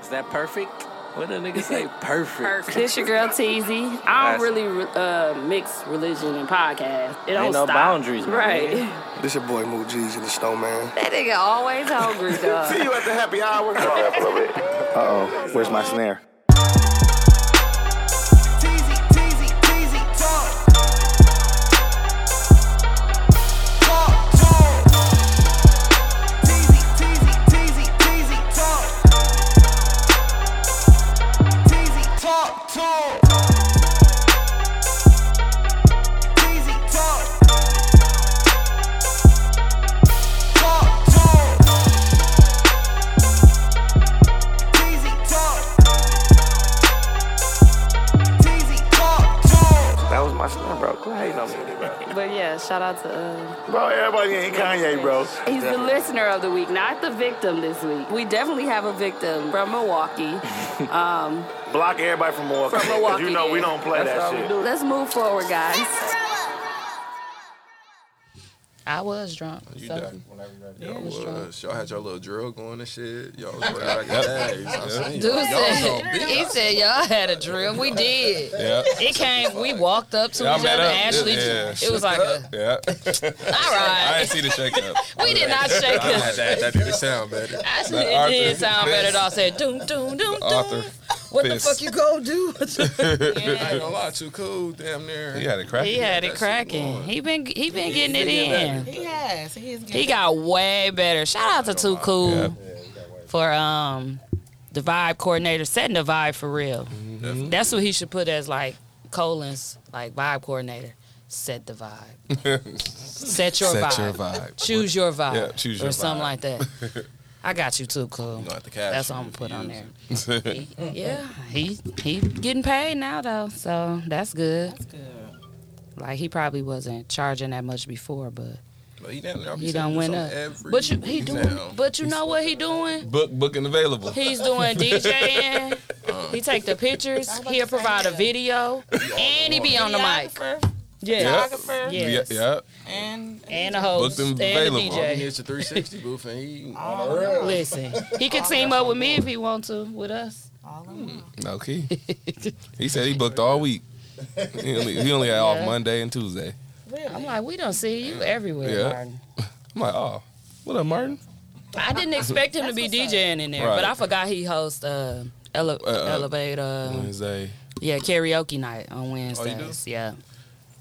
Is that perfect? What a nigga say? Perfect. Perfect. This your girl Teasy. I Nice. don't really uh, mix religion and podcast. It don't Ain't no stop. boundaries, man. right? This your boy Moot G's and the Snowman. That nigga always hungry, dog. See you at the happy hour. Uh-oh, where's my snare? Teasy, teasy, teasy, talk. Talk, talk. Teasy, teasy, teasy, teasy, talk. Teasy, talk, talk. Teasy, talk. Talk, talk. Teasy, talk. Teasy, talk, talk. That was my son, bro. Quit hating on me, bro. But yeah, shout out to. Uh, Bro, everybody ain't Kanye, bro. he's the listener of the week, not the victim this week. We definitely have a victim from Milwaukee. Block everybody from Milwaukee. From 'cause Milwaukee, you know we yeah. don't play That's all that we shit. do. Let's move forward, guys. I was drunk. You so- done. Yeah, I Y'all was drunk. was. Y'all had your little drill going and shit. Y'all was running back and forth. I seen Dude y'all. Y'all said, gone he big. said y'all had a drill. We did. Yeah. It came. We walked up to Y'all each met other. up. Ashley, Yeah. it was like, a, Yeah. all right. I didn't see the shake up. We did not shake I had us. that. That didn't sound better. Ashley, The it did Arthur sound better. Fist. Though I said, doom, doom, doom, doom. Arthur What Fist. the fuck you gonna do? I ain't Yeah. gonna lie, too cool, damn near. He had it cracking. He had it That shit cracking. going. He been he been getting it in. getting He has. He, got way better. Shout out to Too Cool Yeah. for um the vibe coordinator setting the vibe for real. Mm-hmm. That's what he should put as like Colin's like vibe coordinator. Set the vibe. Set your vibe. Set your vibe. Choose your vibe. Yeah, choose or your something vibe. like that. I got you too, cool. You gonna have to cash That's it what I'm gonna if put you on use there. it. Yeah, he he getting paid now though, so that's good. That's good. Like he probably wasn't charging that much before, but But he done, he done went up. But you he doing, but you know what he doing? book booking available. He's doing DJing. Uh-huh. He take the pictures. He'll provide a video, and he be on the mic. Yeah, Photographer. Yes. Yeah, yeah. and a Booked host him and a available. DJ. He hits the 360 booth and he Oh. on Listen, he Oh, could team up with me if he want to with us. the okay. He said he booked all week. He only, he only had Yeah. off Monday and Tuesday. I'm like, we don't see you everywhere. Yeah. Martin. I'm like, oh, what up, Martin? I didn't expect him to be DJing in there, Right. but I forgot he hosts uh, ele- uh, Elevate, uh, Wednesday. yeah, karaoke night on do? Wednesdays. yeah,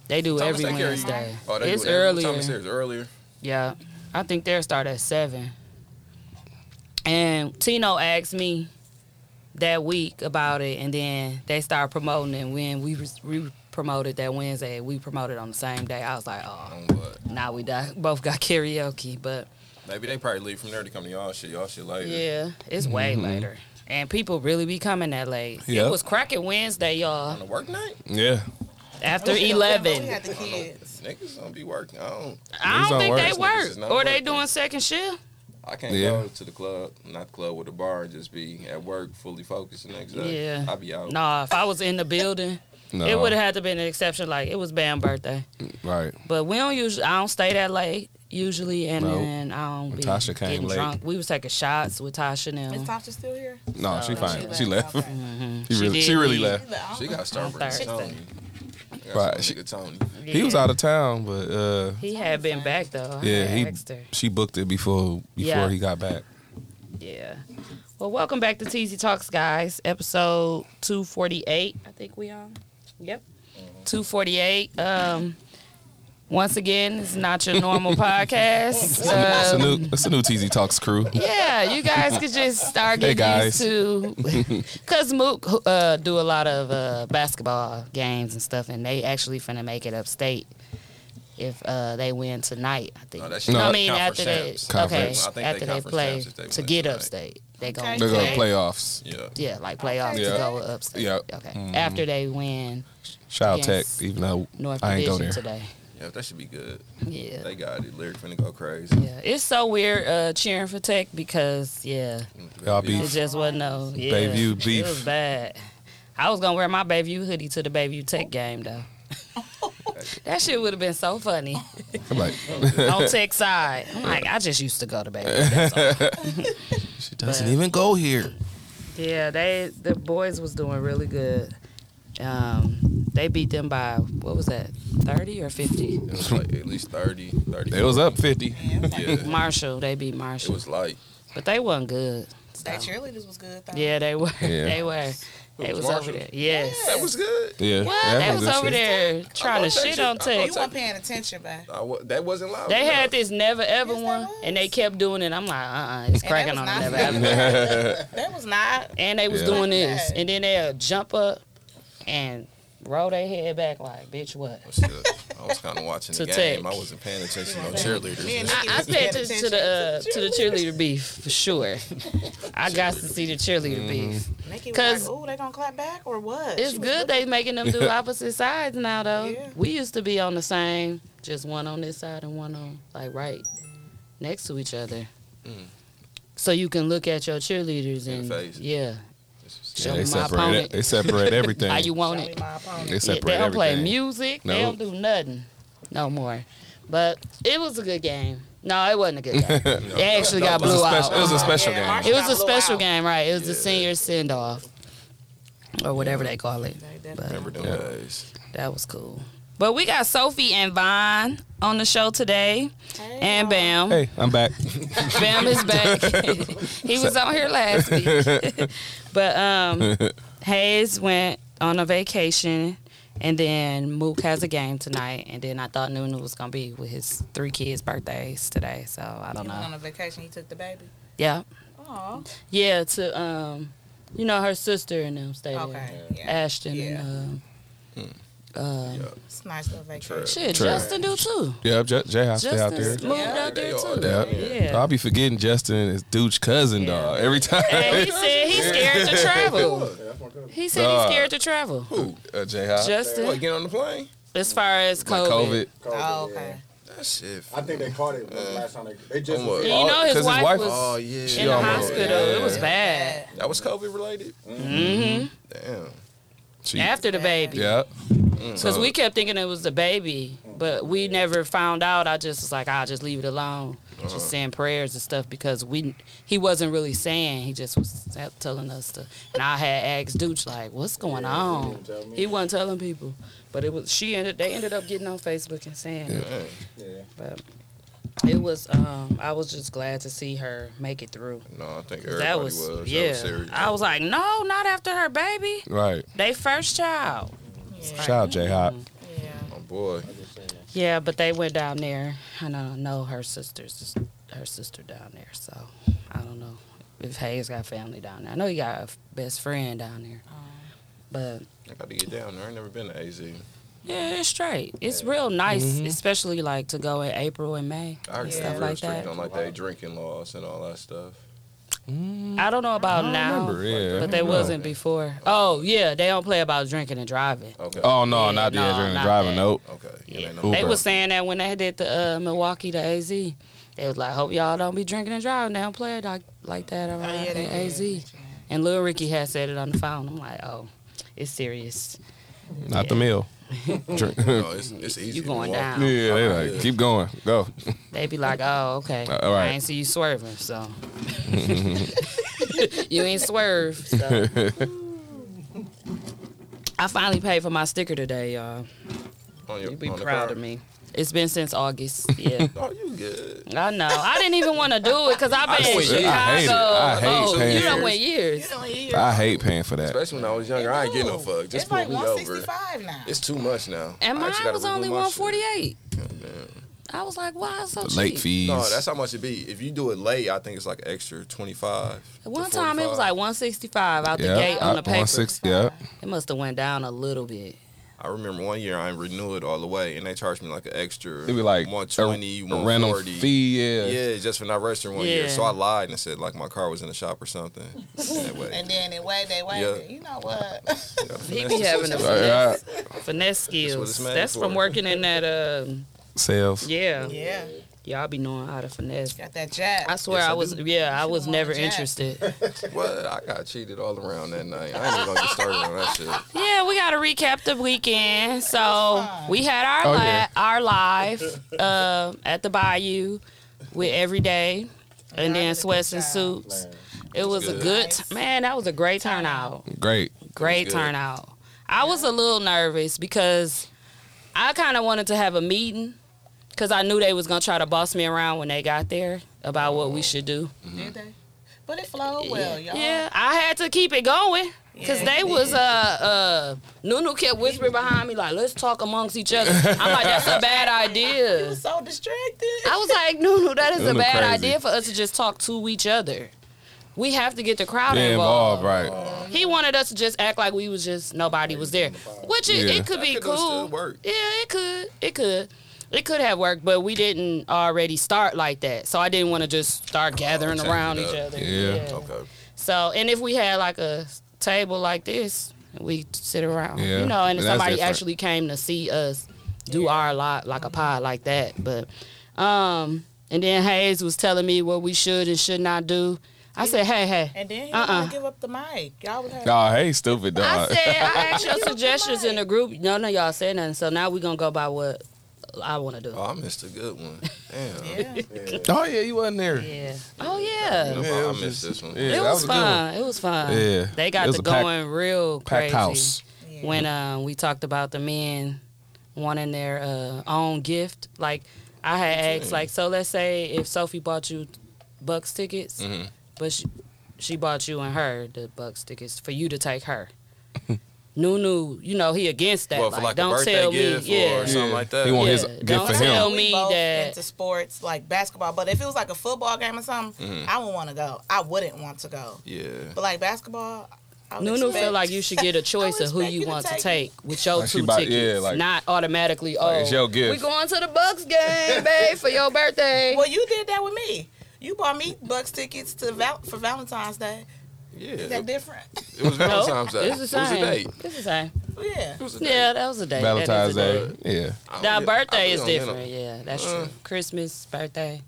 they do Thomas every take care of you. Wednesday. Oh, they it's do it. earlier. Thomas Harris earlier. Yeah, I think theirs start at seven. And Tino asked me that week about it, and then they started promoting it. When we was- we promoted that Wednesday, we promoted on the same day. I was like, oh, Um, but now we die. both got karaoke, but. maybe they probably leave from there to come to y'all shit. Y'all shit later. Yeah, it's way later. And people really be coming that late. It Mm-hmm. Yep. was cracking Wednesday, On y'all. a work night, Yeah. After We eleven, had the kids. niggas don't be working. I don't. I don't These don't think work. they These niggas is work not or they working. doing second shift. I can't Yeah. go to the club, not the club with the bar, and just be at work fully focused the next day. Yeah. I be out. Nah, if I was in the building, No. Uh-huh. it would have had to been an exception. Like it was Bam birthday, Right. but we don't usually. I don't stay that late usually, and Nope. then I don't be Tasha came getting late. drunk. We was taking shots with Tasha Is now. Tasha still here? No, she fine. She left. Okay. She, really, did she really leave. left. She got Starbucks third. Tony. I got Right. some nigga Tony. He was out of town, but uh, He had been back though. I yeah, he asked her. she booked it before before Yeah. he got back. Yeah. Well, welcome back to TZ Talks, guys. Episode 248. I think we on. Yep. 248. Um, once again, it's not your normal podcast. It's a Um, new it's a new TZ Talks crew. yeah, you guys could just start Hey, getting used guys. to because Mook uh, do a lot of uh, basketball games and stuff, and they actually finna make it upstate if uh, they win tonight. I think. No, Oh, that shit I not mean conference after they champs. okay Conference. I think they after they, conference play champs if they to win get tonight. upstate, they Okay. gonna They're gonna play- playoffs. Yeah. Yeah, like playoffs to Yeah. go upstate. Yeah. Okay. Mm-hmm. After they win Shout out Tech, Yes. even though North I ain't go Division there. today. Yeah, that should be good. Yeah. They got it. Lyric finna go crazy. yeah. It's so weird uh, cheering for Tech because yeah, Y'all it beef. just wasn't no yeah, Bayview It was beef. bad. I was gonna wear my Bayview hoodie to the Bayview Tech game though. that shit would have been so funny I'm like, on Tech side. I'm like, I just used to go to Bayview. That's all. she doesn't even go here. Yeah, they the boys was doing really good. Um, they beat them by what was that, thirty or fifty? It was like at least 30, 30. They was up 50. Yeah, Marshall, they beat Marshall, it was light. but they wasn't good. That cheerleaders was good. though. Um, Yeah, they were. Yeah. They were. They was was, over Marshall? there. Yes. That was good. Yeah. Well, that they was was good over shit. there trying to gonna take shit you- on I'm gonna tech. You weren't paying attention, man. I wa- that wasn't loud. They enough. had this never ever Yes, they one, was. and they kept doing it. I'm like, uh, uh it's cracking on was the nice. never ever. That was not. And they was Yeah. doing this, Yeah. and then they'll jump up and roll their head back like, bitch, what? What's good? I was kind of watching To the game. take. I wasn't paying attention to no cheerleaders. Me and It's I, Nikki I was paid paying attention to the uh, to the cheerleader beef for sure. I got to see the cheerleader beef. Nikki Cause- was like, "Ooh, they gonna clap back or what?" It's She was good they making them do opposite sides now though. Yeah. We used to be on the same, just one on this side and one on like right next to each other. Mm. So you can look at your cheerleaders In and the face. yeah, just- show They me my separate, it- opponent they separate everything. how you want Show me it. my opponent. they Yeah, separate they don't play everything. music. They Nope. don't do nothing no more. But it was a good game. No, it wasn't a good game. they actually got It was blew a out. special, it was a special Yeah. game. It was a Blew special out. game, right? It was the Yeah. senior send off, or whatever they call it. Remember them Yeah. days. That was cool. But we got Sophie and Vaughn on the show today, Hey, and Bam. Hey, I'm back. Bam is back. he was on here last week, but um, Hayes went on a vacation, and then Mook has a game tonight, and then I thought Nunu was gonna be with his three kids' birthdays today, so I He don't went know. on a vacation. He took the baby. Yeah, Oh, yeah. To um, you know, her sister and them stayed there. okay. Yeah. Ashton Yeah. and um, uh, It's a nice little vacation. Trash. shit, True. Justin do too. Yeah, J- Jay House stay out Justin there. moved out They there all too. down Yeah. here. Yeah. I'll be forgetting Justin is Dude's cousin, dog. Every time. And he said he's scared to travel. He said he's Nah. scared to travel. Who? Uh, J Hop. Justin. What, get on the plane? As far as Like COVID, COVID. Oh, okay. That shit. I think they caught it last time. They, they just On what? And you know his 'cause his wife wife- was Oh, yeah. in the almost- hospital. It was bad. That was COVID related? hmm Damn. She- After the baby, Yeah. Uh, because Uh, we kept thinking it was the baby, but we never found out. I just was like, I'll just leave it alone, Uh-huh. just saying prayers and stuff because we he wasn't really saying. He just was telling us to. And I had asked Dooch like, "What's going on?" He wasn't telling people, but it was she ended. They ended up getting on Facebook and saying. it. Dang. But it was um I was just glad to see her make it through. No, I think everybody That was. was, That was yeah. serious. I was like, no, not after her baby. Right. They first child. Shout out J Hop. Oh, Oh, My boy. Yeah, but they went down there. and I don't know her sister's her sister down there, so I don't know if Hayes got family down there. I know he got a f- best friend down there, Oh. but I got to get down there. I ain't never been to AZ. yeah, it's straight. It's real nice, especially like to go in April and May. I heard Stuff real like strict that. on like they drinking laws and all that stuff. I don't know about now, Remember, yeah. but they wasn't before. Oh yeah, they don't play about drinking and driving. Okay. Oh no, not the no, Adrian not driving. that. Nope. Okay. Yeah. ain't no- Uber. They was saying that when they did the uh, Milwaukee to AZ, they was like, "Hope y'all don't be drinking and driving. They don't play it like, like that around Oh, yeah, they in did. AZ." And Lil Ricky had said it on the phone. I'm like, "Oh, it's serious. Not the meal. Drink. yeah, No, it's, it's easy. to going walk. down. they like keep going. Go. They be like, "Oh, okay. Uh, all I right. ain't see you swerving, so you ain't swerve." So. I finally paid for my sticker today, y'all. On your, You'll be on the proud car. of me. It's been since August. Yeah. Oh, you good. I know. I didn't even want to do it because I've been in quit Chicago. years. I hate it. I hate oh, you paying done years. went years. I hate paying for that. Especially when I was younger, I ain't getting no fuck. Just It's pull like me over. 165 now. It's too much now. And I mine actually gotta was only renew my shit. 148. Goddamn. I was like, why it's so The cheap? late fees. No, that's how much it be. If you do it late, I think it's like extra twenty five. One time it was like 165 out the yeah. uh, gate on the paper. One six. Yeah. It must have went down a little bit. I remember one year I renew it all the way, and they charged me like an extra. It be like one a, twenty, a one random forty. fee. Yeah. Yeah, just for not registering one year. Yeah. So I lied and said like my car was in the shop or something. That way, And then it way they Yeah. waited. You know what? He be having a Right, finesse, right. finesse what skills. it's made That's from for. working in that, um, Sales. yeah. yeah. Y'all be knowing how to finesse. Got that jab. I swear Yes, I I was, do. yeah, I was want never a jack. interested. well, I got cheated all around that night. I ain't even gonna get started on that shit. Yeah, we got to recap the weekend. So we had our Oh, li- yeah. our um, live uh, at the Bayou with Everyday, and then Sweats and Suits. It was a good t- man. That was a great turnout. Great. Great Good. turnout. I was a little nervous because I kind of wanted to have a meeting because I knew they was gonna try to boss me around when they got there about what we should do. Did they? But it flowed well, y'all. Yeah, I had to keep it going because Uh-huh. they was uh uh Nunu kept whispering behind me like, "Let's talk amongst each other." I'm like, "That's a bad idea." You was so distracted. I was like, "Nunu, that is a Nunu bad crazy. idea for us to just talk to each other. We have to get the crowd Yeah, involved." involved, right? He wanted us to just act like we was just nobody was there, which it, Yeah. it could That be could cool. have still worked. Yeah, it could, it could, it could have worked, but we didn't already start like that, so I didn't want to just start gathering Oh, Change around it each up. other. Yeah. Okay. So, and if we had like a table like this, we sit around, Yeah, you know, and if that's somebody different. actually came to see us do our lot like a pod like that. But, um, and then Hayes was telling me what we should and should not do. I said, hey, hey, And then he Uh-uh. wanted to give up the mic. Y'all was like, Nah, hey, stupid dog. I said I asked your suggestions in the group. No, no, y'all said nothing. So now we gonna go by what I want to do. Oh, I missed a good one. Damn. oh yeah, you wasn't there. Yeah. Oh yeah. Yeah, I missed this one. it was, fun. It was fun. Yeah. They It got was to a packed- going real packed crazy house. when uh, we talked about the men wanting their uh, own gift. Like I had asked, like so. Let's say if Sophie bought you Bucks tickets, Mm-hmm. Mhm. but she, she bought you and her the Bucks tickets for you to take her. Nunu, you know he against that. Well, for like a don't birthday tell gift me, yeah, or something like that. He want his Yeah, gift don't for tell him. me both that- into sports like basketball, but if it was like a football game or something, Mhm. I would want to go. I wouldn't want to go. Mm-hmm. Yeah. But like basketball, I would Nunu expect- feel like you should get a choice of who you want to take with your Like she two buy- tickets, yeah, like- not automatically. Oh, Like, it's your gift. We going to the Bucks game, babe, for your birthday. Well, you did that with me. You bought me Bucks tickets to val- for Valentine's Day. Yeah. Is that different? It was Valentine's No, Day. It's the It was a same. date. It's the same. Yeah. Yeah, that was a date. Valentine's That is a Day. Yeah. I Now, don't get- I birthday really is don't get different. 'em. Yeah, that's Uh. true. Christmas, birthday.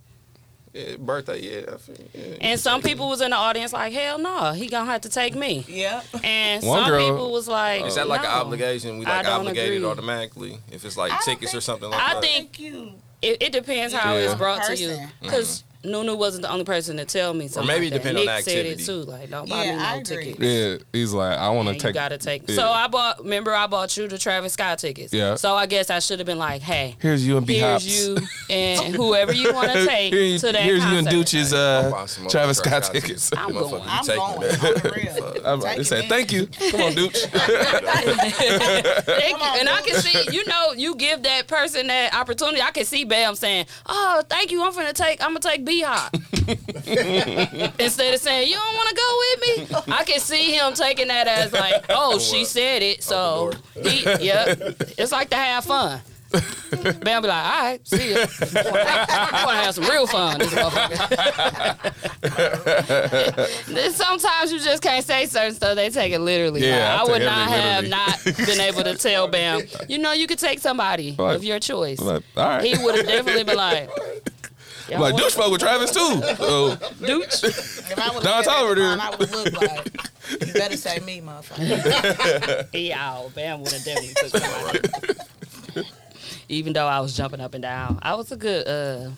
Yeah, birthday, yeah. I feel, yeah. And some people was in the audience like, hell no, he gonna have to take me. Yeah. And One some girl- Oh. people was like, Is that like no. an obligation? We I like don't obligated agree. automatically if it's like tickets or something like I that. think it, it depends how Yeah. it's brought to you. Person. Because Mm-hmm. Nunu wasn't the only person to tell me something. maybe like that. depend on the Nick activity. said it too. Like, don't buy me no ticket. Yeah. He's like, I want to And you take. gotta take. Yeah. So I bought. Remember, I bought you the Travis Scott tickets. Yeah. So I guess I should have been like, hey, Here's you and B here's Hops. you and whoever you want to take Here you- to that Here's you and concert. Dooch's uh, Travis Scott tickets. I'm going. You take it, I'm like, they said, thank you. Come on, Dooch. Thank you. And I can see, you know, you give that person that opportunity. I can see Bam saying, "Oh, thank you. I'm gonna take. I'm gonna take B Hop." Instead of saying, "You don't want to go with me," I can see him taking that as like, "Oh, she said it." So, he, yep. It's like to have fun. Bam be like, "All right, see ya." I want to have some real fun. This motherfucker. Sometimes you just can't say certain stuff. They take it literally. Yeah, Like, I I take would not everything have literally. not been able to tell Bam, you know, you could take somebody Right. of your choice. Like, all right. He would have definitely been like, I'm like, Dooch fuck with Travis too. So, Dooch. Don Tolliver, dude. I would look like you better say me, motherfucker. Y'all, Bam would have definitely took somebody. Even though I was jumping up and down, I was a good uh,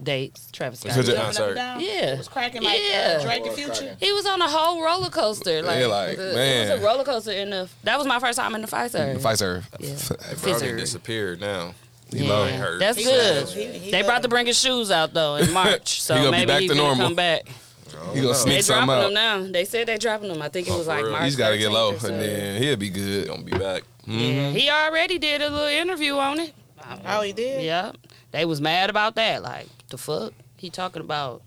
date. Travis Scott. Was it a Jumping up and concert? down? Yeah, was cracking like, uh, Drake and Future? He was on a whole roller coaster. Like, Yeah, like, the- it man. was a roller coaster in the. That was my first time in the Pfizer. if I serve. Hey, Brody Fizzard. disappeared now. He Yeah. low. hurt. That's good. they brought to bring his shoes out though in March, so He gonna be maybe back he to gonna normal. come back. He gonna They sneak dropping some out. them now. They said they dropping them. I think it Oh, was like March. He's got to get 13th low, or and so. then he'll be good. Gonna be back. hmm He already did a little interview on it. Oh, he did. Yeah, they was mad about that. Like the fuck he talking about?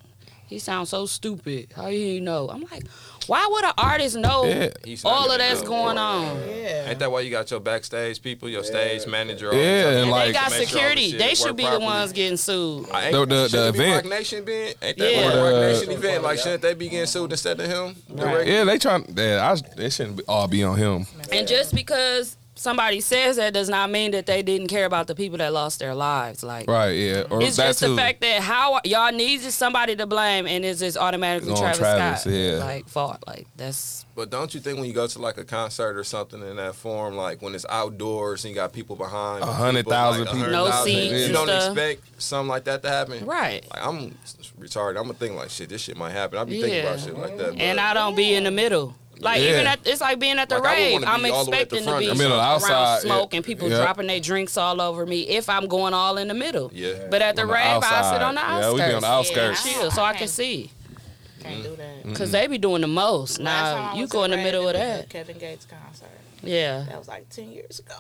He sounds so stupid. How you know? I'm like, why would an artist know Yeah. He's not all gonna of that's know. going on? Ain't that why you got your backstage people, your stage manager? all Yeah, these other and people like- They to got make sure all security. this shit they should work be the properly? ones getting sued. I ain't- The- the- the shouldn't it be event. Rock Nation been? Ain't that Yeah. what the Or the- Rock Nation event? Like, shouldn't they be getting sued instead of him? Direct- Yeah, they trying. Yeah, I, they shouldn't be, all be on him. And just because somebody says that does not mean that they didn't care about the people that lost their lives. Like, Right, yeah. Or it's that just too. the fact that how y'all need just somebody to blame, and it's just automatically It's on Travis, Travis, Scott. yeah. Like fault. Like that's But don't you think when you go to like a concert or something in that form, like when it's outdoors and you got people behind, A hundred people, like, thousand a hundred people. No thousand, seats you and don't stuff. expect something like that to happen, Right. Like I'm retarded. I'm gonna think like shit. This shit might happen. I be yeah. thinking about shit like that. and but- I don't be in the middle. Like Yeah. even at, it's like being at the Like, I would rave. wanna be I'm all the way at the expecting to front. be I mean, on the around outside, smoke yeah. and people Yeah. dropping their drinks all over me if I'm going all in the middle. Yeah. But at the On the rave, I outside. sit on the Yeah, outskirts. we be on the outskirts. Mm-hmm. Yeah, chill, so I can see. Can't do that. Mm-hmm. Cause they be doing the most. Last time Now I you was go in the Brad, middle of it was that. a Kevin Gates concert. Yeah. That was like ten years ago.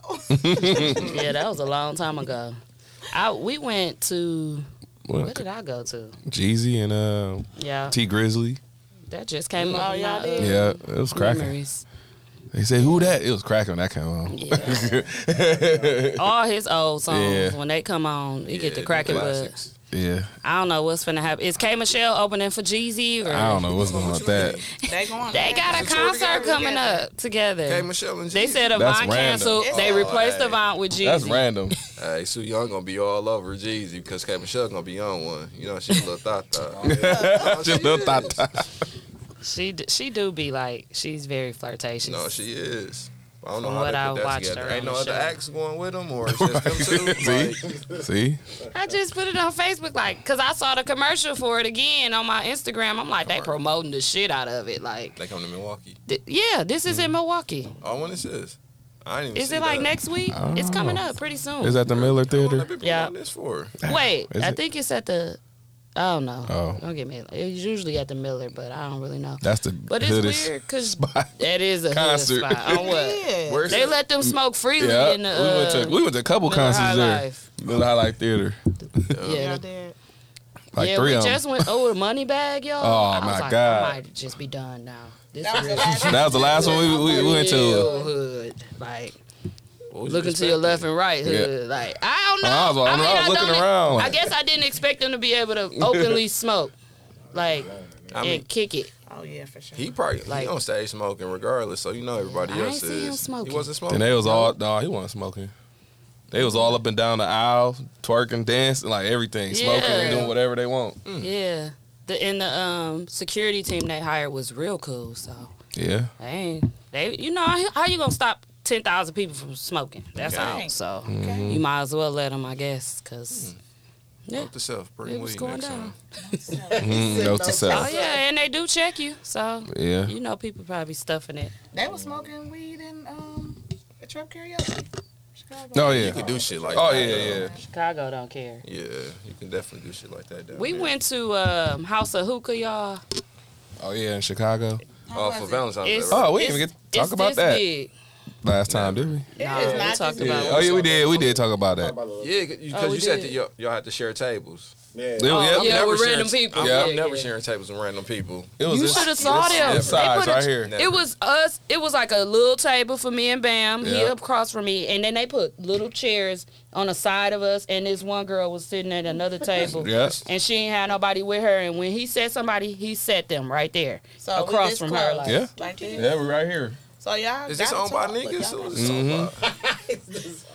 yeah, that was a long time ago. I we went to What? where did I go to? Jeezy and uh, Yeah. T Grizzly. That just came up. Oh, in y'all my, did? uh, Yeah, it was cracking. memories. They say who that? It was cracking when that came on. Yeah. All his old songs Yeah. when they come on, you get the cracking bud. yeah. I don't know what's finna happen. Is K Michelle opening for Jeezy? Or I don't know what's going on with that. they going. They got a concert coming up together. Hey, Michelle and They Jeezy. said That's Avant random. canceled. They Oh, replaced hey. Avant with Jeezy. That's random. Hey, Sue Young gonna be all over Jeezy because Cat Michelle gonna be on one. You know, she's a little thought Just little thought. thought. She d- she do be like she's very flirtatious. No, she is. I don't know From how what they I put that watched together. her Ain't on no the other show. acts going with them, or it's just them two. See? Like, See? I just put it on Facebook like cuz I saw the commercial for it again on my Instagram. I'm like they promoting the shit out of it like they come to Milwaukee. th- yeah, this is Mm. in Milwaukee. Oh, when is this? I didn't even Is see it like that. next week? I don't It's coming know. up pretty soon. Is that the Miller How long Theater? have people Yeah. done this for? Wait, Is I it? think it's at the. I don't know. Oh. Don't get me. It's usually at the Miller, but I don't really know. That's the But it's hoodest. weird because spot. that is a Concert. concert spot. On what? Yeah. Where's They it? let them smoke freely Yeah, in the. we, Uh, went to, we went to a couple Miller High concerts there. Life. Miller High Life Theater, Yeah. Y'all did. like yeah, three we of them. just went over the money bag, y'all. Oh, I was my like, God. I might just be done now. This That was the real last That was the last one we, we, we went to. hood, like What was you looking to your expecting? left and right, Yeah. hood. Like I don't know. I was- I know, I was looking don't- around, I like- guess I didn't expect them to be able to openly smoke, like I mean, and kick it. Oh yeah, for sure. he probably Like- he on stage smoking regardless, so you know everybody I ain't else see is. him smoking. He wasn't smoking. Then they was all no, he wasn't smoking. They was all up and down the aisle, twerking, dancing, like everything, smoking, Yeah. and doing whatever they want. Yeah. The and the um security team they hired was real cool. So Yeah, they ain't they you know how- how you gonna stop ten thousand people from smoking? That's Okay. all. So you might as well let them, I guess, because Hmm. yeah. Help yourself. It Bring was weed going next down. time. mm, notes to Oh self. yeah, and they do check you. So Yeah, you know people probably stuffing it. They was smoking weed in um a trap karaoke. Chicago. oh You yeah, can do shit like oh that. yeah, though. yeah. Chicago don't care. Yeah, you can definitely do shit like that. Down We there. went to um, House of Hookah, y'all. Oh yeah, in Chicago. Oh, for Valentine's Day. It's- right? Oh, we didn't even it's- get to talk it's about this that. big. Last time, did we? It Nah, is we not talked this about Yeah. Oh yeah, we did. We did talk about that. Yeah. Yeah, because Oh, we you said did. that y'all, y'all had to share tables. yeah. It- Oh, yep. yeah, Never with sharing- random people. I'm, Yeah. I'm never yeah. sharing tables with random people. It was You this- should have saw them. this size put a- right here. It was us. It was like a little table for me and Bam. He Yeah. up across from me, and then they put little chairs on the side of us. And this one girl was sitting at another table, Yes. and she ain't had nobody with her. And when he said somebody, he set them right there So we across this from her. close. Like, Yeah. Like this. Yeah, we're right here. So y'all Is this gotta owned by talk, but niggas? Y'all, Or got- is this owned Mm-hmm. by?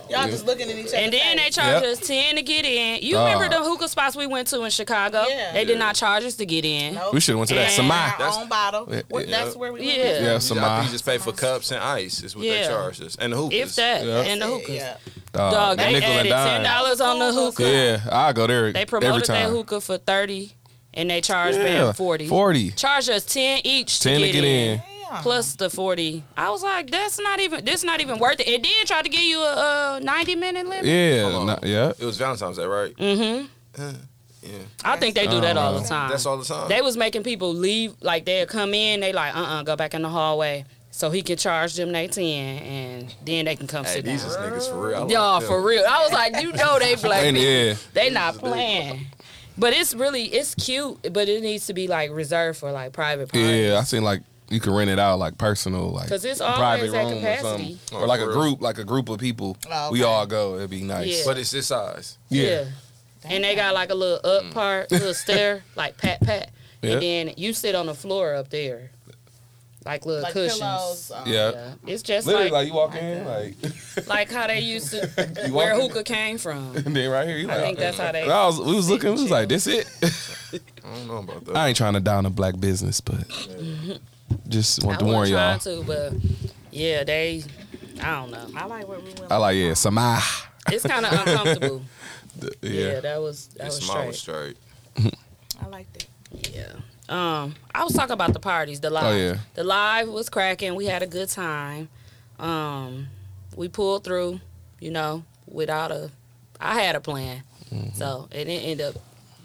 y'all just looking at each other. And then they charged Yeah. us ten to get in. You Ah. remember the hookah spots we went to in Chicago? Yeah. They did not charge us to get in. We should have went to that. And- Samai. Our own bottle. Ah, Yeah, What- yeah. That's where we. Yeah. went. Yeah, I think you Samai. just pay for cups and ice is what they Yeah. charge us. And the hookahs. If that, Yeah. and the hookah. Yeah. Dog, Dog, the they Uh, nickel and added ten dime. dollars on the hookah. Yeah, I go there They every promoted that time. hookah for thirty, and they charged Yeah, Bam forty. Forty. Charged us ten each. Ten to get, in. Damn. Plus the forty, I was like, "That's not even. This not even worth it." And then tried to give you a, uh ninety minute limit. Yeah, Hold nah, on. yeah. It was Valentine's Day, right? Mm-hmm. Uh, Yeah. I think they do that all Uh, the time. That's all the time. They was making people leave, like they'd come in, they like, uh uh go back in the hallway. So he could charge them their 10 and then they can come hey, sit these down. is niggas for real. I like Y'all, them. for real. I was like, you know they black And people. yeah, They not playing. But it's really, it's cute, but it needs to be like reserved for like private parties. yeah. I seen like you can rent it out like personal, like 'Cause it's a always private at room or capacity. something, Oh, or like a for real? group, like a group of people. Oh, We okay. all go. It'd be nice. Yeah. But it's this size. Yeah. And they got like a little up part, little stair, like pat pat. Mm. Yeah. And then you sit on the floor up there. like little Like cushions. pillows, um, Yeah. It's just Literally, like, like, you walk in, like, like how they used to You where walk in- hookah came from. and then right here, you I like, think that's how they- And I was, we was looking, we was like, this it? I don't know about that. I ain't trying to down a black business, but just want Mm-hmm. I to warn was y'all. trying to, but yeah, they. I don't know. I like where we went. I like, yeah, Samah. It's kind of uncomfortable. Yeah. Yeah. that was that was It's straight. mine was straight. I like that. Yeah. Um, I was talking about the parties, the live. Oh, yeah. The live was cracking. We had a good time. Um, we pulled through, you know, without a. I had a plan, Mm-hmm. so it didn't end up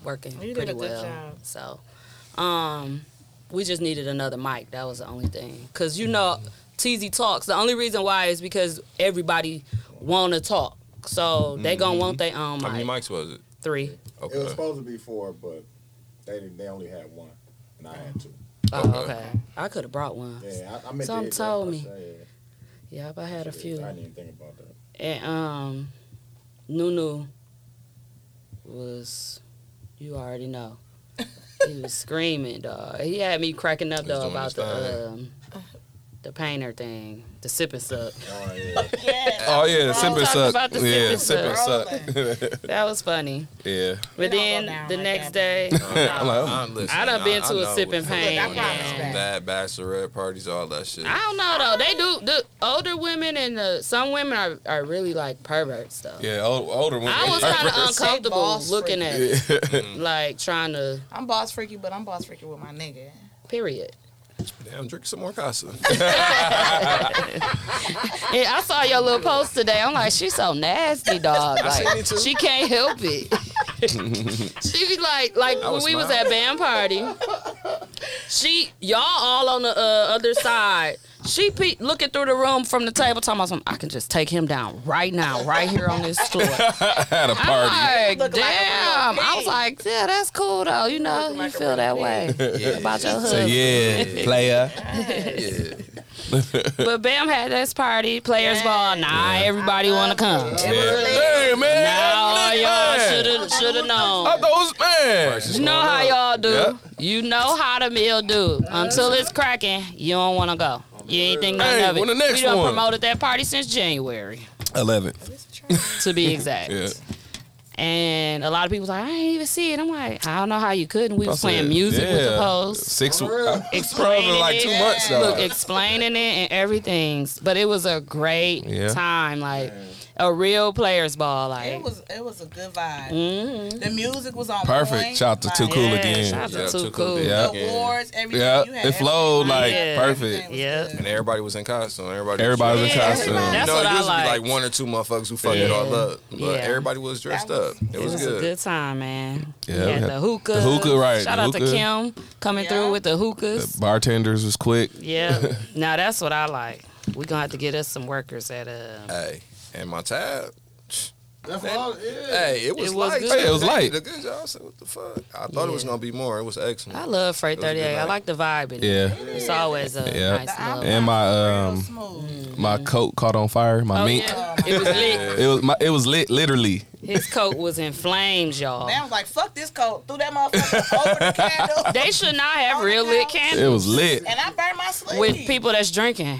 working You did pretty a good well. job. So, um, we just needed another mic. That was the only thing, cause you know, TZ talks. The only reason why is because everybody wanna talk, so they Mm-hmm. gonna want their own How many mic. mics was it? Three. Okay. It was supposed to be four, but they didn't, they only had one, and I had two. Oh, Okay. okay. I could have brought one. Yeah, I, I meant Some to hit that, told I me. said, Yep, I had a shit, few. I didn't even think about that. And um, Nunu was, you already know, he was screaming, dog. He had me cracking up He's though doing about his the thing. um, the painter thing, the sip and sup. Oh yeah. Yeah. Oh, yeah, sip talking and suck. about the sip Yeah, and sip and suck. suck. That was funny. Yeah. But don't go then down the like next that. day, I'm like, oh. I done been to a know sip and what's going pain, on. man. Bad bachelorette parties, all that shit. I don't know though. They do the older women and the, some women are, are really like perverts though. Yeah, old, older women. I was kind of uncomfortable boss looking at it, Yeah. like trying to I'm boss freaky, but I'm boss freaky with my nigga. period. Damn, drink some more casa. Yeah, I saw your little post today. I'm like, she's so nasty, dog. Like, she can't help it. she be like, like I when was we was smiling. at band party. She, y'all all on the uh, other side. She pe- looking through the room from the table, talking about something. I can just take him down right now, right here on this floor. At a party. I'm like, Look like a damn. little I was pig. like, yeah, that's cool though. You know, you like a feel that way about your So, husband. yeah, player. But Bam had this party, players ball. Nah, everybody wanna come. Yeah. Hey, man. Now look, y'all man. should have should have I known. thought it was man. You know how y'all do. Yeah. You know how the meal do. Until it's cracking, you don't want to go. You ain't think nothing Hey, of it. when the next we done one? promoted that party since January, 11th. to be exact. Yeah. And a lot of people was like, I ain't even see it. I'm like, I don't know how you couldn't. We I was playing said, music with the yeah. post. Six. I- It's probably Explaining like it. two months, though. Look, explaining it and everything. But it was a great Yeah. time, like a real players ball. Like It was it was a good vibe. Mhm. The music was on Perfect. point, Shout out to like, Too Cool Yeah, again. shout out to Yeah, Too Too Cool Cool. did. Yeah. the Awards, everything. Yeah, You had it flowed like Yeah. perfect. Yeah. And everybody was in costume. Everybody. Everybody was was in dressed up. costume. That's you know, what it I used to be liked. like one or two motherfuckers who fucked it Yeah. all up, but Yeah. everybody was dressed That was- up. It was, It was good. a good time, man. Yeah, we we had had the hookah. the hookah, right, Shout the out hookah. to Kim coming Yeah. through with the hookahs. Bartenders was quick. yeah. Now that's what I like. We're gonna have to get us some workers at uh Hey, and my tab. That's all. Yeah. Hey, it was, It was light. good. Hey, it was They light. did a good job. I said, what the fuck? I thought it was Yeah. gonna be more. It was excellent. I love Freight It was a good 38. I night. like the vibe in it. Yeah. It's always a Yeah. nice little And my um smooth. my coat caught on fire. My Mm-hmm. Oh, mink. yeah. It was lit. It was my, it was lit literally. His coat was in flames, y'all. Man, I was like, fuck this coat. Threw that motherfucker over the candle. They should not have On the real lit couch. It candles was lit. and I burned my sleeve. with people that's drinking. I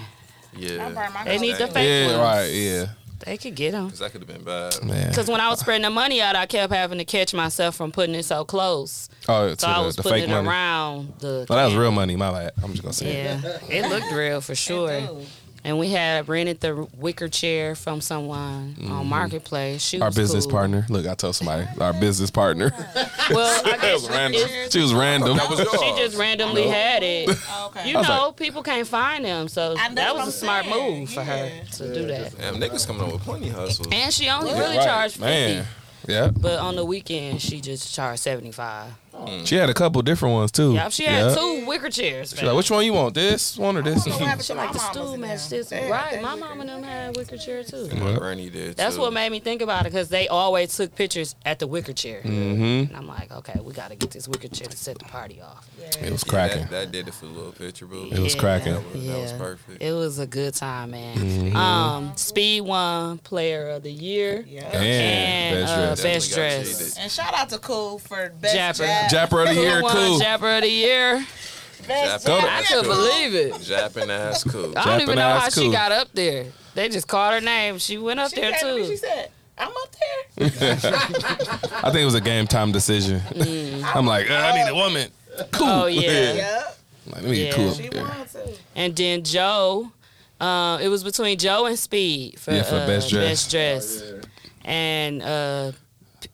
Yeah, burned my They need coat. to fake Yeah, ones. right. Yeah, They could get them. because that could have been bad. man. Because when I was spreading the money out, I kept having to catch myself from putting it so close. Oh, to So I the, was the putting fake it money. around the. Oh, that was real money. My bad. I'm just gonna say. it. Yeah, it looked real for sure. Dude, And we had rented the wicker chair from someone on Marketplace. She Mm-hmm. Our was business cool. partner. Look, I told somebody. Our business partner. Well, I That guess was random. She was random. That was yours. she just randomly had it. Oh, Okay. You I was know, people can't find them, so I know that what was a I'm smart saying. move for Yeah. her to do that. Damn, niggas coming up with plenty hustles. And she only really Right. charged fifty, Man. Yeah, but on the weekend she just charged seventy five. Mm. she had a couple different ones too. Yeah, she had Yeah. two wicker chairs. She's like, which one you want? This one or this? I don't know what happened to my like the mama's stool in match there. this They had right that my liquor. mom and them had wicker chair too My granny did. that's too. what made me think about it because they always took pictures at the wicker chair Mm-hmm. and i'm like okay we gotta get this wicker chair to set the party off It was Yeah, cracking. That, that did it for the little picture, boo. It was Yeah. cracking. That was, that was Yeah. perfect. it was a good time man um speed one player of the year Yeah. And and best uh, dress. best Definitely got dress cheated. And shout out to Cool for best Japper. jab. Japper of the Who year, won cool. Japper of the year Japping Go to- I ass couldn't cool. believe it. Japping ass cool. I don't even know how she got up there. They just called her name. She went up She there came to me, too. she said, I'm up there. I think it was a game time decision. I'm like, uh, I need a woman. Cool. Mm. Oh yeah. Yep. Like, let me Yeah. get cool She up there. wanted to. And then Joe, uh, it was between Joe and Speed for, Yeah, for uh, Best Best Dressed. Dress. And uh,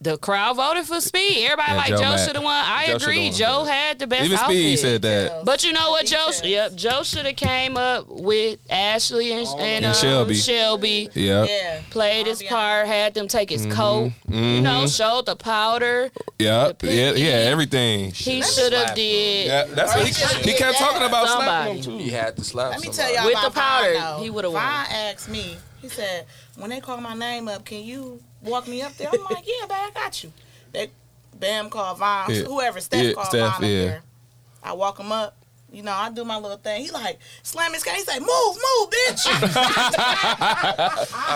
the crowd voted for Speed. Everybody Yeah, like Joe Joe, mad. should have won. I Joe shoulda agree. won. Joe had the best Even outfit. Speed said that. But you know what, Joe? Details. Yep, Joe should have came up with Ashley and, and, uh, And Shelby. Shelby Yeah. Yeah. played his I'll be part, had them take his coat. You Mhm. know, showed the powder. Yeah. The Yeah. pinky. Yeah. Everything. He should have did Yeah. That's what he, he kept talking about slapping them too. He had to slap Let me tell somebody. y'all With about the powder, Vine, though. he would've won. Vine asked me. He said, "When they call my name up, can you walk me up there?" I'm like, "Yeah, babe, I got you." They, Bam called Vine, Yeah. whoever Steph Yeah, called Steph, Vine up yeah. there. I walk him up. You know, I do my little thing. He like slam his guy. He say, "Move, move, bitch!" I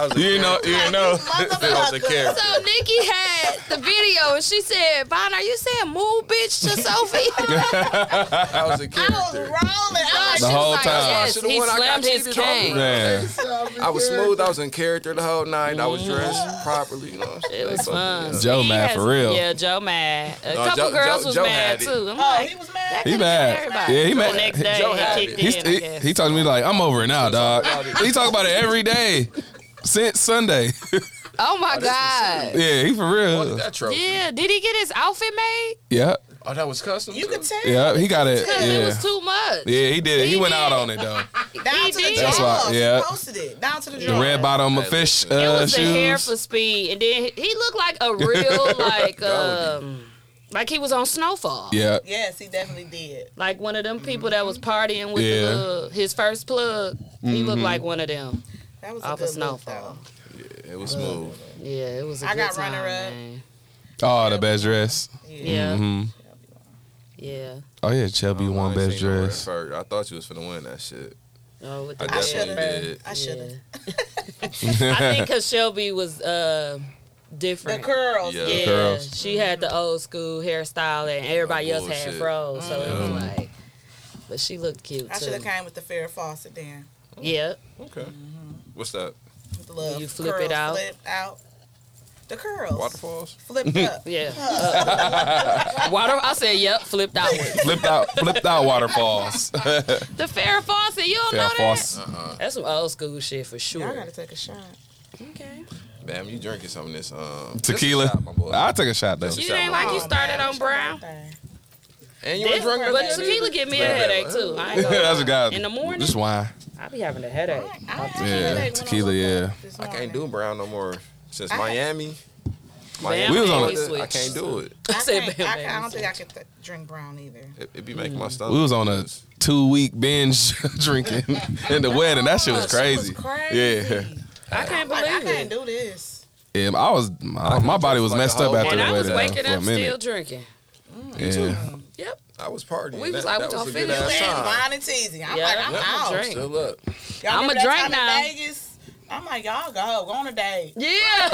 was You like, ain't know. You ain't know. was a Motherfucker. character. So Nikki had the video and she said, Vaughn, are you saying move bitch to Sophie? I was a I was character. rolling. I The was whole like, time. Yes, Should've he won. I got slammed his cheated on. cane. Man. I was smooth. I was in character the whole night. I was dressed properly. You know what I'm saying? It was Fuck fun. yeah. Joe He mad has- for real. Yeah, Joe mad. A No, couple Joe- girls Joe- was Joe mad had it. too. I'm oh, like, he was mad. He mad. everybody. Yeah. He the next mad. day Joe had he kicked He's, in. I he, guess. he talked to me like, I'm over it now, dog. he talk about it every day since Sunday. oh my God. yeah, he for What real. is that trophy? yeah, did he get his outfit made? Yeah, Oh, that was custom. You too? could tell. yeah, he got it. Cause it Yeah, was too much. yeah, he did it. He He went out did. on it though. Down He to the did. That's why- drawers. He yeah. posted it down to the drawers. The red bottom of fish It It uh, was the hair shoes. for speed, and then he- he looked like a real like um like he was on Snowfall. Yeah, Yes, he definitely did. Like one of them people that was partying with Yeah. the little, his first plug. He looked like one of them. That was Off a of good look, Snowfall. though. It was smooth. Yeah, it was. I I got runner up. oh, the best dress. Yeah, hmm yeah. Oh yeah, Chubby I won ain't best seen no red dress. fur. I thought you was finna win that shit. Oh, with I the I Definitely should have. did. I should have. I think because Shelby was uh, The different. curls. Yeah. yeah, curls. she had the old school hairstyle, and everybody else had bullshit. froze, so it was like. But she looked cute I should too. have came with the Farrah Fawcett then. Yeah, Okay. Mm-hmm. What's that? With the love. You flip curls it out. Flipped out. The curls. Waterfalls? Flipped up. yeah. Uh, water. I said, yep. Flipped outward. Flipped out, flipped out waterfalls. The Farrah Fawcett. You don't yeah, know that? Uh-huh. false. That's some old school shit for Y'all sure. gotta take a shot. Okay. Bam, you drinking some of this um Tequila. this is shot, my boy. I'll take a shot though. You ain't like you started on brown. and you ain't This- drunk But tequila give me a headache too. I ain't gonna That's a guy. In the morning? Just wine. I be having a headache. Yeah, tequila. Yeah. I can't do brown no more since Miami. we was on a- I can't do it. I, said can't, bam, I, bam, can't- I don't so- think I could th- drink brown either. It, it be making my Mm. stomach. We was on a two week binge drinking in the wedding. That shit was crazy. It was crazy. Yeah. I can't Like, I believe can't it. do this. Yeah, I was my, my body was Like a messed up whole- after And the I was wedding waking for a up still minute. drinking. Yeah. Yep. I was partying. We was like, That- we that gonna a good finish ass Playing time. wine and teasing. I'm Yeah, like, I'm I'm out. drink. Still up. Y'all I'ma remember that drink time in now. Vegas? I'm like, y'all go, go on a date. Yeah.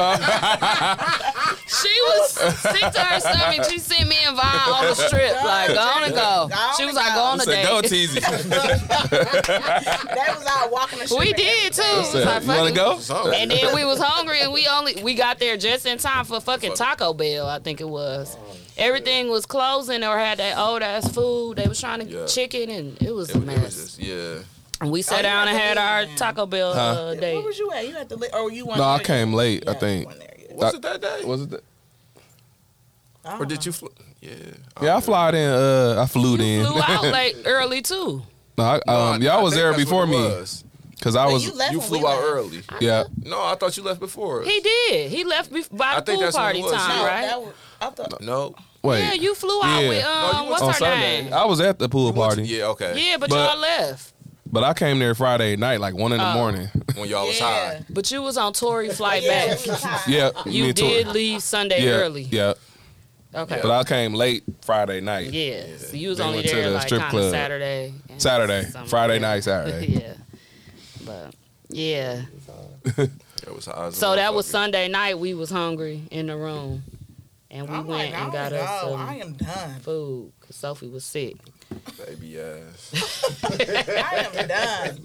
she was sick to her stomach. She sent me and Vine on the strip. Like, go on and go. Go on She was and like, go go. on a Said, go date. teasy. They was out walking the street. We did too. It was like, Said, you wanna fuck it. go? And then we was hungry and we only we got there just in time for fucking Taco Bell, I think it was. Everything was closing or had that old ass food. They was trying to Yeah. get chicken and it was It, a was- it was mess. just, yeah. And we sat Oh, you down had and to had leave our then. Taco Bell Huh? uh, Where date. was you at? You had to, li- or you went No, I there, came late, I Yeah, you think. wasn't there yet. Was it that day? Was it? The, I don't or did know. you fl- Yeah. yeah, I flew in. Uh, I flew in. Flew out like early too. no, I, um, y'all was I think there that's before what it me was. because I But was. you left You when flew we out left. early. Yeah, No, I thought you left before. us. He did. He left bef- by I the think pool that's what party it was, time, yeah. No, right? that was, I thought, No. wait. yeah, you flew out Yeah. with No, um, you what's on her Sunday, name? I was at the pool party, Yeah. Okay. Yeah, but, But- y'all left. but I came there Friday night, like one in the Oh. morning. When y'all was yeah. high. But you was on Tory flight Yeah, back. we was high. yeah, me You and Tori. did leave Sunday yeah, early. Yeah, Okay. but I came late Friday night. Yeah, so you was They only went to there the like strip kind of club. Saturday. and Saturday, something. Friday Yeah. night, Saturday. yeah, but yeah. It was high. as a So that was motherfucker. Sunday night. We was hungry in the room, and we I'm went like, and I got don't us know. some I am done. food because Sophie was sick. Baby ass. I am done.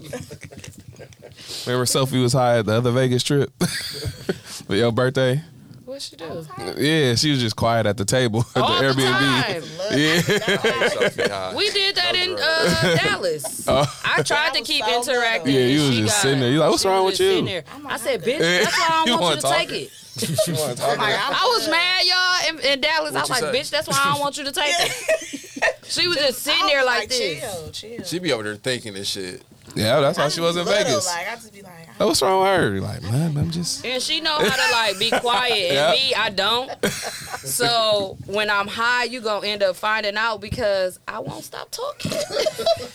Remember Sophie was high at the other Vegas trip for your birthday? What she do? Yeah, she was just quiet at the table at All the the Airbnb. time. Yeah. We did that in uh, Dallas. Oh. I tried to keep interacting. Yeah, you and was she just got- sitting there. You like, what's she was wrong just with you? sitting there. I said, bitch, that's why I You don't want you to wanna take talk? it. I'm I was mad, y'all, in, in Dallas. What'd I was you like, say? bitch, that's why I don't want you to take it. she was just sitting I there was like this. Chill, chill. She be over there thinking this shit. Yeah, that's why she was in Little, Vegas. Like, I just be like, Like, what's wrong with her? Like, man, I'm just. And she know how to like be quiet, and Yeah. me, I don't. So when I'm high, you gonna end up finding out because I won't stop talking.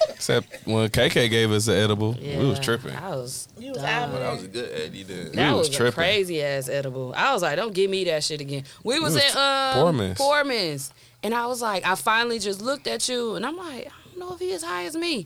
Except when KK gave us the edible, we was tripping. I was. you was out That there. was a good Eddie then. That We was, was a tripping. crazy ass edible. I was like, don't give me that shit again. We was, was at um, Poorman's. Poorman's, and I was like, I finally just looked at you, and I'm like, I don't know if he as high as me.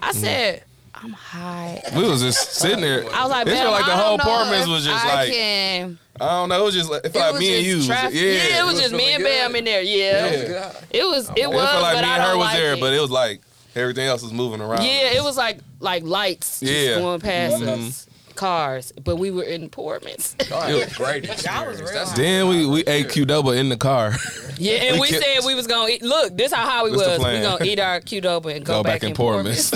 I said, I'm high. We was just sitting there. I was like, it "Babe, felt like the I whole don't know apartment if was just I like, can. I don't know. It was just like, it felt like was me and just you. was- traffic- Yeah, it was just me feeling and Bam good. in there. Yeah, Yeah. it was. It It was. felt like but me I and don't her was like there, it. but it was like everything else was moving around. yeah, it was like like lights just Yeah. Mm-hmm. going past us, cars. But we were in Portman's. Y'all had a great experience. real That's Then we we ate Q double in the car. yeah, and we, We kept- said we was gonna eat. Look, this how high we This the was. We plan. gonna eat our Qdoba and go, Go back in Portman's.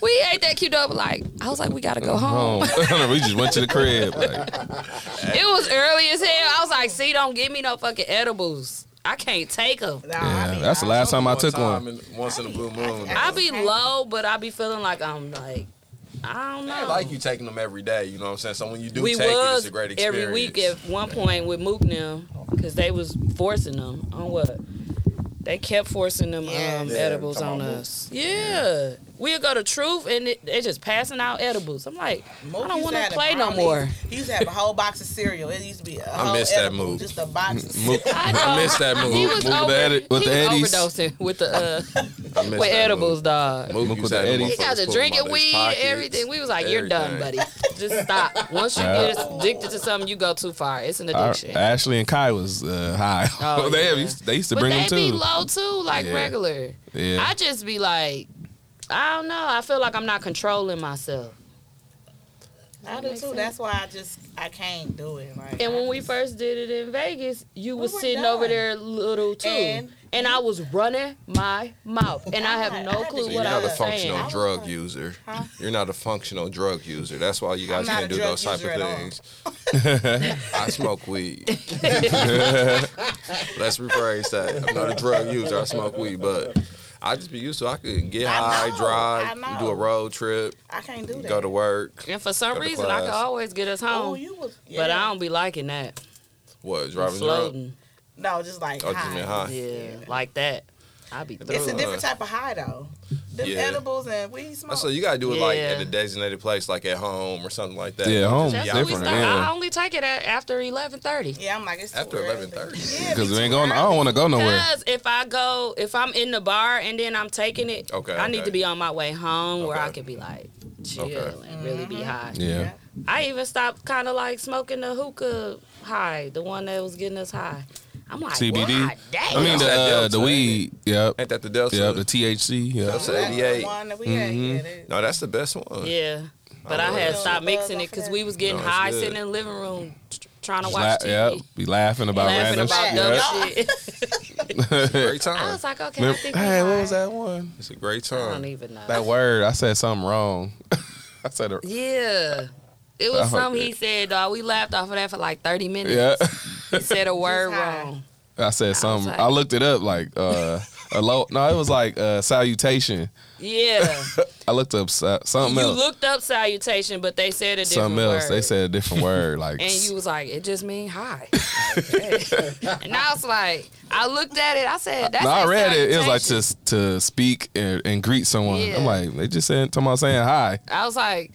we ate that Qdoba like I was like we gotta go home. Home. we just went to the crib. Like, It was early as hell. I was like, see, don't give me no fucking edibles. I can't take them. Nah, I yeah, mean, that's the last time I one took time one. in- once in a blue moon. I be low, but I be feeling like I'm like I don't know. I like you taking them every day, you know what I'm saying? So when you do we take it, was it's a great experience. every week at one point with Mook now because they was forcing them on what they kept forcing them Yeah. um, Yeah, edibles come on on, Mook. us. Yeah, we'll go to Truth and it, they just passing out edibles. I'm like, Mook I don't used want have to play no brownies. more. He used to have a whole box of cereal. It used to be a whole miss that edible, Mook. Just a box of cereal. Mook, I, I missed that He move. was, Mook with over, the edit- with he the was eddies. overdosing with the uh, I missed with that edibles, move. dog. Move, Mook you with the said Eddie. motherfuckers He got to pulled drinking them out of his weed and pockets, everything. We was like, you're done, buddy. everything. Just stop. Once you Yeah. get addicted to something, you go too far. It's an our- addiction. Ashley and Kai was uh, high. Oh, they, yeah. used, they used to but bring they them too. be low too, like Yeah. regular. Yeah. I just be like, I don't know. I feel like I'm not controlling myself. I do too. That's why I just I can't do it. Like, And I when we just- first did it in Vegas, you We was were sitting done. over there little too, and, And- I was running my mouth, and I have no I- I clue did You're what I not a was saying. functional I was drug like, user. huh? You're not a functional drug user. That's why you guys not can't a do drug those type user at of all. things. I smoke weed. Let's rephrase that. I'm not a drug user. I smoke weed, but I just be used to. I could get I high, know, I drive, know. do a road trip, I can't do that. go to work. And for some Go to reason, I could class. always get us home, Oh, you was. Yeah. but I don't be liking that. What I'm driving drunk? floating, No, just like Oh, just high. mean high. yeah, like that. I be It's a through. different type of high though. Them Yeah. edibles and weed smoke. So you gotta do it like at Yeah. a designated place, like at home or something like that. Yeah, Don't home That's just be what out we different, start. there. yeah. I only take it at, after eleven thirty. yeah, I'm like it's too After early. 11:30. Yeah, Because be we ain't too going. I don't want to go nowhere. Because if I go, if I'm in the bar and then I'm taking it, Okay, I need okay. to be on my way home where I Okay. can be like chill Okay. and really be high. Yeah. I even stopped kind of like smoking the hookah high, the one that was getting us high. I'm like, CBD? "God damn." I mean the uh, Delta, the weed. Yep. Ain't that the Delta? Yep. The THC. Yep. That's That's the 88. one that we had. Mm-hmm. Yeah, that- No, that's the best one. yeah. But I Oh, know had that. stopped mixing it because we was getting No, it's high good. sitting in the living room t- trying to Just watch la- TV. Yep. Be laughing about Laughing random about shit. dumb shit. Great I time. was like, okay, I Oh. Remember- think we Hey, what was high. that one? It's a great I don't time. even know. That word. I said something wrong. I said it. Yeah. It I was heard something that. he said, dog. We laughed off of that for like 30 minutes. Yeah. He said a word Just high. wrong. I said something. like- I looked it up like uh a low. No, it was like uh salutation. Yeah. I looked up sa- something you else. looked up salutation, but they said a different Something else. word. They said a different word. Like and you was like, it just mean hi. and I was like, I looked at it. I said, that's No, I a read it. It was like salutation." to to speak and, and greet someone. Yeah. I'm like, they just said talking about saying hi. I was like,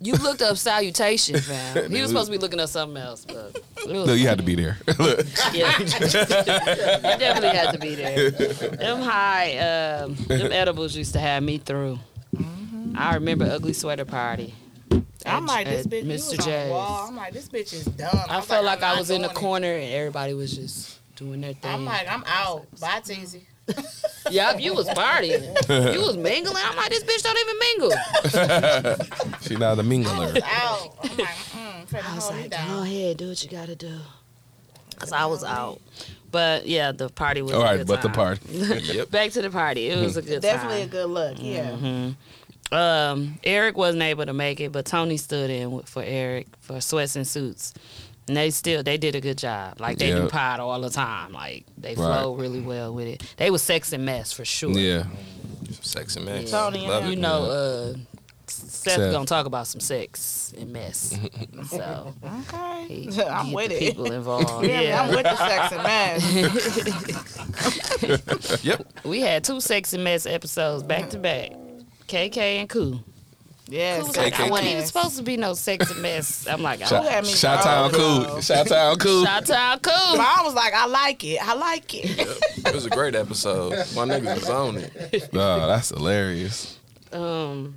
you looked up salutation, fam. He Dude. was supposed to be looking up something else, but it was Look, you had to be there. Look, Yeah. you definitely had to be there. Them high, um, them edibles used to have me through. Mm-hmm. I remember ugly sweater party. At- I'm like this at bitch. you was Mr. on the J's. wall. I'm like this bitch is dumb. I was felt like I'm I not was in the doing it. corner and everybody was just doing their thing. I'm like I'm out. Bye, Teasy. Yup, you was partying. You was mingling. I'm like, this bitch don't even mingle. she not a mingler. Out. I'm like, mm, finna I was hold me like, down. go ahead, do what you gotta do. Cause I was out. But yeah, the party was All a right, good but the time. party. yep. Back to the party. It was a good Definitely a time. Mm-hmm. good look. Yeah. Um, Eric wasn't able to make it, but Tony stood in with- for Eric for sweats and suits. And they still they did a good job. Like they do Yeah. pod all the time. Like they Right. flowed really well with it. They was sex and mess for sure. Yeah. Sexy man. Tony, Love yeah. it. You know, uh Seth, Seth. gonna talk about some sex and mess. so Okay. he- I'm he with the it. people involved. Yeah, I'm with the sex and mass. Yep. We had two Sex and Mess episodes back to back. KK and Koo. Yes. Was sex like, I and wasn't even mess. supposed to be no Sex and Mess. I'm like, Who oh, had me Shout wrong, town cool. though? Shout town cool. shout out Koo. Mom was like, I like it. I like it. It was a great episode. My niggas was on it. Oh, that's hilarious. Um,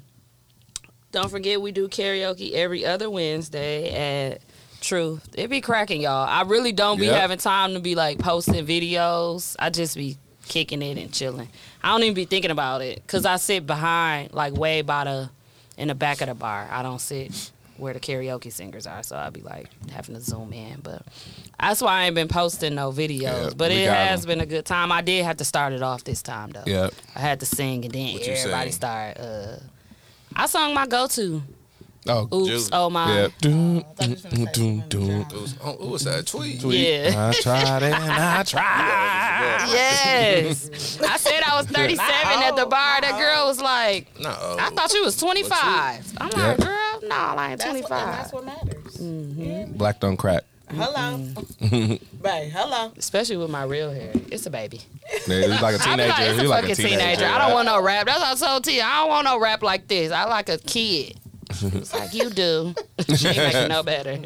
don't forget we do karaoke every other Wednesday at Truth. It be cracking, y'all. I really don't be Yep. having time to be like posting videos. I just be kicking it and chilling. I don't even be thinking about it because I sit behind, like way by the in the back of the bar. I don't sit where the karaoke singers are, so I be like having to zoom in. But that's why I ain't been posting no videos. Yeah, but we it got has 'em. been a good time. I did have to start it off this time though. Yep. I had to sing and then you everybody sang? started. Uh, I sung my go-to. Oh, Mm-hmm. Oops, Juice. oh my. yeah. Doom, thought you was gonna say doom, doom. It was, oh, it was that tweet. Yeah. I tried and I tried. Yes. I said I was 37 at the bar. That girl was like, No. I thought you was 25. I'm Yeah. like, girl, no, I ain't That's what, 25. and that's what matters. Black don't crack. Hello. Babe, hello. Especially with my real hair. It's a baby. Yeah, he's like a I be teenager. like, it's a he's like fucking a teenager. teenager. I don't want no rap. That's what I told T. I don't want no rap like this. I like a kid. It's like you do. she ain't making no better.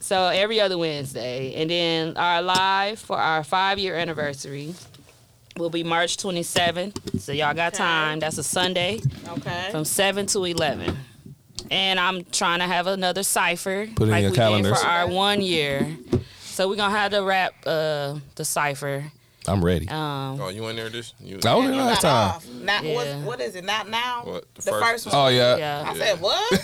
So every other Wednesday, and then our live for our five year anniversary will be March 27th. So y'all got time. That's a Sunday Okay. from seven to eleven. And I'm trying to have another cipher Put it in like your we did calendars. for our one year. So we're gonna have to wrap uh, the cipher. I'm ready. Um, Oh, you in there this? You, I was in You last got time. off. Not what, Yeah. what is it? Not now. What, the the first- first, one. Oh yeah. yeah. I said what? yeah.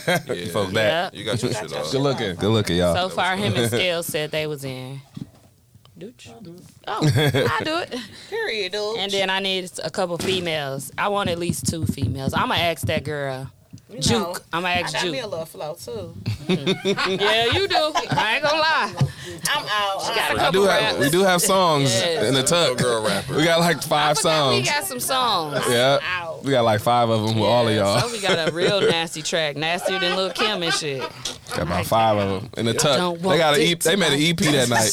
Fuck that. Yeah. You got your got shit your off. Good looking. Good looking, y'all. So far, him and Scale said they was in. Dooch. Oh, I do it. Period, dude. And then I need a couple females. I want at least two females. I'm gonna ask that girl. you know, Juke. I'm gonna I ask got me a Juke. little flow too. Yeah, you do. I ain't gonna lie. I'm out. She Got a I couple do have raps. we do have songs Yes. in the Little tuck. girl rapper. We got like I five forgot We songs. got some songs. Yeah. out. We got like five of them with all of Yeah, y'all. So we got a real nasty track, nastier than Lil Kim and shit. Got about five of them in the tuck. don't They got want an dick EP. They made an EP that night.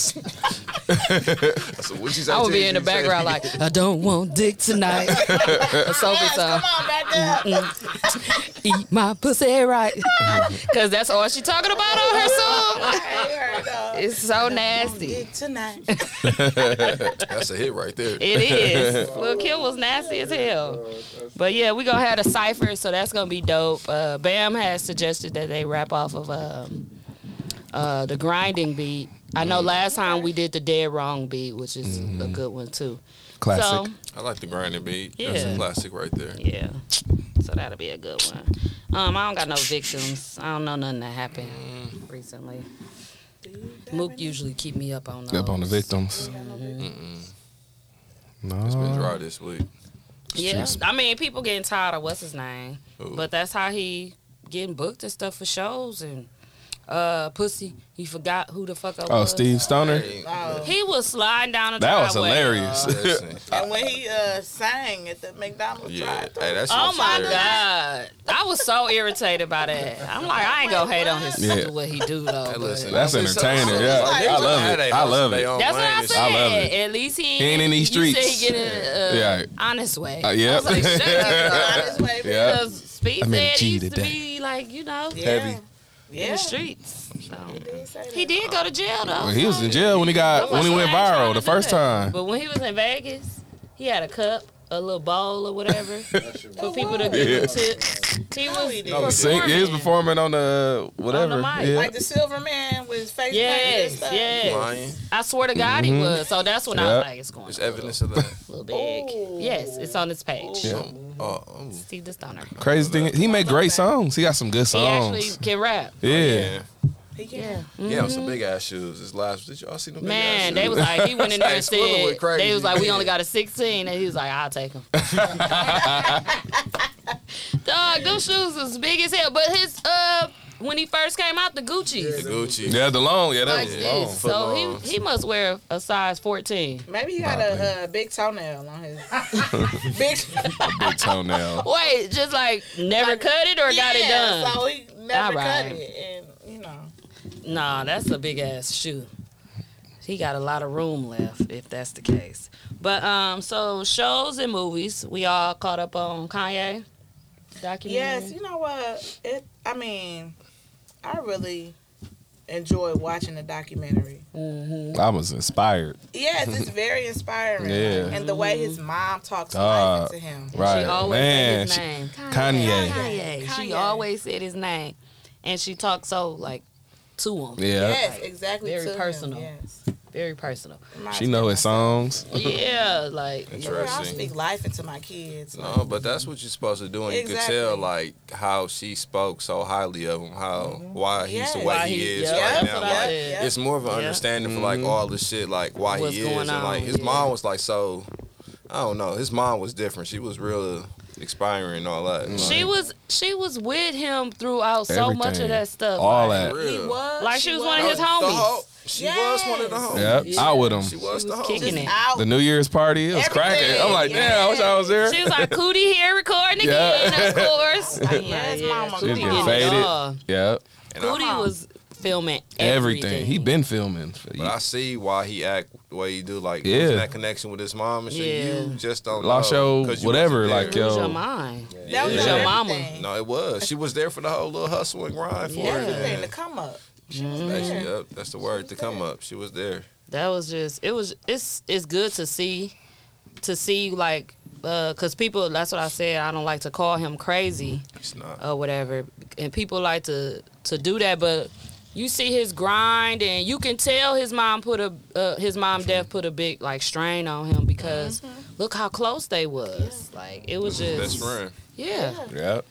So what you say? I would be in the Jay-Z? background like, I don't want dick tonight. A Sophie Yes, song. come on back up. Eat my pussy right. Cause that's all she talking about on her song. It's so nasty. Dick tonight. That's a hit right there. It is. Lil Kim was nasty as hell. But yeah, we gonna have a cipher, so that's gonna be dope. Uh, Bam has suggested that they rap off of um, uh, the grinding beat. I know last time we did the dead wrong beat, which is a good one too. Mm-hmm. Classic. So I like the grinding beat. That's Yeah. a classic right there. yeah, so that'll be a good one. Um, I don't got no victims. I don't know nothing that happened Mm. recently. Mook usually keep me up on those. Up on the victims. No. It's been dry this week. Yeah, I mean, people getting tired of what's his name, Who? but that's how he getting booked and stuff for shows and uh, pussy. He forgot who the fuck I Oh, was. Steve Stoner. Hey, Oh. He was sliding down the That was driveway. hilarious. listen. And when he uh, sang at the McDonald's Yeah. drive-thru, Hey, that shit Oh was my hilarious. god, I was so irritated by that. I'm like, I ain't gonna hate on his Yeah. yeah. what he do though. Hey, but- listen, That's it's so- entertaining. Yeah, Like, I love they it. I love they it. on That's what lane I and said. shit. I love it. At least he ain't, He ain't in these you said streets. he getting uh, Yeah. honest way. Uh, yeah. I was like, shut up. honest way, man. Yeah. Because Speed I mean, said he G used to today. be like, you know, Heavy. in Yeah. the streets. So. He said that. He did go to jail though. Well, he was so- in jail when he got when he went I ain't trying viral to the do first that. time. But when he was in Vegas, he had a cup, a little bowl or whatever for people to give him tips. He was he did. Sing- performing. he was performing on the whatever. mic. Yeah. Like the Silver Man with with his face like this Yes, stuff. yes. Lying. I swear to God, he Mm-hmm. Mhm. was. So that's when I was Yep. like, it's going There's evidence of that. a little big. Yes, it's on this page. Yeah. Oh, Steve the Stoner. Crazy thing, he made great songs. He got some good He songs. actually can rap. yeah. Yeah. Yeah, with some big ass shoes. His last, did y'all see them? big ass Man, shoes? they was like, he went in there and said, Squilla went crazy. they was like, we only got a 16. And he was like, I'll take him. Dog, those shoes was big as hell. But his, uh, when he first came out, the Gucci's. The Gucci. Yeah, the Oh, long. Yeah, that Like was long. this. So he, he must wear a size 14. Maybe he got a uh, big toenail on his big. Big toenail. Wait, just like never cut it or got it Yeah, done? So he never Alright. cut it, and you know. Nah, that's a big ass shoe. He got a lot of room left if that's the case. But um, so shows and movies, we all caught up on Kanye documentary. Yes, you know what? It. I mean, I really enjoy watching the documentary. Mm-hmm. I was inspired. Yes, it's very inspiring. Yeah. Ah. And the way Mm-hmm. his mom talks Dog. life into him. Right. She always said Man, his she- name. Kanye. Kanye. She Kanye. always said his name, and she talked so like to him. Yeah. Yes, exactly. Very to him, personal. Yes. Very personal. Reminds She me know of his songs. Yeah, like myself. Girl, I Interesting. speak life into my kids. No, but that's what you're supposed to do, and you could Exactly. tell like how she spoke so highly of him, how why he's Yes. the way Why he, Mm-hmm. he- is yeah, right that's now. what I Like said. it's more of an Yeah. understanding for Mm-hmm. like all the shit, like why What's he is, going and on, like his yeah. mom was like so. I don't know. His mom was different. She was real expiring and all Mm. that. she was she was with him throughout so much of Everything. that stuff. All like, that. He was. Like, she was one of his The homies. hoe- she was one of the Yes. homies. Yep. Out with She him. was, the homies. kicking it. Out. The New Year's party, it was cracking. I'm like, damn, I wish I was there. She was like, Cootie here recording Yeah. again, of course. Like, Yes, mama, Cootie She get did it faded. all. Yep. Cootie Oh, was filming Everything. everything. He been filming. For But I see why he act the way he do. Like Yeah. losing that connection with his mom and shit. Yeah. You just don't Lost know, your 'cause you whatever, wasn't there. like, Lose yo. your mind. Yeah. That was Lose your mama. everything. No, it was. She was there for the whole little hustle and grind for it. Everything to man. come up. She was Actually, there. yep, that's the word to come up. She was there. That was just it was it's it's good to see to see like uh 'cause people that's what I said I don't like to call him crazy It's not. or whatever and people like to to do that but you see his grind and you can tell his mom put a uh, his mom death put a big like strain on him because look how close they was like it was His just best friend. yeah Yep.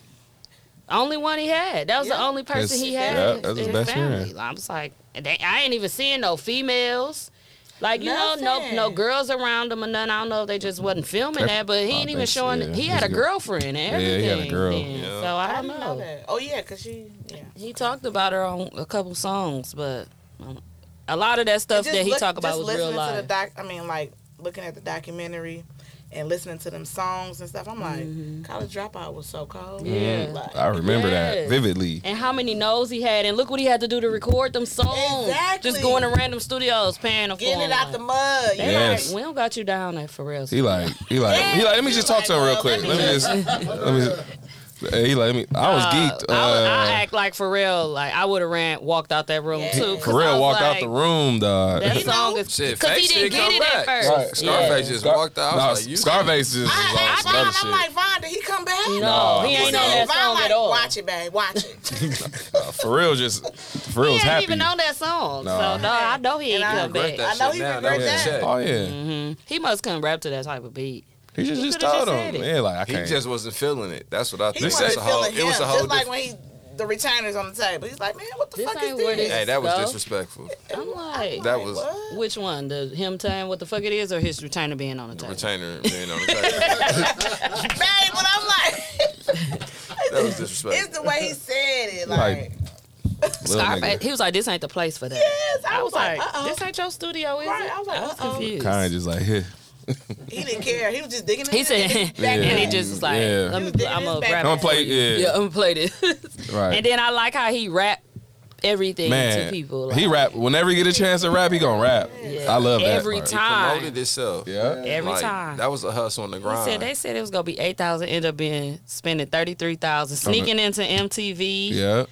only one he had. That was the Yeah. only person he had. That's- yeah, in that's his his best friend. family. Like, I was like, they, I ain't even seeing no females. Like you know, no Nothing. no girls around him or none. I don't know if they just wasn't filming that, but he I ain't even think so, showing. yeah. He had a He's good. girlfriend and Yeah, everything. he had a girl. then. Yeah. So I I don't didn't know know. that. Oh yeah, cause she. Yeah. He talked about her on a couple songs, but um, a lot of that And stuff just that he look- talked about just was real listening To the life. doc, I mean, like looking at the documentary and listening to them songs and stuff. I'm like, Mm-hmm. college dropout was so cold. Yeah. Like, I remember Yes. that vividly. and how many no's he had, and look what he had to do to record them songs. Exactly. Just going to random studios, paying them getting for it 'em, out the like, mud. You they know? Yes. like, we don't got you down there for real. He like, he like, he like. Let me just talk to him real quick. Let me just, let me. Just, Hey, he like me. I was geeked. I, would- I Uh, act like for real. Like I would have ran, walked out that room Yeah. too. 'cause I Pharrell was walked out like, the room, dog. That song is Shit, because fake he shit didn't get come it back. at first. Right. Scarface just walked out. I Nah, was like, you Scarface just was I on asked some Vaughn, other I'm shit. like, Vaughn, did he come back? oh, No, Oh, he He ain't said, on that Vaughn, song like, at all. Watch it, babe. Watch it. for real, just for real He was ain't happy. even know that song. Nah. So no, I know he ain't And I come back. regret that I know shit he now. regret was that. a check. Oh yeah, He must couldn't rap to that type of beat. he just Mm-hmm. He just could've told just said him. it. Yeah, like I He can't. just wasn't feeling it. That's what I He think. wasn't That's a whole. feeling him. It was a whole. just like Different, when he the retainers on the table. He's like, man, what the This fuck is ain't where this? this- hey, that was though. disrespectful. I'm like, That was What? which one? The him telling what the fuck it is, or his retainer being on the the table? retainer being on the table. babe, but I'm like, That was it's disrespectful. the way he said it. Like, Like, little Scarface. nigga. He was like, this ain't the place for that. yes, I was like, uh-oh. this ain't your studio, is Right, it? I was like, uh-oh. confused. Kind of just like, yeah. He didn't care. He was just digging. He into said, it. and he just was like, Yeah. let me, He was I'm in gonna his back rap. I'm gonna play. Yeah, Yeah, I'm gonna play this. right. And then I like how he rap everything Man, to people. he like, rap whenever he get a chance to rap. He gonna rap. I love that every part. time. Promoted itself. Yeah. Every Like, time. That was a hustle on the He grind. said they said it was gonna be eight thousand, end up being spending thirty three thousand, sneaking into MTV. Yeah.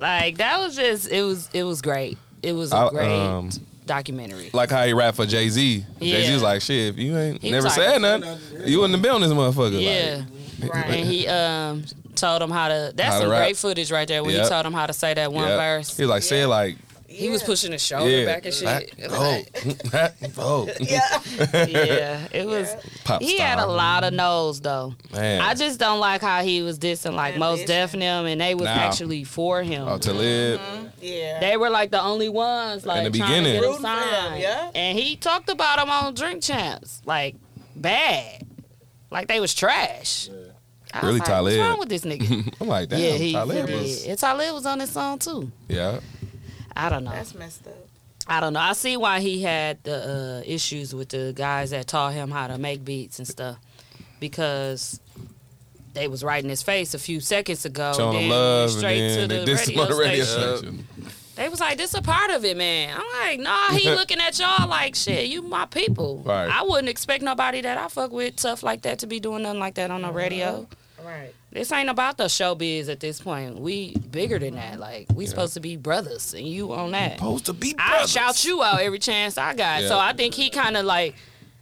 Like that was just it was it was great. It was a I- great um, documentary. Like how he rap for Jay Z. Jay Z Yeah. was like, shit, if you ain't He never was like- said nothing, you wouldn't have been on this motherfucker. Like, yeah. And he um told him how to that's How to some rap. great footage right there when Yep. he told him how to say that one yeah. verse. He was like, say it like He was Yeah. pushing his shoulder Yeah. back and shit. That- It was oh, like- that- oh. Yeah. yeah, it was. Pop he had a star. lot of no's though. Man. I just don't like how he was dissing like most deaf and them, and they was Nah. actually for him. Oh, Talib. Mm-hmm. Yeah. They were like the only ones like the trying to beginning. get him Rooting signed. yeah. And he talked about them on Drink Champs, like bad, like they was trash. I was Really, like, Talib. What's wrong with this nigga? I'm like, damn, yeah, he Talib really was. is. And Talib was on this song too. Yeah. I don't know. That's messed up. I don't know. I see why he had the uh, issues with the guys that taught him how to make beats and stuff because they was right in his face a few seconds ago. Showing Oh, then him love, went and straight then to they the did some radio, on the radio station. station. They was like, "This a part of it, man." I'm like, "Nah." He looking at y'all like, "Shit, you my people." Right. I wouldn't expect nobody that I fuck with tough like that to be doing nothing like that on the radio. Right. This ain't about the showbiz at this point. We bigger than that. Like we supposed to be brothers, and you on that. Supposed to be I shout you out every chance I got. So Yeah. I think he kind of like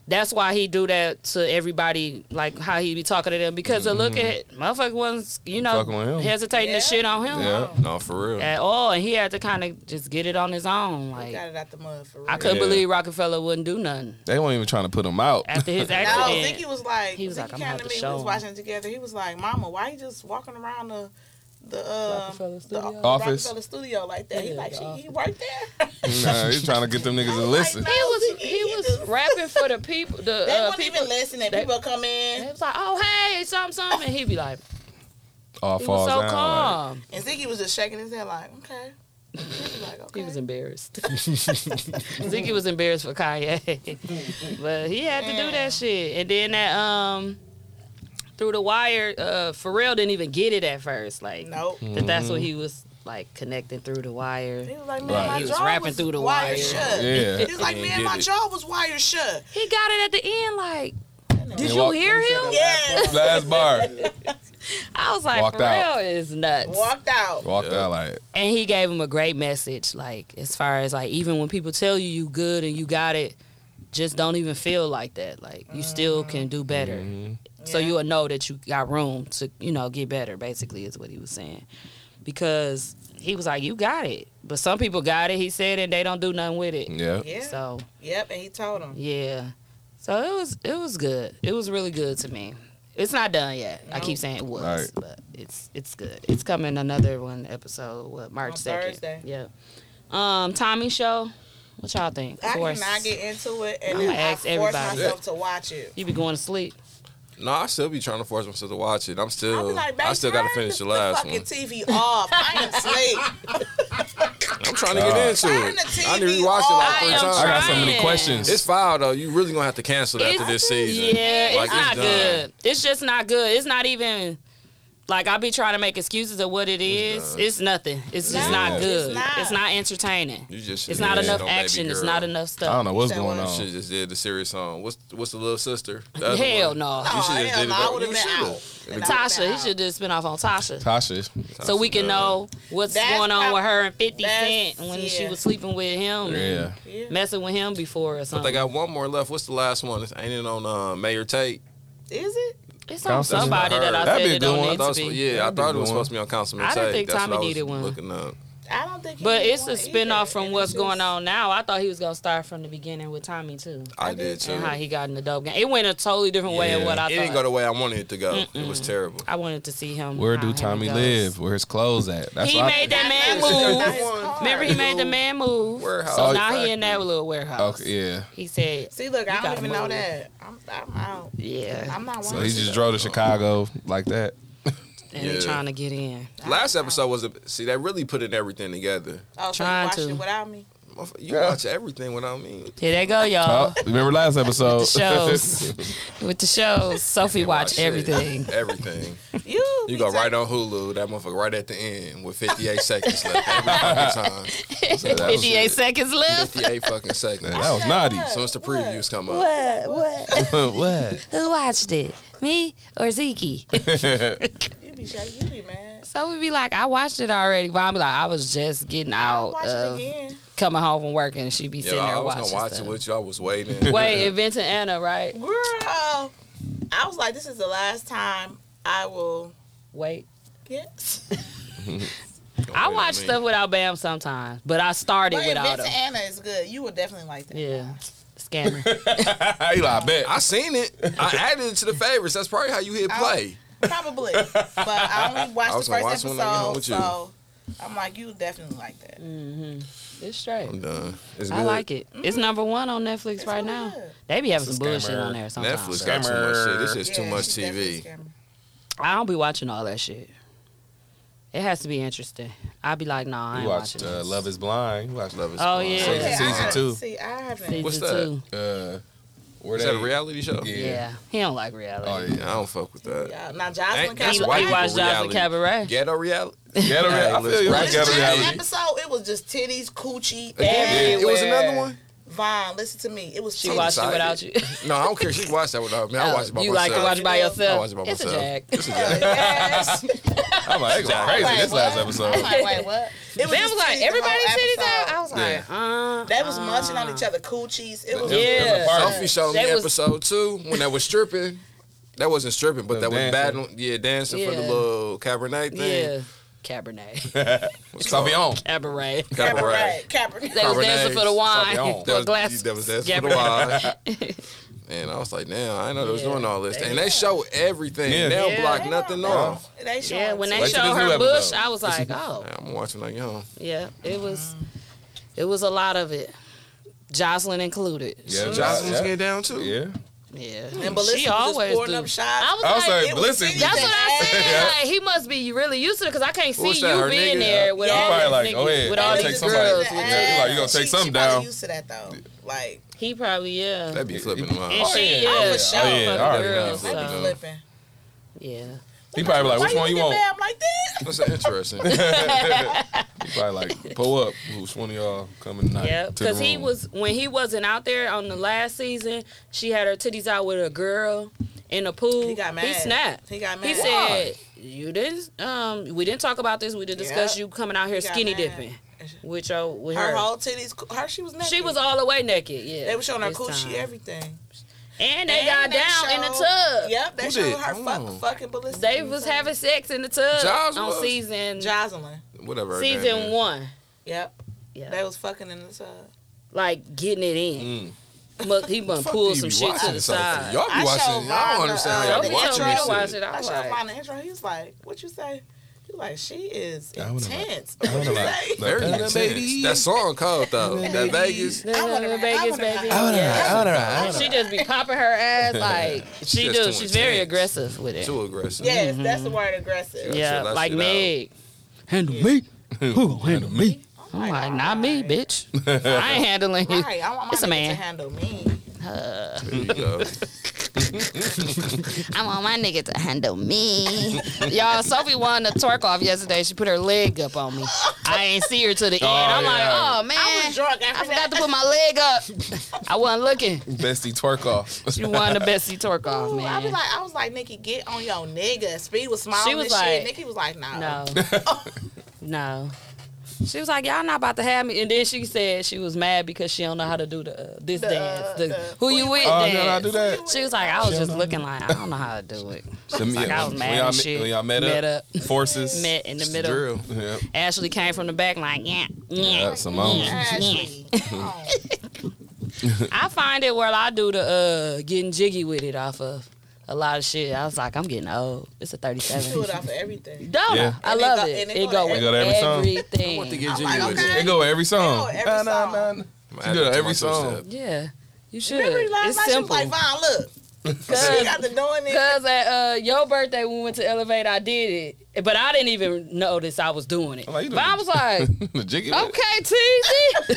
that's why he do that to everybody, like how he be talking to them because a look at motherfucker wasn't you know Mm-hmm. Fucking with him. hesitating Yeah. to shit on him Yeah. No, for real. Oh. at all, and he had to kind of just get it on his own. Like Got it out the mud for real. I couldn't Yeah. believe Rockefeller wouldn't do nothing They weren't even trying to put him out. after his No, accident. Ziggy was like, He was Ziggy like, "I'ma came have to to me. We show was him." watching it together. He was like, "Mama, why you just walking around the the uh, Rockefeller the studio? Office? Rockefeller studio like that?" He Yeah, like, the "She office. Uh, he worked there." nah, he's trying to get them niggas to listen. he was he was rapping for the people. The They uh, wouldn't people. even listen. And they- people come in, They was like, "Oh hey, something, something," and he'd be like, All "He falls was so down. like, calm." and Ziggy was just shaking his head like, "Okay." He was like, "Okay." He was embarrassed. Ziggy was embarrassed for Kanye, but he had to do that shit. And then that um, through the wire, uh, Pharrell didn't even get it at first. Like nope. that, that's Mm-hmm. what he was like connecting through the wire. He was like, man, Right. my He was jaw rapping was through the wired wire. shut. Yeah. He was like, He man, did my it. jaw was wired shut. He got it at the end. Like, did He you walked- hear him? Yes. Last bar. I was like, Walked out. Pharrell is nuts. Walked out. Walked Yeah. out like, and he gave him a great message like as far as like even when people tell you you good and you got it just don't even feel like that like you still can do better so you'll know that you got room to you know get better basically is what he was saying because he was like you got it but some people got it he said and they don't do nothing with it yeah. Yeah. so Yep. And he told him. yeah so it was it was good it was really good to me it's not done yet. I keep saying it was, Right. but it's it's good. It's coming another one episode. What March On second? Thursday. Yeah. Um, Tommy show. What y'all think? I Of course. cannot get into it, and I'ma then I ask forced everybody. myself to watch it. You be going to sleep. No, I still be trying to force myself to watch it. I'm I was still, like, I still got to turn finish the the last one. fucking TV off. I am asleep. I'm trying to get into Turn it. the TV I need to rewatch it off. like three I am times. I got so many Trying. questions. It's foul though. You really gonna have to cancel it after It's- this season. Yeah, Like, it's not done. good. It's just not good. It's not even like I be trying to make excuses of what it is. It's, nothing. It's just No, not it's good. not. entertaining. You just It's not enough on Baby action. It's Girl. not enough stuff. I don't know what's That going one. You on. should just did the serious song. What's what's the little sister? The other Hell one. no. You should Aw, just hell did it. no, I back- would've you been should've. out. In the- Nah. Tasha, he should just spin off on Tasha. Tasha. so we can Tasha, know what's That's going on prob- with her and 50 that's- Cent when she yeah. was sleeping with him and Yeah. messing with him before or But they something. got one more left. What's the last one? It's, ain't it on uh, Mayor Tate? Is it? it's on Constance. somebody that I That'd said be a it good don't one. I need thought, to it was- be. yeah, I That'd be thought it was good one. supposed to be on Councilman I Tate. didn't think That's Tommy what I was needed one. Looking up. I don't think. he But did it's one a spin off either, from and what's it's going just- on now. I thought he was gonna start from the beginning with Tommy too, I did too. and how he got in the dope game. It went a totally different way of what I it thought. didn't go the way I wanted it to go. It was terrible. I wanted to see him. Where how do him Tommy goes. live? Where his clothes at? That's He what made that man Not move. his car. Remember, he made the man move. Warehouse So now he factory. in that little warehouse. Okay, yeah. He said, See, look, I don't gotta even know move. that. I'm, I'm out. "Yeah," I'm not So watching. he just drove to Chicago like that. and he Yeah. trying to get in. Last episode was a see that really putting everything together. oh, so you trying watched to. it without me. Motherfucker, You watch everything without me. Here they go, y'all. Oh, remember last episode? The shows with the shows. Sophie watch it. everything. Everything. You. You be go taking- right on Hulu. That motherfucker right at the end with 58 seconds left every fucking time. So that was Fifty-eight it. seconds left. 58 fucking seconds. that was naughty. As soon as the previews come up. What? What? what? Who watched it? Me or Zeke? You be shaking. You be mad. So we be like, I watched it already. But I be like, I was just getting Oh, out Watch uh, of it again. coming home from work, and she be Yeah, sitting I there was watching gonna watch stuff. it with you. I was waiting. Wait, and Vince and Anna, right? Girl, I was like, this is the last time I will Wait. get. I watch stuff without Bam sometimes, but I started But with all Vince them. and Anna is good. You would definitely like that. Yeah, scammer. you like, I bet. I seen it. I added it to the favorites. That's probably how you hit I- play. Probably. but I only watched I the was gonna first watch when I get episode, home with you. Mm. so I'm like, you would definitely like that. It's straight. I'm done. It's I like it. It's number one on Netflix right now. They be having some bullshit scammer. on there sometimes. Netflix got too much shit. This is too Yeah, much she's definitely TV. a scammer. I don't be watching all that shit. It has to be interesting. I be like, nah, I You ain't watched watching uh, this. Love Is Blind. You watched Love is Oh, Blind. yeah. Season- Yeah, season I- two. See, I haven't. Season What's that? two. uh, where Is they, that a reality show? Yeah. Yeah. he don't like reality. Oh Yeah, I don't fuck with that. Yeah, Now, Jocelyn Ain't- that's he, Castle. why he you watched Jocelyn reality. Cabaret. Ghetto reality. Ghetto Hey, reality. I feel you. I listen, ghetto Listen to the reality. episode. It was just titties, coochie, Yeah, bad. It was another one. Vine, listen to me. It was She titties. watched it excited. without you. No, I don't care. She watched that without me. I watched it by Oh, you myself. like to watch it by yourself. I watch it by it's myself. a jack. It's a jack. Yes. I'm like, it's Exactly. crazy. This last I'm episode. like, wait, what? It Bam was just like, titties the everybody whole titties out. episode. I was Yeah. like, uh. They was munching on each other, coochies. It was. Yeah. It was a party. Sophie showed me That was- episode two when that was stripping. That wasn't stripping, but That that was was dancing. battling. Yeah, dancing for the Yeah. little cabernet thing. Yeah. Cabernet. Savion. Cabaret. Cabaret. Cabaret. Cabaret. They was dancing for the wine. Sauvignon. For a glass. that was that's for the wine. And I was like, damn, I didn't know they was Yeah. doing all this. And they show everything. Yeah. They don't Yeah. block nothing off. They showing Yeah, when they Wait till showed this new her bush, episode. I was like, oh, I'm watching like, yo. yeah. It was, it was a lot of it. Jocelyn included. Yeah, Jocelyn's yeah. getting down too. Yeah. Yeah. And Melissa she was just always pouring do. up shots. I was I was like, like, it was listen. titties. you- That's what I said. Like he must be really used to it because I can't What's see that, you her being nigga? there with You all probably these like, niggas- go ahead. with all Take these somebody. girls. Yeah, you like, you gonna take She- something she probably down. Used to that though. Like He probably yeah. That'd be flipping them and out. she yeah. yeah, for sure. Oh, yeah. for I the already know. girls. they be So flipping. yeah, He probably like, which Why one you look at want? Bam like that? That's interesting. He probably like, pull up. Which one of y'all coming tonight? yeah. to the Because he room? was when he wasn't out there on the last season, she had her titties out with a girl in a pool. He got mad. snapped. He got mad. He said, "You didn't. Um, we didn't talk about this. We didn't discuss Yeah. you coming out here got skinny mad. dipping with your with her." her whole titties. Her she was naked. she was all the way naked. Yeah, They were showing her this coochie, time. everything. and they got And they down in the showed- tub. Yep, they Who showed did? her Hold fuck, on. fucking ballistic. They was having sex in the tub Jaws on was. season Jocelyn. Whatever. her name season is. one. Yep, they Yeah, was fucking in the tub. like getting it in. Mm. Must, he must pull some shit to the side. Y'all be I showed watching. I Rhonda, don't understand uh, how Don't the y'all be be telling me to watching watch this shit. it. I I was showed like, Ron the intro. He was like, "What you say?" He like, "She is I would've liked- intense." I What would've you liked- say? Very Like, intense. baby. That song cold though. That Vegas. I wanna ride, I Vegas, wanna baby. ride. Yeah. She just be popping her ass like she just do. too She's very intense. aggressive with it. Too aggressive. Yes, that's the word aggressive. Mm-hmm. Yeah, Chill that like shit out. Meg. Handle me. Who handle me? I'm like, not me, bitch. I ain't handling it. Right, I want my It's a nigga man. to handle me. There you go. I want my nigga to handle me. Y'all, Sophie won the twerk off yesterday. She put her leg up on me. I ain't see her to the end. I'm yeah. like, oh man, I, was drunk after forgot that. to put my leg up. I wasn't looking. Bestie twerk off. She won the bestie twerk off, Ooh, I man. was like, I was like, Nikki, get on your nigga. Speed was smiling. She was and like- shit. Nikki was like, Nah. no, no. She was like, y'all not about to have me. And then she said she was mad because she don't know how to do the uh, this dance, the, who you with Oh, dance. no, I do that. She was like, I was just looking like I don't know how to do it. The- like, I was mad when, y'all, and met- shit. when y'all met, Met up, forces Met in the It's middle. Drill. Yeah. Ashley came from the back like, yeah, yeah. Yeah, Simone. Ashley. Oh, I find it where I do the uh, getting jiggy with it off of a lot of shit. I was like, I'm getting old. It's a do 37. it off of everything. Don't Yeah. I? I And it love go- it. and it It go go to with every- I want I want to everything. get jiggy like, with okay. it. They go with every song. every Nah, nah, song. nah, nah. I'm She do adding it to every my song. two-step. Yeah, you should. Remember last It's night simple. she was like, Vine, look. She got the doing it. Cause at uh, your birthday when we went to Elevate, I did it, but I didn't even notice I was doing it. I'm like, you but doing I was like, the jiggy. with it.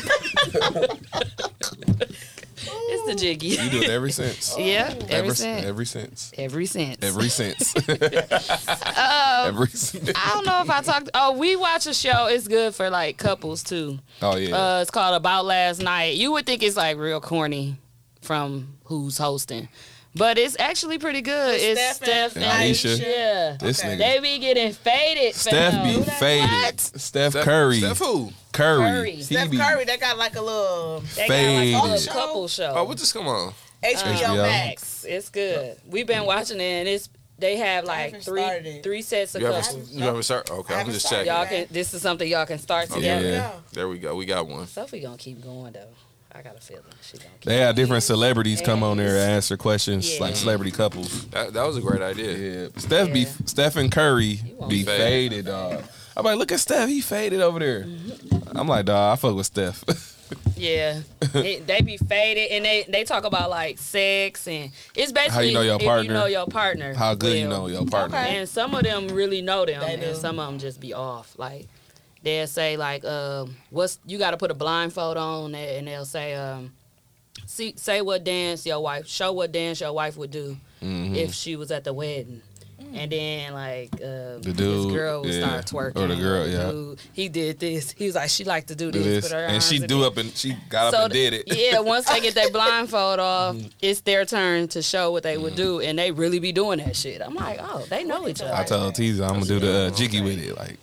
okay, TZ. it's the jiggy. You do it every since. Yeah, ever Ever- since. Every since. Every Um, since. Every since. every since. I don't know if I talked. Oh, we watch a show. It's good for like couples too. Oh yeah. Uh, it's called About Last Night. You would think it's like real corny from who's hosting, but it's actually pretty good. It's Steph, Steph and and Aisha. Yeah, this okay. nigga. they be getting faded. Steph fam. be faded. What? Steph, Steph- Curry. Steph who? Curry. Curry. He Steph be Curry, they got like a little They got like a Faded. little couple show. Oh, what just come on? HBO HBO. Max. It's good. We've been watching it, and it's They have like three three sets of You cups. haven't, you haven't started? Oh, Okay, I'm just checking. Y'all can. This is something y'all can start Okay. together. There we go. We got one. Sophie gonna keep going though. I got a feeling she gonna. They have different celebrities come on there and answer questions Yeah. like celebrity couples. That, that was a great idea. Yeah. Steph be Stephen Curry be Fade. faded, dog. I'm like, look at Steph, he faded over there. Mm-hmm. I'm like, dog, I fuck with Steph. Yeah, It- they be faded and they they talk about like sex and it's basically How you know your if partner. You know your partner. How good you well. know your partner. And some of them really know them, and some of them just be off. Like they'll say like, um, "What's you got to put a blindfold on?" And they'll say, um, "See, say what dance your wife, show what dance your wife would do Mhm. if she was at the wedding." And then like uh, The this dude, girl would yeah. start twerking. Or the girl, yeah. Dude, he did this. He was like, she liked to do Do this, this. Put her And arms she in do up and she got up and th- did it. yeah, once they get their blindfold off, it's their turn to show what they would Mm-hmm. do, and they really be doing that shit. I'm like, oh, they know each I other. told Teaser I'm gonna do the uh, jiggy with it. Like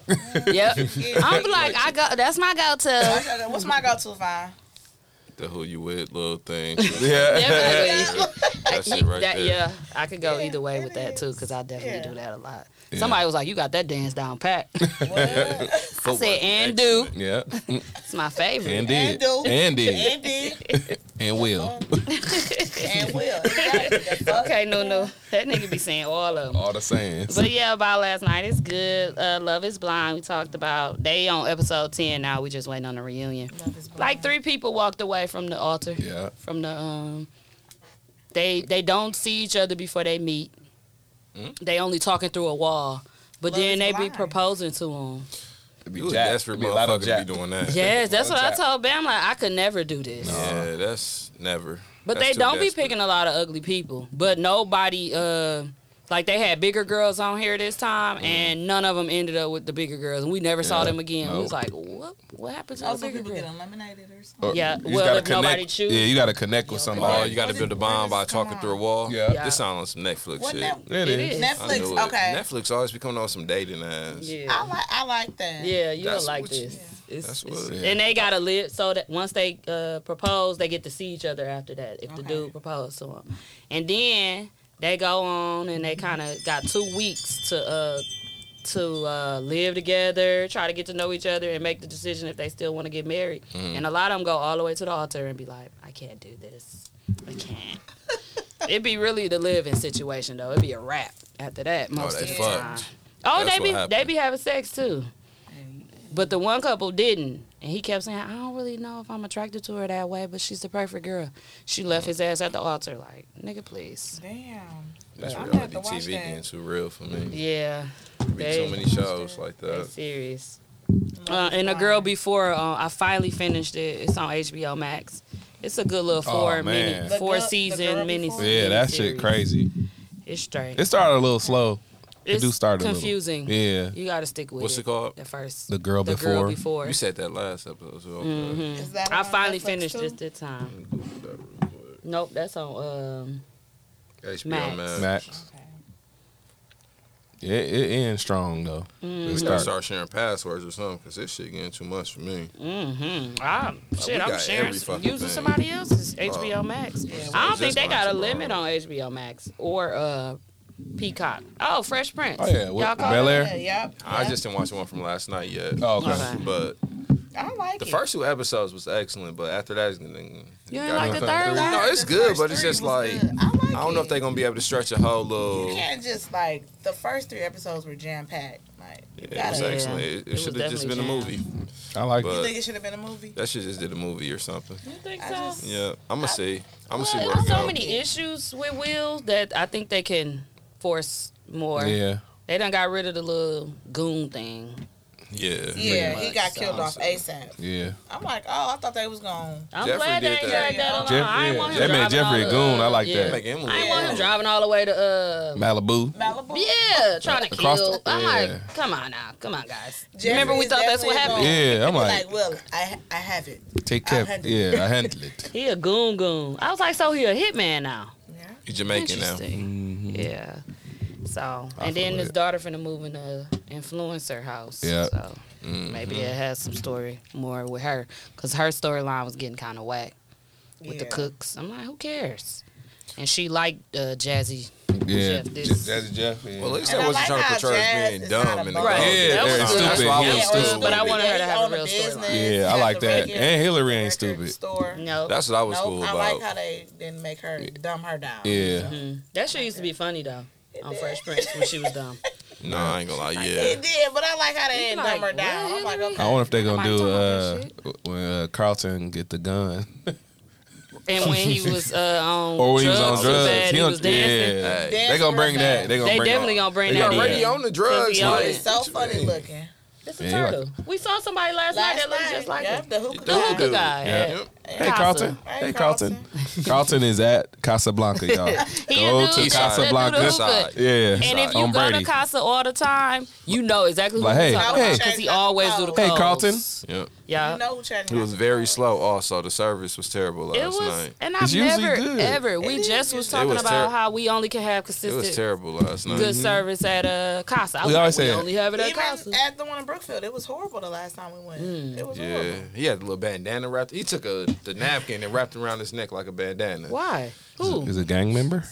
Yep. I'm like, I go. That's my go-to. What's my go-to fine? The who you with little thing. Definitely. that shit right That- there. yeah, I could go either way with that too, because I definitely do that a lot. Yeah. Somebody was like, "You got that dance down pat." I said, "And do." Yeah. Mm. It's my favorite. And did. And do. And did. And did. And will. And will. okay, no, no. That nigga be saying all of them. All the sayings. But yeah, about last night, it's good. Uh, Love is blind. We talked about they on episode ten now. We just waiting on the reunion. Like three people walked away from the altar. Yeah. From the um, they they don't see each other before they meet. They only talking through a wall. But Love then is they be blind. proposing to him. You a Jack. desperate Be a lot of motherfucker to Jack. be doing that. Yes, that's what I Jack. told Bam. Like I could never do this. Yeah, that's never. But That's they too don't be desperate. picking a lot of ugly people. But nobody, uh, like they had bigger girls on here this time, Mm-hmm. and none of them ended up with the bigger girls, and we never saw Yeah, them again. We no. was like, what? What happened to Oh, the so bigger people get girl? eliminated or something. Or Yeah, you just well, gotta if nobody connect- choose- Yeah, you gotta connect with Oh, somebody. you got to build a bond by talking through a wall. Yeah. Yeah. This sound on some Netflix What shit. Net- It It is. is. I knew Netflix. it. Okay. Netflix always be coming on some dating ass. I Yeah, like. I like that. yeah, you don't That's like what this. It's, That's it's- what- And they gotta live so that once they uh, propose, they get to see each other after that. If the Okay. dude proposed to them, and then they go on and they kind of got two weeks to uh, to uh, live together, try to get to know each other, and make the decision if they still want to get married. Mm. And a lot of them go all the way to the altar and be like, "I can't do this. I can't." It'd be really the living situation though. It'd be a wrap after that most they of the time. fucked. Oh, That's they be what they happened. be having sex too. But the one couple didn't. And he kept saying, I don't really know if I'm attracted to her that way, but she's the perfect girl. She left his ass at the altar, like, nigga, please. Damn. That's I'm gonna have reality to watch TV that. getting too real for me. Yeah. Be They- too many shows like they that. serious. Oh, Uh, and a girl before, uh, I finally finished it. It's on HBO Max. It's a good little Oh, four man. minute, The four girl- the season girl mini. before? Yeah, that shit miniseries. crazy. It's straight. It started a little slow. It It's do start a little. confusing. Yeah. You got to stick with What's it. it called? The first, The girl the before. girl before. You said that last episode. So okay. Mhm. Is that I on finally Netflix finished too? this this time. Google that uh, real quick. Nope, that's on. Um, HBO Max. Max. Max. Yeah, it, it ends strong though. It We gotta start, start sharing passwords or something because this shit getting too much for me. Mm-hmm. I'm, Ah, we shit, I'm got sharing, every fucking using thing. Uh, somebody else's HBO Max. I don't think just they got a watching, bro. limit on HBO Max or uh, Peacock. Oh, Fresh Prince. oh yeah, Y'all what, call Bel Yeah, Air. yep. I just didn't watch the one from last night yet. Oh, okay. Okay. But I like the it. first two episodes was excellent, but after that, it's gonna- You got ain't like the nothing. third one? No, it's The good, first but it's three just was like good. I, like I don't know if it. they're gonna be able to stretch a whole You little. can't just like the first three episodes were jam packed. Like you Yeah, it was Yeah. gotta, excellent. It, It was should have just been a definitely movie. I like But- it. you think it should have been a movie? That shit just did a movie or something. You think I so? just- Yeah, I'm gonna see. I'm gonna see Well, where there's it so go. many issues with Will that I think they can force more. Yeah, They done got rid of the little goon thing. Yeah. Yeah, he much, got so- killed off ASAP. yeah. I'm like, oh, I thought they was gone. I'm Jeffrey glad they did ain't that. got that alone. Jeff- I ain't yeah. want him They made driving all Jeffrey a the, goon. I like yeah. that. Make Emily. I ain't want him Yeah. driving all the way to uh, Malibu. Malibu. Yeah, trying to Across the- kill. I'm yeah. like, come on now, come on, guys. Jeffrey Remember we is thought that's what definitely happened. Yeah, I'm He like, like, well, I I have it. take I care. had- Yeah, I handle it. He a goon goon. I was like, so he a hitman now. Yeah. You Jamaican now. Interesting. Yeah. So, I and then feel his it. daughter finna move in a influencer house. Yeah. Mm-hmm. So maybe it has some story more with her, cause her storyline was getting kind of whack with the Yeah. cooks. I'm like, who cares? And she liked uh, Jazzy. Yeah, Jeff, J- this- Jazzy Jeff. Yeah. Well, at least And I I wasn't like trying to how portray her jazz as being is dumb not and about- all. Yeah, That was they're good. stupid. That's why I He was was stupid. stupid. But I Yeah, wanted her to he have a owned real story. business, Yeah, I he like had the that. record And Hillary ain't record stupid. Store. No, That's what I was Nope, cool I about. like how they didn't make her dumb her down. Yeah. Mm-hmm. that shit used to be funny though on Fresh Prince when she was dumb. no, I ain't gonna lie. Yeah, It did, but I like how they didn't like, dumb her down. I'm like, okay. I wonder if they gonna Nobody do talking uh about when uh, Carlton get the gun And when he was uh, on or when he was drugs, on so drugs. bad, He he don't- was dancing. yeah, Hey, they gonna bring that. They gonna They bring definitely that. gonna bring They that. gonna in. already on the drugs. Yeah. Like, It's so funny looking. It's a Yeah, he turtle. we saw somebody last, night that looked just like yep, him. the hookah The guy. hookah dude. guy. Yeah. yeah. Hey Carlton. Hey Carlton. Carlton is at Casablanca, y'all. He Go a to dude that do the Casablanca. hookah. Side. Yeah. And if you on go Brady. to Casa all the time, you know exactly who Like, we hey, talking hey. about because he always do the Hey calls. Carlton. Yep. Yeah. You know who tried to It was knock very it off. slow. Also, the service was terrible last It was, night. and It's I've usually never good. ever. We just was talking was about terrible. how we only can have It was consistent terrible last night. good service at uh, Casa. I We was like, always say we that. only have it at Casa. Even at the one in Brookfield, it was horrible the last time we went. Mm. It was Yeah, horrible. he had a little bandana wrapped. He took a the napkin and wrapped it around his neck like a bandana. Why? Who? Is a gang member?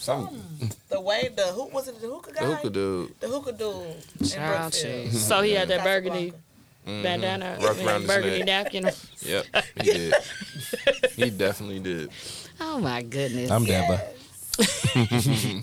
The way the who was it the hookah guy? The hookah dude The hookah dude. in Child Mm-hmm. Brookfield. cheese. So he had that Casablanca. burgundy bandana, Wrapped I mean, around his burgundy neck. napkin. Yep, he did. he definitely did. Oh my goodness. I'm Dabba.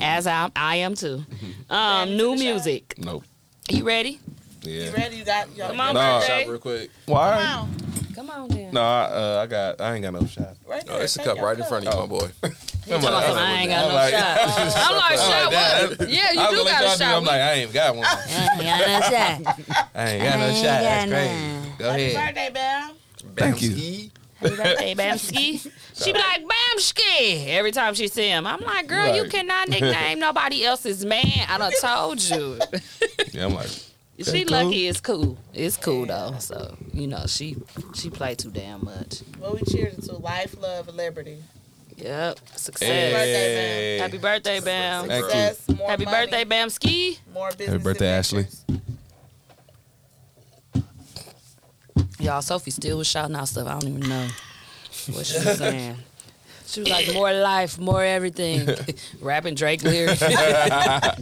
As I'm, I am too. Um, new music. Mm-hmm. Nope. You ready? Yeah. You ready? You got your Come on, Nah. birthday. Real quick. Why? Come on, then. No, I, uh, I got. I ain't got no shot. Oh, Right there. Oh, it's a Take cup your right in front of you, my boy. Come Talking about some, I ain't got no shot. I'm like, shot that. what? Yeah, I you was do gonna let got y'all a do. shot. I'm like, I ain't got one. I We- I ain't got no shot. ain't got no shot. That's crazy. Go Happy ahead. birthday, Bam. Thank you. Bamski. Happy birthday, Bamski. She be like, Bamski, every time she see him. I'm like, girl, you Right. cannot nickname nobody else's man. I done told you. Yeah, I'm like, she cool? lucky. It's cool. It's cool, though. So, you know, she she played too damn much. What we cheered to? Life, love, and liberty. Yep. Success. hey. Happy birthday, Bam. Thank you. Success, more Happy money, birthday, Bamski. More business. birthday, Ashley. adventures. Y'all, Sophie still was shouting out stuff. I don't even know what she was saying. She was like, more life, more everything. Rapping Drake lyrics. I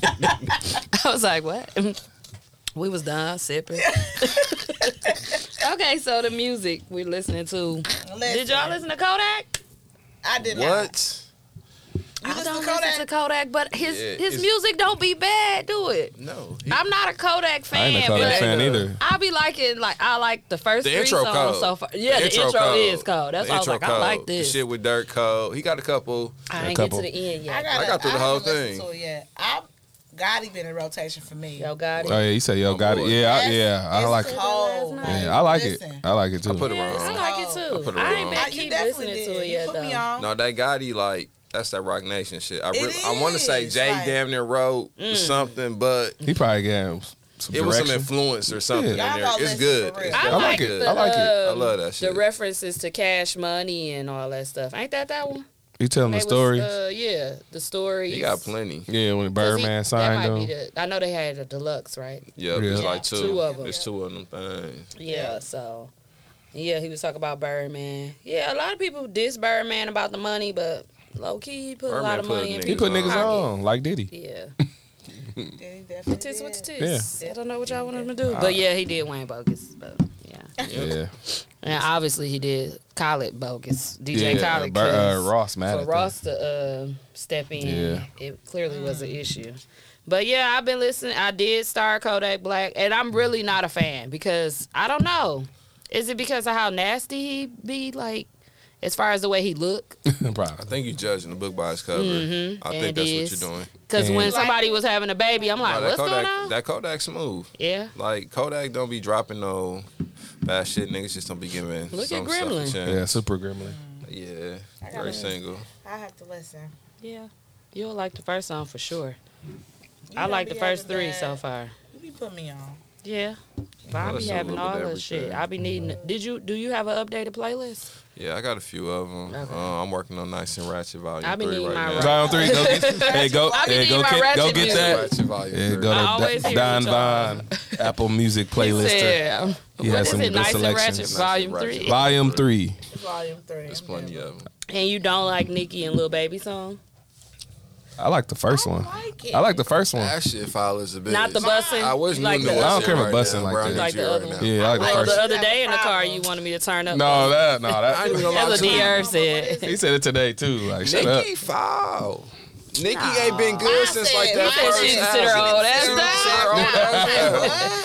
was like, what? We was done sipping. okay, so the music we're listening to. Listen, Did y'all listen to Kodak? I did not. What? You I listen don't to Kodak? listen to Kodak, but his Yeah, his it's- music don't be bad. Do it. No. I'm not a Kodak fan. I ain't a Kodak but- fan either. I be liking like I like the first The three intro songs code. so far. Yeah, the, intro, code. is cold. That's The why I was intro like, I like code. this. The shit with Dirt Code. He got a couple. I ain't couple. get to the end I yet. got, I got through the whole thing. To it yet. I Gotti been in rotation for me. Yo, got it. Oh yeah, you say yo My got it. boy. Yeah, I, That's- yeah, I it's like it. cold, Last man. Yeah, I like Listen. it. I like it too. I put him I like it on. I too. put it I, ain't on. been I, you keep listening definitely did. to it you yet put me though. on. No, that Gotti like that's that Rock Nation shit. I Oh. It really, I want to say is, Jay like- damn near wrote Mm. something, but He probably got some it was some direction. influence or something Yeah. in Y'all there. gotta It's listen good. for real. It's I, definitely like like it. good. The, um, I like it. I love that The shit. references to Cash Money and all that stuff. Ain't that that one? you telling They the was, story? uh, yeah, the story. he got plenty. yeah, when Birdman signed him. I know they had a deluxe, right? Yep, there's Yeah. like two. Two of 'em. There's two of them things. Yeah, so yeah, he was talking about Birdman. Yeah, a lot of people diss Birdman about the money, but low key he put a lot Birdman of put money in niggas He put Pocket. niggas on like Diddy. Yeah. Yeah, he definitely Tits with the did. tits. I don't know what y'all want him to do. But yeah, he did Wayne Bogus. But yeah. Yeah, And obviously he did Khaled Bogus. DJ yeah. Khaled. Bur- uh, 'cause Ross mad For at Ross Ross. to uh, step in, Yeah. it clearly was an issue. But yeah, I've been listening. I did start Kodak Black, and I'm really Mm. not a fan because I don't know. Is it because of how nasty he be, like, as far as the way he look? I probably. think you judging the book by its cover. I Mm-hmm. and think it that's is. what you're doing. Because when And- somebody was having a baby, I'm like, Nah, that what's Kodak, going on? that Kodak smooth. yeah. Like Kodak don't be dropping no bad shit. Niggas just don't be giving. Look at some stuff a Gremlin. Yeah, chance. super gremlin. Yeah, I gotta very listen. single. I have to listen. Yeah. You'll like the first song for sure. You I don't like be the first having three that- so far. You be putting me on. Yeah. But I I be listen a having little bit all of this shit. everything. I be needing. Mm-hmm. Did you do you have an updated playlist? Yeah, I got a few of them. Okay. Uh, I'm working on Nice and Ratchet Volume I be Three needing right my now. Ratchet. Zion three, go get, hey, go, I be hey, needing go, my get, go ratchet get music. that. Ratchet Volume Yeah, Three. I go to always Da- hear Don what y'all- Vine Apple Music playlist. Yeah. He What has is some it? good Nice and selections. Ratchet, Nice Volume and Ratchet. Three. Volume three. It's volume three. There's plenty of them. And you don't like Nicki and Lil Baby song? I like the first one. I like the first one. That shit follows a bitch. Not the busing? I wish You you like knew the that I don't shit care right about busing now, like bro. I that. need Like you the right other now. one. Yeah, I like the Like first. the other day in the car, you wanted me to turn up. No, that no I ain't even that. gonna lie That's a to you. DR said. He said it today too. Like shut up. Nikki foul. Nikki ain't been good since like said- that I said first she album. sit her old ass Sit down. her old ass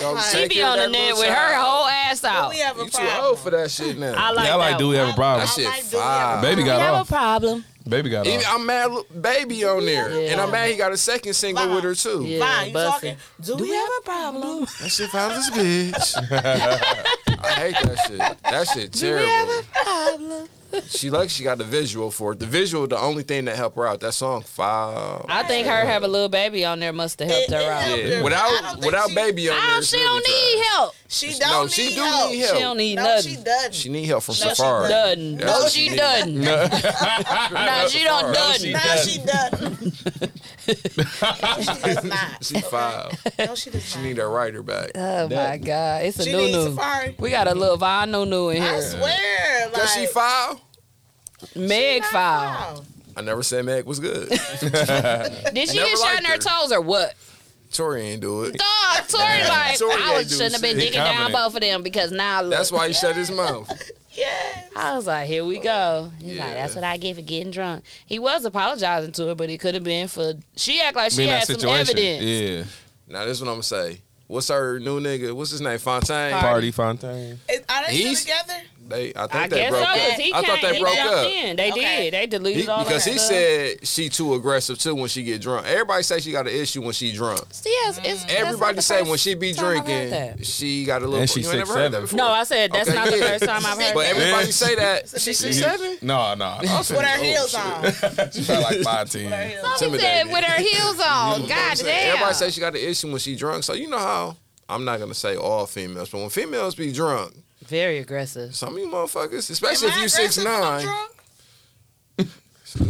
down. Go She take be care of on the that net little with her child. whole ass out. We have a You too old problem. for that shit now. I like yeah, I like. that Do we have a problem? that shit like doing foul. Baby one. got Uh, We have a off. problem. Baby got Even, off. I'm mad, li- baby on there, Yeah. and I'm mad he got a second single Wow. with her too. Yeah, Fine, you bussin'. talking. Do, we have a problem? That shit foul as a bitch. I hate that shit. That shit terrible. She like she got the visual for it. The visual, the only thing that helped her out. That song foul. I think her have a little baby on there must have helped It- it her out. helped. Yeah. Yeah. I don't Without think without she- baby on there, Oh, it's she really don't need trash. help. She don't No, need she do help. need She help. don't need No, she nothing. doesn't. She need help from No, she Safari. Doesn't. That's No, what she she doesn't. No, That's she what don't Safari- doesn't. no, she doesn't. she does not. She foul. No, she does She not. need her writer back. Oh my God, it's a She new needs new. Safari. We got a little Von Nunu in I here. swear, like Does she foul? Meg not foul. foul. I never said Meg was good. Did she Never get shot liked in her her. toes or what? Tori ain't do it. Dog, Tori like Tori I ain't was, do shouldn't have been shit. digging down Confident. both of them because now look. That's why he shut his mouth. Yeah. I was like, here we go. He's like, Yeah. that's what I get for getting drunk. He was apologizing to her, but it could have been for she act like she Being in had that some situation. evidence. Yeah. Now this is what I'm gonna say. What's her new nigga? What's his name? Fontaine. Party Fontaine. Is, are they He's- still together? They, I think I they guess so. broke 'cause up. He I thought came- they he broke jumped up. In. They Okay. did. They deleted He- all because that he stuff. said she too aggressive too when she get drunk. Everybody say she got an issue when she drunk. Yes, it's, that's not Everybody the say when first she be time I've heard that. drinking, she got a little. And she you ain't never 6'7". heard that before. No, I said that's Okay, not the yeah. first time I've heard But that. everybody say that she You- six seven. No, no. no. With her heels on. With She's probably like five ten. her heels. She said Intimidating. with her heels on. God damn. Everybody say she got an issue when she drunk. So you know how I'm not gonna say all females, but when females be drunk, Very aggressive. some of you motherfuckers, especially Am if I you aggressive six when I'm nine, drunk?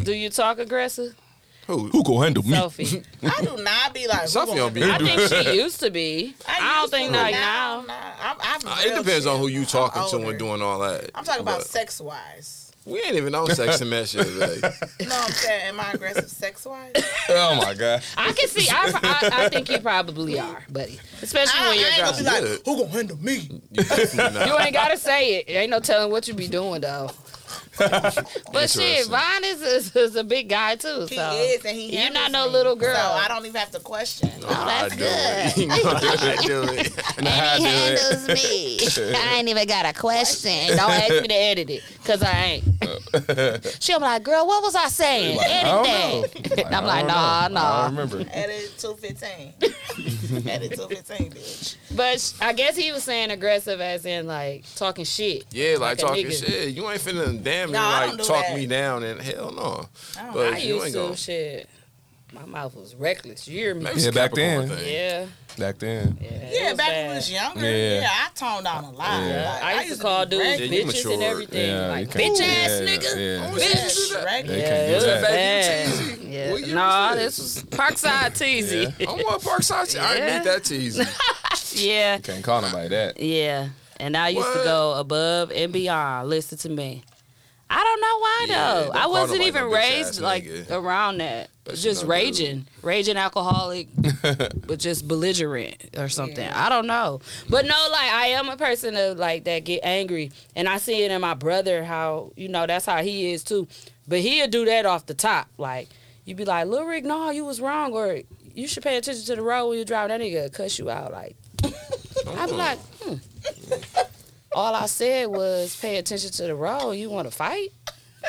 Do you talk aggressive? who Who gonna handle me? Sophie. I do not be like. Sophie don't be. I think she used to be. I, don't used think to, like now. now. nah, I'm, I'm Uh, real it depends chill. on who you I'm talking to older. and doing all that. I'm talking about But sex wise. We ain't even on sex and that shit today. You know what I'm saying? Am I aggressive sex wise? Oh my god. I can see. I, I, I think you probably are, buddy. Especially I, I when you're ain't drunk. gonna be like, Yeah. who gonna handle me? You definitely not. You ain't gotta say it. Ain't no telling what you be doing though. but shit, Interesting. Vine is, is is a big guy too. So He is, and he. you're not handles no me. little girl. So I don't even have to question. I do it. You know I do it. Nah, I do it. me. I ain't even got a question. Don't ask me to edit it, cause I ain't. She'll be like, "Girl, what was I saying? Oh. I Edit don't that." know. I'm I like, don't nah, know. nah. I don't remember. Edit two fifteen. Edit two fifteen, bitch. But sh- I guess he was saying aggressive, as in like talking shit. Yeah, like a talking nigga. shit. You ain't finna damn me No, I don't like do talk that. me down and hell no. I don't- But I you used ain't to gonna. shit. My mouth was reckless. You hear me? Maybe it's Yeah, a back Capricorn then. thing. Yeah. Back then. Yeah, it Yeah, was back when bad. we was younger, Yeah. yeah, I toned down a lot. Yeah. Like, I used to be call dudes Yeah, reckless. you bitches and matured. everything. Yeah, like, you can't- bitch ass yeah, nigga. yeah. Who said you do that? Reckless. They Yeah, can't it was do that. bad. Baby, you teasy. Yeah. What year Nah, was this was Parkside Teasy. I want Parkside. Yeah. I Yeah. need that teasy. Yeah. Can't call nobody that. Yeah. And I used to What? go above and beyond. Listen to me. I don't know why Yeah, though. don't I call wasn't nobody even no bitch ass raised like nigga. around that. Especially just no dude. raging, raging alcoholic, but just belligerent or something. I don't know. But no, like I am a person of like that get angry, and I see it in my brother how you know that's how he is too. But he'll do that off the top. Like you be like, Lil Rick, no, you was wrong, or you should pay attention to the road when you drive. That nigga will cuss you out. Like I be like, hmm. all I said was pay attention to the road. You want to fight?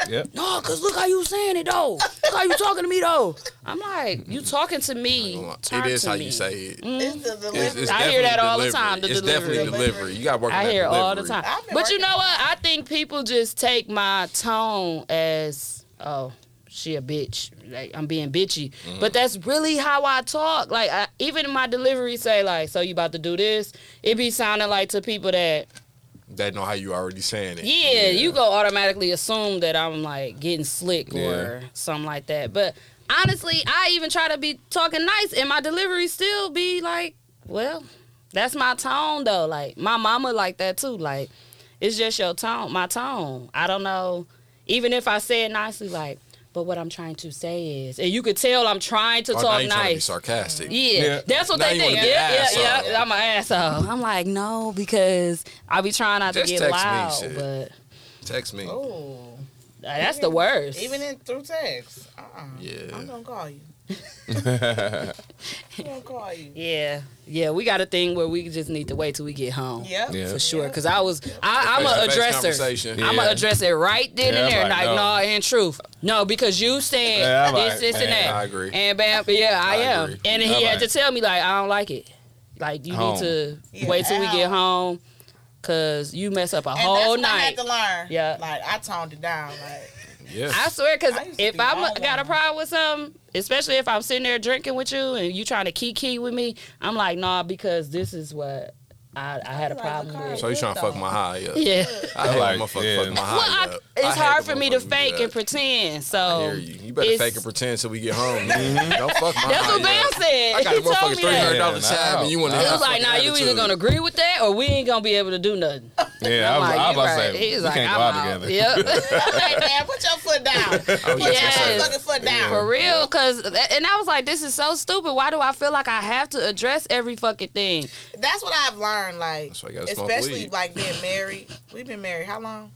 Yep. No, cause look how you saying it though. Look how you talking to me though. I'm like, you talking to me. Talk it is to how me. Mm-hmm. you say it. It's the It's, delivery. it's I hear definitely that all the delivery. time, the it's definitely delivery. delivery. You got to work on I that hear it all the delivery. time. I've been But you working know what? I think people just take my tone as oh she a bitch. Like I'm being bitchy. Mm-hmm. But that's really how I talk. Like I, even in my delivery say like, so you about to do this? It be sounding like to people that They know how you already saying it. yeah, you go automatically assume that I'm like getting slick or Yeah. something like that. But honestly, I even try to be talking nice, and my delivery still be like, well, that's my tone though. Like my mama like that too. Like it's just your tone, my tone. I don't know. Even if I say it nicely, like. But what I'm trying to say is, and you could tell I'm trying to Oh, now talk you trying to be nice. sarcastic. Yeah, that's what Now they you think. wanna Yeah, be an yeah, asshole. yeah, I'm an asshole. I'm like, no, because I be trying not Just to get text me loud, shit. but Text me. Oh, that's the worst. Even in through text. Uh uh Yeah. I'm gonna call you. I'm gonna call you. yeah, yeah, we got a thing where we just need to wait till we get home. Yep. For sure, because I was, I, I'm a Face-to-face addresser. conversation. I'm Yeah. gonna address it right then Yeah, and there. I'm like, Like, no. no, in truth, no, because you said Yeah, I'm this, like, this, and man, that. I agree. And bam, yeah, I, I am. agree. And he I'm had to like- tell me like, I don't like it. Like, you Home. need to Yeah, wait till we get ow. home, cause you mess up a And that's whole what I night. had to learn. Yeah. Like I toned it down. Like Yeah. I swear, because I used to if be I all got a wild. problem with something, especially if I'm sitting there drinking with you and you trying to key key with me, I'm like, nah, because this is what I, I had a Like, problem Lucara. with. So you trying to fuck my high up? Yeah. I hate Like, like, motherfucker yeah. fucking my Well, high I, up. it's I hate hard when for me to motherfuckers do fake that. and pretend. I So hear you. You better it's- fake and pretend till we get home. nigga. Don't fuck my That's high what Bam up. said. I got a he told motherfucking me three hundred that. dollar Mm-hmm. Yeah, tab, nah. and you want to? He was like, nah, you either gonna agree with that or we ain't gonna be able to do nothing. Yeah, I was, I'm like, I was you about right. to He say, was we like, can't I'm go out, out. together. Yep. hey man, put your foot down. I was Put Yes. just gonna say your that. fucking foot down. For real, cause and I was like, this is so stupid. Why do I feel like I have to address every fucking thing? That's what I've learned, like That's why you gotta smoke especially weed. like being married. We've been married how long?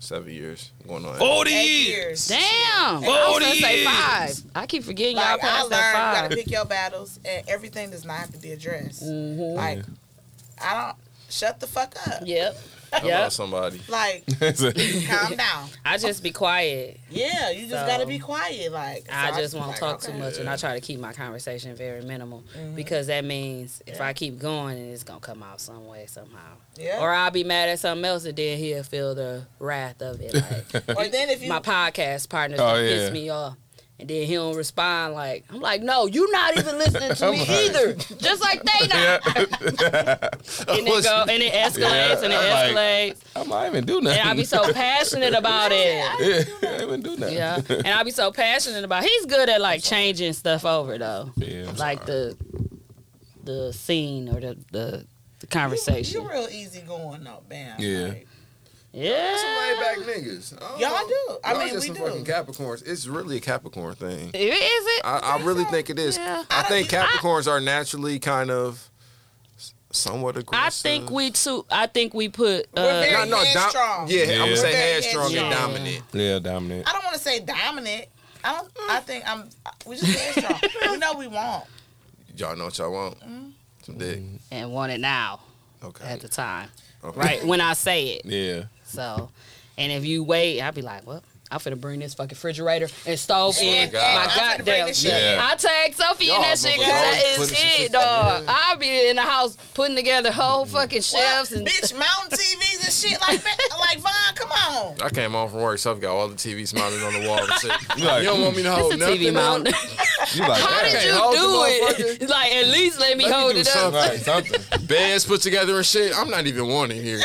Seven years going on. Eight Forty. years. Damn. I was gonna say five. I keep forgetting y'all Like I passed learned that you five. Mm. gotta pick your battles and everything does not have to be addressed. Mm-hmm. Like I don't shut the fuck up. Yep. How Yep. about somebody? Like calm down. I just be quiet. Yeah, you just So, gotta be quiet. Like so I just was won't like, talk too okay. Mm-hmm. much, and I try to keep my conversation very minimal because that means if I keep going, and it's gonna come out some way somehow, Yeah. or I'll be mad at something else, and then he'll feel the wrath of it. Like Or then if you my podcast partner Oh, oh, yeah. piss me off. And then he don't respond like I'm like, no, you not even listening to me either. Just like they not. and it go and it escalates and it I'm escalates. I'm not even do nothing. and I be so passionate about it. yeah, I even do nothing. Yeah, and I be so passionate about. He's good at like changing stuff over though, Yeah, I'm like the the scene or the the, the conversation. You real easy going though, bam. Yeah. Like, yeah, Laid back niggas. I don't y'all know. do. I Y'all mean, just we some do. fucking Capricorns. It's really a Capricorn thing. It- is it? I, I really think it is. Yeah. I think Capricorns are naturally kind of s- somewhat aggressive. I think we too. I think we put. We're Uh, very- Headstrong. Yeah, I'm Yeah. gonna say Very headstrong headstrong. and dominant. Yeah, dominant. I don't want to say dominant. I don't. I Mm. think I'm. We just being strong. we know we won't. Y'all know what y'all want? Some dick. and want it now Okay. at the time, Okay. right when I say it. Yeah. So, and if you wait, I'd be like, well. I'm finna bring this fucking refrigerator and stove in God. my I'm finna bring goddamn this shit. shit in. I tag Sophie in Y'all that shit because that motherfuckers is it, dog. I'll be in the house putting together Mm. whole fucking shelves and Bitch, mountain TVs and shit like that. Like Vaughn, come on. I came home from work, so I've got all the TVs mounted on the wall and shit. You like, You don't want me to hold It's a TV nothing mount. up? you like How that. did Hey, you hold the do it? Like, at least let me Let me hold do it up. something. Right, something. Beds put together and shit. I'm not even wanted here.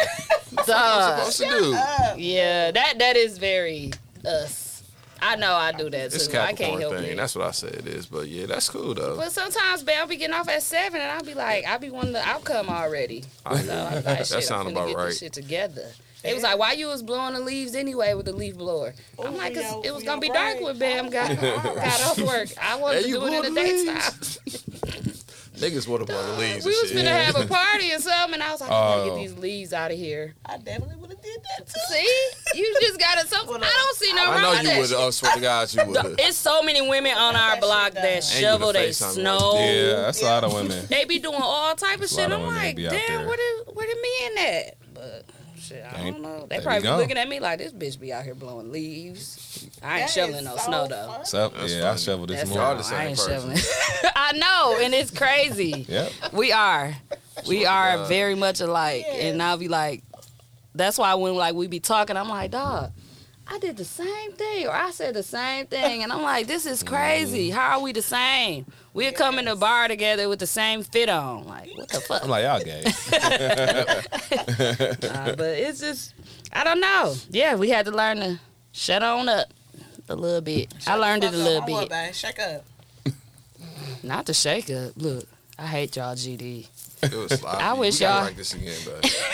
Dog. What's to do? Uh, Yeah, that that is very us. I know I do that It's a too. I can't Capricorn help thing. it. That's what I said it is. But yeah, that's cool though. But sometimes, babe, I'll be getting off at seven, and I'll be like, I'll be wanting the outcome already. I So hear I'm you. like, that shit, sound I'm finna about get right. This shit together. It was like, why you was blowing the leaves anyway with the leaf blower? Oh, I'm like, 'cause yo, it was yo, gonna be dark right. when Bam got, got off work. I Hey, wanted to you do it in the blowing the daytime. Niggas want to blow the leaves We and was shit. gonna have a party or something, and I was like, I gotta get Oh. these leaves out of here. I definitely would have did that too. See, you just gotta something. I don't see no wrong I know with you uh, that. would. I swear to God, you would. It's so many women on our shit block down. that And you shovel the they face on it. snow. Yeah, that's a lot of women. They be doing all type of a lot shit. of I'm women that like, be out damn, there. where the where the men at? But shit, I Ain't- don't know. they They be probably be gone. looking at me like this bitch be out here blowing leaves. I ain't That shoveling is no so snow though. fun. So, That's yeah, I funny. shoveled this That's Y'all morning. all. the I same ain't person. shoveling. I know, and it's crazy. Yep. We are. We are God. very much alike. And I'll be like, that's why when like we be talking, I'm like, dog, I did the same thing or I said the same thing. And I'm like, this is crazy. How are we the same? We're coming to bar together with the same fit on. Like, what the fuck? I'm like, y'all gay. Uh, but it's just, I don't know. Yeah, we had to learn to shut on up a little bit. I learned it a little Fuck up, I'm what, bit. babe? Shake up. Not to shake up. Look, I hate y'all GD. It was sloppy. I wish we gotta y'all- practice again, but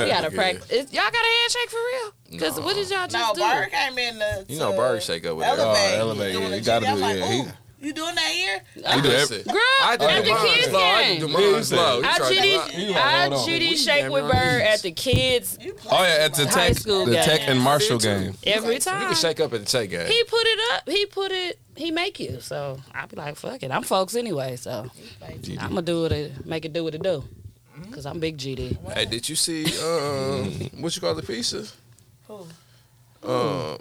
You gotta practice. It's- Y'all got a handshake for real? Cause what did y'all No, just Bird do? came in the. You know, to Bird shake up with elevate. that. Oh, elevate, Doing yeah, the you gotta jig. do I'm it, like, yeah. ooh, you doing that here? I do listen. every- Oh, Girl, I did at the mine kids slow. I did do game. mine slow. You I tried to do mine. Judy, hold I on. Judy We shake damn with near on Bird these. at the kids You play Oh yeah, at the High tech, school the tech games. and Marshall Did too. game. every You time. can shake up at the take game. He put it up. He put it. He make you. So I be like, fuck it. I'm folks anyway. So I'm gonna do what it. Make it do what it do. Mm-hmm. Cause I'm big GD. Hey, did you see um what you call the pizza? Who? Um,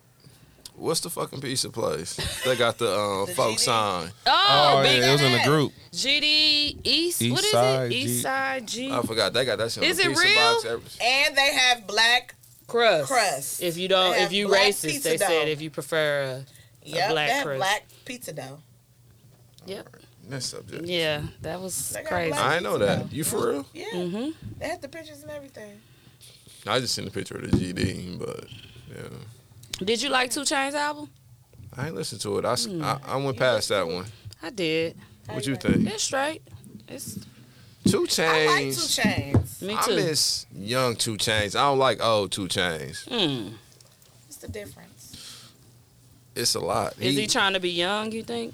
what's the fucking pizza place? They got the um The folk GD? sign. Oh, Oh, big yeah, it was in the group. GD East. East what is side, it? G- East Side G I forgot they got that shit. on Is the it pizza real? Box. every- And they have black. crust. Crust. If you don't, They if have you black racist, pizza they dough. said if you prefer. uh, A, Yep, black they have crust. black pizza dough. Next subject. Yeah, that was They got crazy. black- I ain't know that. You for real? Yeah, Mm-hmm. they had the pictures and everything. I just seen a picture of the GD, but yeah, Did you like Two Chainz album? I ain't listened to it. I, s- Hmm. I- I went past that one. I did. What you think? It's straight. It's Two Chains. I like two chains. me I too. miss young Two Chains. I don't like old Two Chains. Hmm. What's the difference? It's a lot. Is he trying to be young? You think?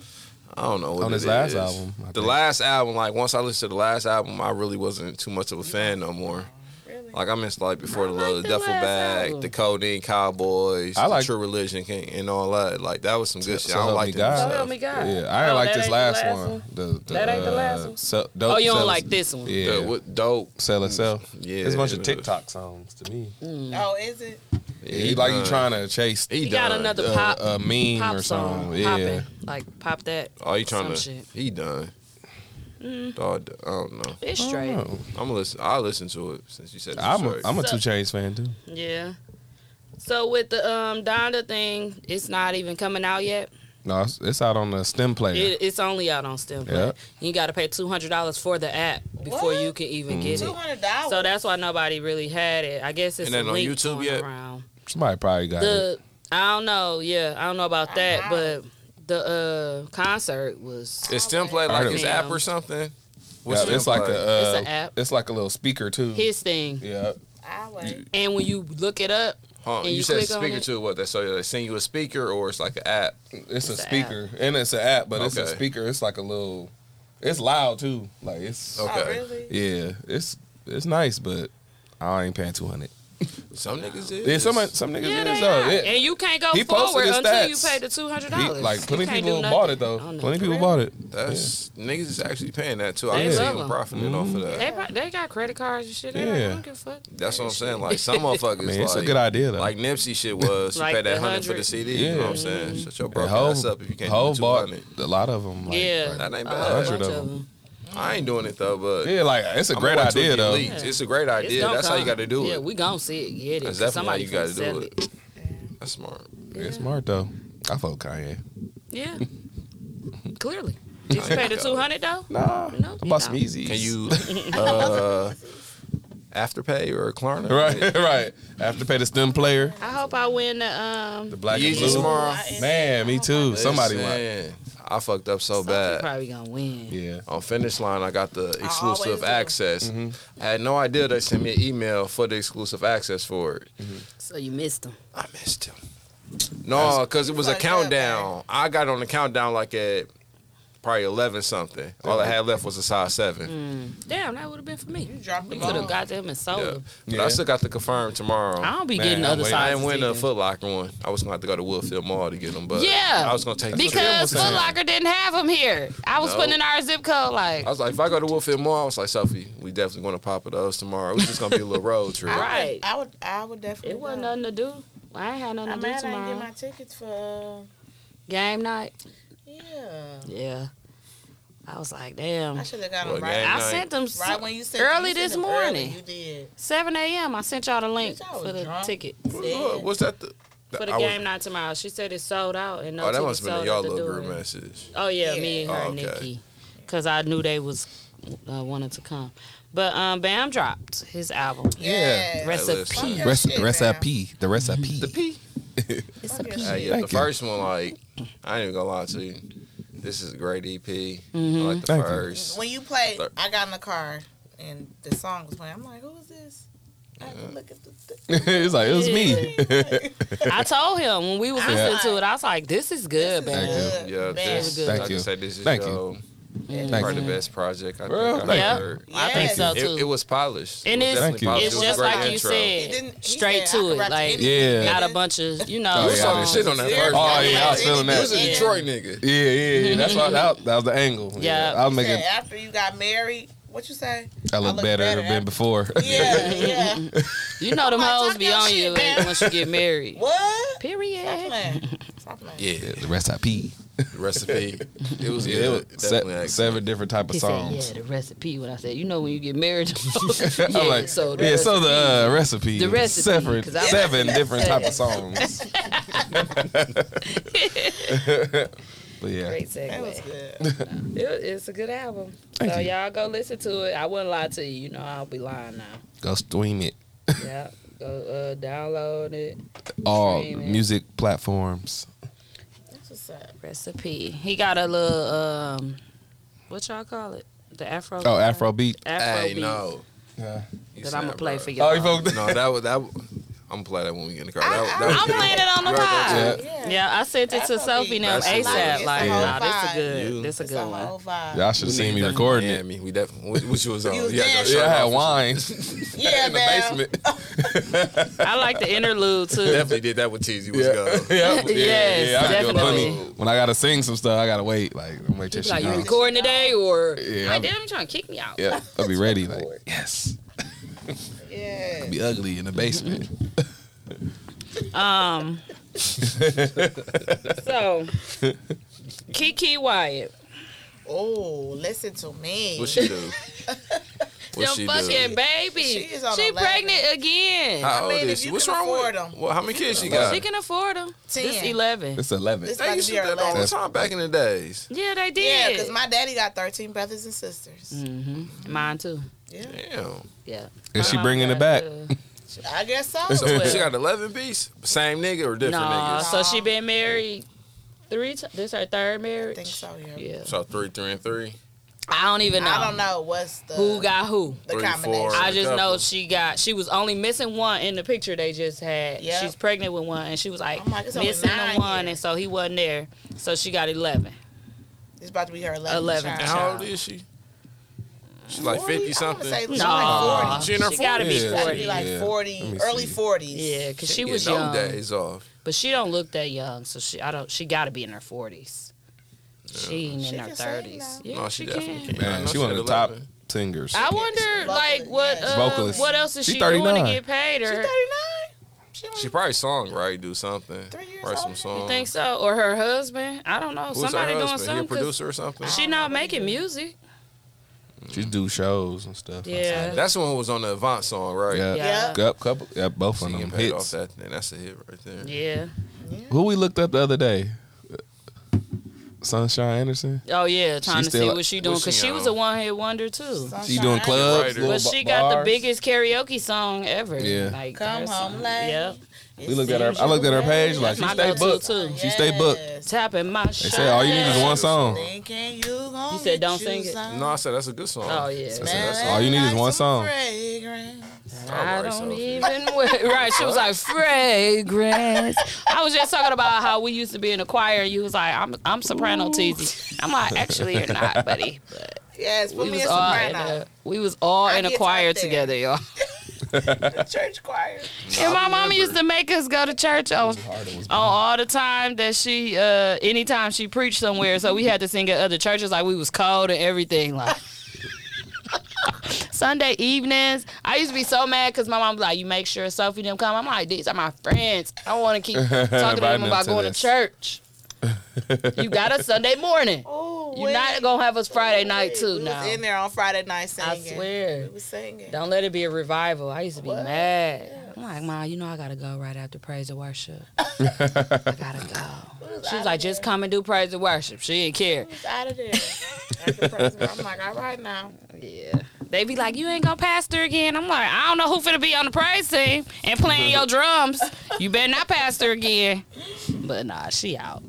I don't know what On it his last is. album, I The think. last album, like once I listened to the last album, I really wasn't too much of a fan no more. Really? Like I missed like before the I like little the duffel last bag, album. the codeine cowboys, I the like- True Religion King, and all that. Like that was some good So shit. I don't help like me the God. new So stuff. help me God. Yeah, I ain't Oh, like that this ain't the last, last one. one? The, the, That ain't the uh, last one? Sell, dope Oh, you don't Sell- like this one? Yeah, The- what dope? sell itself. Yeah, it's a bunch of it TikTok songs to me. Mm. Oh, is it? Yeah, He like you trying to chase He, He done. got another Uh, a, pop. a meme pop or song. something. Pop Yeah, it. Like pop that. Oh, you trying some to? shit. Mm. He done. Dog, I don't know. It's I straight. don't know. I'm gonna listen. I will listen to it since you said. it's I'm a, straight. I'm a So- Two Chains fan too. Yeah. So with the um Donda thing, it's not even coming out yet. No, it's, it's out on the stem player. It, it's only out on Stem. Yeah. Play. You got to pay two hundred dollars for the app before What? you can even get Two it. hundred dollars. So that's why nobody really had it. I guess it's And that a on link YouTube going yet? around. Somebody probably got it. The I don't know. Yeah, I don't know about that, Uh-huh. but the uh concert was. It's stem play I like heard his it. app or something. Yeah, it's like the. the uh, It's a app. It's like a little speaker too. his thing, yeah, I wait. and when you look it up, Huh, And you, you said click on speaker it? to what? They so they send you a speaker or it's like an app. it's, a It's a speaker and it's an app, but it's a Okay. speaker. It's like a little. It's loud too. Like it's Okay. Oh, really? yeah, it's it's nice, but I ain't paying two hundred. Some niggas is. Yeah, some some niggas yeah, is they though. are. Yeah. and you can't go He posted forward his until you stats. pay the two hundred He- dollars. like plenty people bought it though. Plenty people bought it. That's niggas is actually paying that too. I They can see love them 'em. profiting off Mm-hmm. of that. They, pro- they got credit cards and shit. They Yeah. like, I don't give a fuck. That's what I'm saying. Like some motherfuckers, I mean, it's like, a good idea though. Like Nipsey shit was. You Like pay that the Mm-hmm. hundred for the 100. CD. You know what I'm saying? Shut your broke And Hov- ass up if you can't Hov do bought 200. a lot of them. Like, yeah, That ain't a bad. whole Hundred bunch of of 'em. them. I ain't doing it though, but yeah, like it's a I'm great going to idea the though. leads. It's a great It's idea. gonna That's how you come. got to do Yeah, it. we gonna see it, get it. That's 'cause somebody definitely how you got to finna sell do it. That's smart. It's smart though. I fuck Kanye. Yeah, clearly. Did you pay the two hundred though? Nah, No, I you bought some don't. Yeezys. Can you uh, afterpay or Klarna? Right, right. After pay the stem player, I hope I win the um. the black and Yeezy blue. tomorrow. Man, me too. Somebody won. Listen, I fucked up so Something bad. probably gonna win. Yeah. On finish line, I got the always exclusive do. access. I had no idea they sent me an email for the exclusive access for it. So you missed them. I missed him. No, because it was a Fucked up, man. countdown. I got on the countdown like at probably eleven something. All I had left was a size Mm. seven. Damn, that would have been for me. You dropped We the could ball. have got them and sold Yeah. them. But Yeah. I still got the confirm tomorrow. I don't be Man, getting I'm other waiting. I sizes. didn't win the either. Foot Locker one. I was gonna have to go to Woodfield Mall to get them, but Yeah, I was gonna take the trip. because Foot Locker didn't have them here. I was No. putting in our zip code like. I was like, if I go to Woodfield Mall, I was like, Sophie, we definitely gonna pop at those tomorrow. It's just gonna be a little road trip. Right. I would. I would definitely. It wasn't go. nothing to do. I ain't had nothing I'm to do mad I didn't tomorrow. get my tickets for. uh, Game night. Yeah. Yeah. I was like, I damn. should have got Mm. Well, them right. gang- I night. sent them Right when you said early you this sent them early, morning, you did. 7 a.m. I sent y'all the link Bitch, I was for the drunk. ticket What- What's that? The, for the I was- game night tomorrow. She said it sold out and no oh, that tickets must have sold been y'all at the little door. group message. Oh yeah, me and her, Oh, and okay. Nikki, because I knew they was uh, wanted to come. But um, Bam dropped his album. Yeah. Yes. That list. Recipe. Rest- recipe. The recipe. It's a Fuck piece. Hey, yeah, Thank the you. first one, like, I ain't even gonna lie to you. This is a great EP. I like the Thank you. Mm-hmm. first. When you played, Third. I got in the car. and the song was playing. I'm like, who is this? I had to look at the. it's like it was me. I told him when we was Yeah. listening to it, I was like, "This is good, man." Thank you. Yeah, this, good. I Thank can you. say this is Thank your, Thank probably you. the best project I Well, think thank I you. heard. I think so It, too. it was polished. and It was it's Thank you. definitely it's polished. It was a just great like you intro. He said, didn't- he straight to said, "I it, can like rock to anything." not a bunch of you know. Oh, You was yeah, I talking did. shit on that Yeah. first. Oh yeah, I was feeling You was a that. Yeah. Detroit nigga. Yeah, yeah, yeah. That's why that, that was the angle. Yeah. I was He said, making. after you got married, what you say? I look, better, than before. Yeah, yeah. You know them Like, hoes talk be your on shit, you man. once you get married. what? Stop Period. playing. Stop playing. Yeah, the rest I pee. recipe. It was Yeah, good. it was Definitely se- excellent. seven different type of He said, songs. "Yeah, the recipe." When I said, "You know when you get married," I'm like, so the yeah, so the uh, recipe, The recipe, separate 'cause I- seven different type of songs. but yeah, Great segue. That was good. It- it's a good album. Thank so you. all go listen to it. I wouldn't lie to you. You know I'll be lying now. go stream it yeah. Go uh, download it. all Stream it. music platforms. That's what's up. Recipe. He got a little um, what y'all call it? The Afro. Oh, Afrobeat. Afro Hey, beat no. Yeah. You That said, I'm gonna play bro. for Oh, y'all. you folks. No, that was that. I'm gonna play that when we get in the car. That, that I'm was playing it on the You heard pod. Yeah. Yeah. Yeah, I sent it to Afrobeat. Sophie now That's a ASAP. vibe. Like, It's a nah, whole this is vibe. good. You- This is It's a a good one. whole vibe. Y'all should We see need me that recording it. Miami. We definitely. What, what you was on? You was yeah, there. Yeah, I had yeah, wine Yeah, in the man. basement. I like the interlude too. definitely did that with Teasy. What's Yeah. good? yeah, Yes, yeah, I be doing definitely. funny. When I gotta sing some stuff, I gotta wait. Like, wait till she Like, you comes. recording today or? Yeah, I I'm- did. You trying to kick me out? Yeah, I'll be ready. Like, yes, Yeah. be ugly in the basement. Um. so, Kiki Wyatt, Oh, listen to me. What she do? What them she fucking do? baby, she, She is on the pregnant again. How old I mean, is if she? you What's can wrong with afford 'em. Well, how many kids she Yeah. got? she can afford them. This Ten. eleven. It's eleven. This They about used to to be do our that all the last. time back in the days. Yeah, they Yeah, did. because my daddy got 13 brothers and sisters. mm-hmm. Mine too. Yeah, Damn. Yeah. Is she My mom bringing it got, back? uh, I guess so. So she got eleven piece. Same nigga or different Nah, niggas? so she been married three. T- this her third I marriage. think so, yeah. Yeah. So three, three, and three. I don't even know. I don't know what's the, who got who. the Three, combination. four. I just know couple. she got. She was only missing one in the picture they just had. Yep. She's pregnant with one, and she was like I'm like, Oh it's only missing the nine one, here. and so he wasn't there. So she got eleven. It's about to be her 11th 11th And child. how old is she? She's like 40? fifty I wanna something. say She she's Nah. like 40. She in her She gotta be 40s. She's gotta be like Yeah. 40, Let me early see. 40s. Yeah, because she getting was old young, days off. but she don't look that young. So she, I don't. She got to be in her forties. She ain't She in her can sing thirties. now. Yeah, no, she, she, can. definitely can. I Man, know she one of the had top 11. singers. I wonder, like, what yeah. uh, Vocalist. what else is She she, doing to 39. get paid? She's Or 39? She only- She probably song right, do something. Three years Write some old. songs. you think so? Or her husband? I don't know. Who's Somebody her doing husband? He a something. 'cause producer or something? She not making music. She do shows and stuff. Yeah. That's the one who was on the Avant song, right? Yeah. Yeah. Cup, couple, yeah, both She of them getting paid off hits. that thing. That's a hit right there. Yeah. Who we looked up the other day? Sunshine Anderson. Oh yeah, trying to see still- what she doing what because she she was on? a one hit wonder too. Sunshine She doing Avenue. clubs. Writer. little But ba- she got the bars. biggest karaoke song ever. Yeah. Like Come her song. home late. Yep. We looked at her. I looked at her page like she my stay go-to, booked. too. She stay booked. Yes. Tapping my They say all you need is one song. Thinking you gonna You said don't get sing you it. some No, I said that's a good song. Oh yeah. That's it. smelling all you need is like one some song. fragrance. I All right, don't Sophie. even wait. Right. She was like fragrance. I was just talking about how we used to be in a choir. You was like, I'm I'm soprano teasy. I'm like, actually you're not, buddy. But Yes, put we me was in all in soprano. a we was all I in a get choir up there. together, y'all. The church choir. And my mama used to make us go to church on, on all the time that she, uh, anytime she preached somewhere. So we had to sing at other churches, like we was cold and everything. Like Sunday evenings, I used to be so mad because my mom was like, "You make sure Sophie them come." I'm like, "These are my friends. I don't want to keep talking to Inviting them them about to going this." to church." you got us Sunday morning. Oh, You're not gonna have us Friday night too. We Now was in there on Friday night I singing. swear. We was singing. Don't let it be a revival. I used to be What? mad. I'm like, Ma, you know I gotta go right after praise and worship. I gotta go. She was like, just come and do praise and worship. She didn't care. It's out of there. After praise, I'm like, all right now. Yeah. They be like, you ain't gonna pastor again. I'm like, I don't know who finna be on the praise team and playing your drums. You better not pastor again. But nah, she out.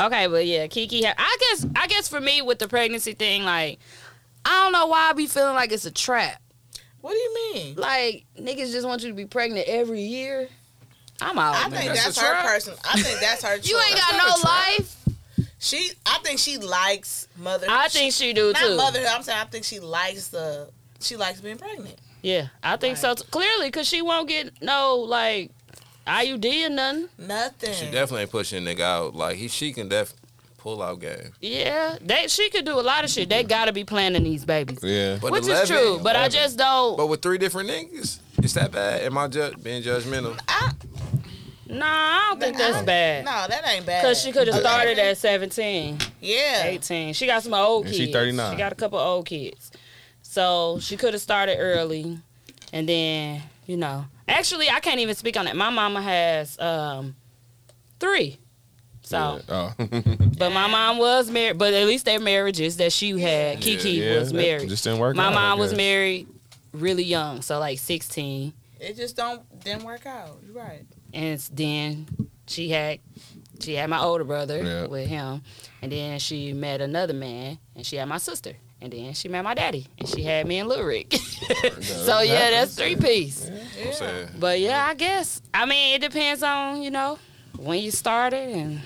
Okay, but yeah, Kiki. ha- I guess I guess for me with the pregnancy thing, like I don't know why I be feeling like it's a trap. What do you mean? Like niggas just want you to be pregnant every year. I'm out. I think that's, her person. I think that's her. You ain't choice. got no life. She, I think she likes mother. I think she do not too. motherhood. I'm saying I think she likes the. She likes being pregnant. Yeah, I think so. Too. Clearly, cause she won't get no like IUD or nothing. Nothing. She definitely ain't pushing nigga out. Like he, she can def pull out game. Yeah, they she could do a lot of shit. They gotta be planning these babies, Yeah. But which 11 is true. But I just don't. But with three different niggas, it's that bad. Am I ju- being judgmental? Nah, I don't think that's bad. No, that ain't bad. Cause she could have started at 17, yeah. 18. She got some old And kids. she 39. She got a couple old kids, so she could have started early, and then you know. Actually, I can't even speak on it. My mama has um three, so. Oh. But my mom was married. But at least their marriages that she had, Kiki Yeah, was that married. just didn't work My out, I mom was guess. married really young, so like sixteen, It just don't didn't work out. You're right. and s- then she had she had my older brother Yeah. with him, and then she met another man, and she had my sister. And then she met my daddy, and she had me and Lil Rick. so yeah, that's three piece. I'm saying. But yeah, I guess. I mean, it depends on you know when you started and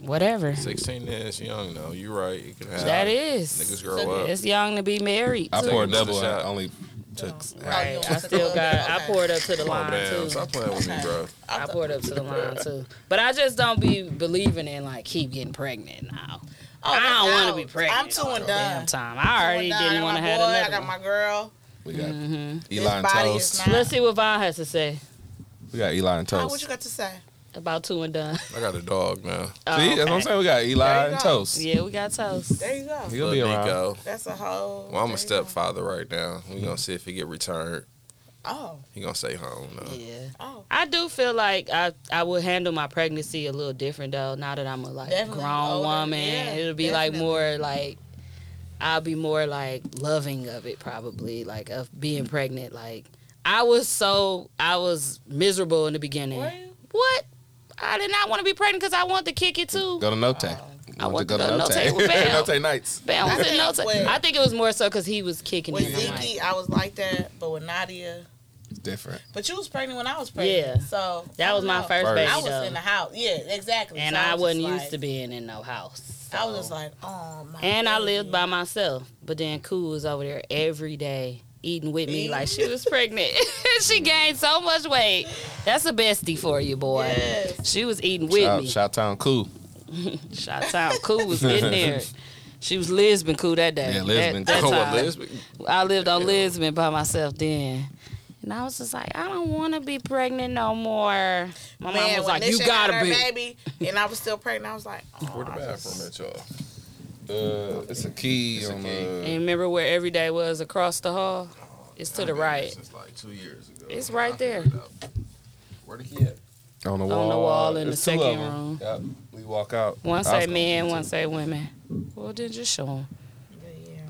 whatever. 16 is young though. You right. It can happen. That is. Niggas grow up. It's young to be married. I too. poured double. Shot. I only took. Right. I Oh, want to still got. go there. I Okay. Oh, poured up to the Come on, line man. too. Stop playing with me, bro. I poured up to the line too. But I just don't be believing in like keep getting pregnant now. I Oh, don't that's want out. to be pregnant. I'm too all and the done. Damn time. I already Nah, didn't I got want to my have boy, another. I got one. my girl. We got Mm-hmm. This Eli and body is Toast. not- Let's see what Von has to say We got Eli and Oh, what Toast. you got to say? about two and done. I got a dog now. Oh, See, that's what I'm okay. saying. We got There Eli you and go. Toast. Yeah, we got toast. There you go. He'll Lil be around. Nico. That's a whole. Well, there I'm you a stepfather right now. We gonna see if he get returned. go. Oh, He gonna stay home though. Yeah. oh, I do feel like I I would handle my pregnancy a little different though. Now that I'm a like Definitely grown older. woman, Yeah, it'll be like definitely. more like I'll be more like loving of it probably like of being Mm. pregnant. Like I was so I was miserable in the beginning. Were you? What? I did not want to be pregnant because I want to kick it too. Go to No Tech. I want We went to go to No Tech with Bam. no Tech nights. Bam, I, was in think no t- when- I think it was more so because he was kicking with it. I'm like, Zeke, I was like that, but with Nadia, It's different. but you was pregnant when I was pregnant. Yeah. so I that was don't my know. first First. baby I was though, in the house. Yeah, exactly. and So I was wasn't just used like- to being in no house. I was just so. like, oh my. And I baby. lived by myself. But then Cool was over there every day eating with me like she was pregnant. she gained so much weight. That's a bestie for you, boy. Yes. She was eating with Shout, me. shout town cool. Shot time. Cool was in there. She was Lisbon cool that day. Yeah, Lisbon That, that Cool. time. Elizabeth, I lived on Lisbon by myself then. And I was just like, I don't want to be pregnant no more. My mom Man, was when like, you Lisha had gotta her be. baby, and I was still pregnant. I was like, oh, where the bathroom at y'all? Uh, it's a key on the. And remember where every day was across the hall? It's to the right. Since like two years ago. It's right there. Where the kid? On the wall. on the wall in the There's two of second them. room. Yep. We walk out. One I was say gonna- men, one say women. Well, then just show them.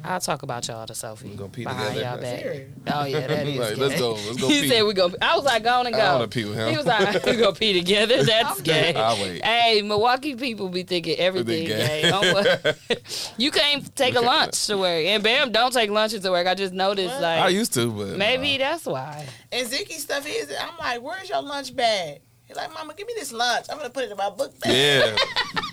I'll talk about y'all to Sophie. We gonna pee behind together. y'all back. Serious. Oh yeah, that is. Like, gay. let's go, let's go he pee. said we go. I was like, go on and go. I wanna pee with him. He was like, we gonna pee together. That's gay. I'll wait. Hey, Milwaukee people be thinking everything gay. gay. Don't worry. you can't take a lunch to work, and Bam don't take lunches to work. I just noticed like. I used to, but Maybe that's why. And Ziki stuff is, I'm like, where's your lunch bag? He's like, Mama, give me this lunch. I'm gonna put it in my book bag. Yeah.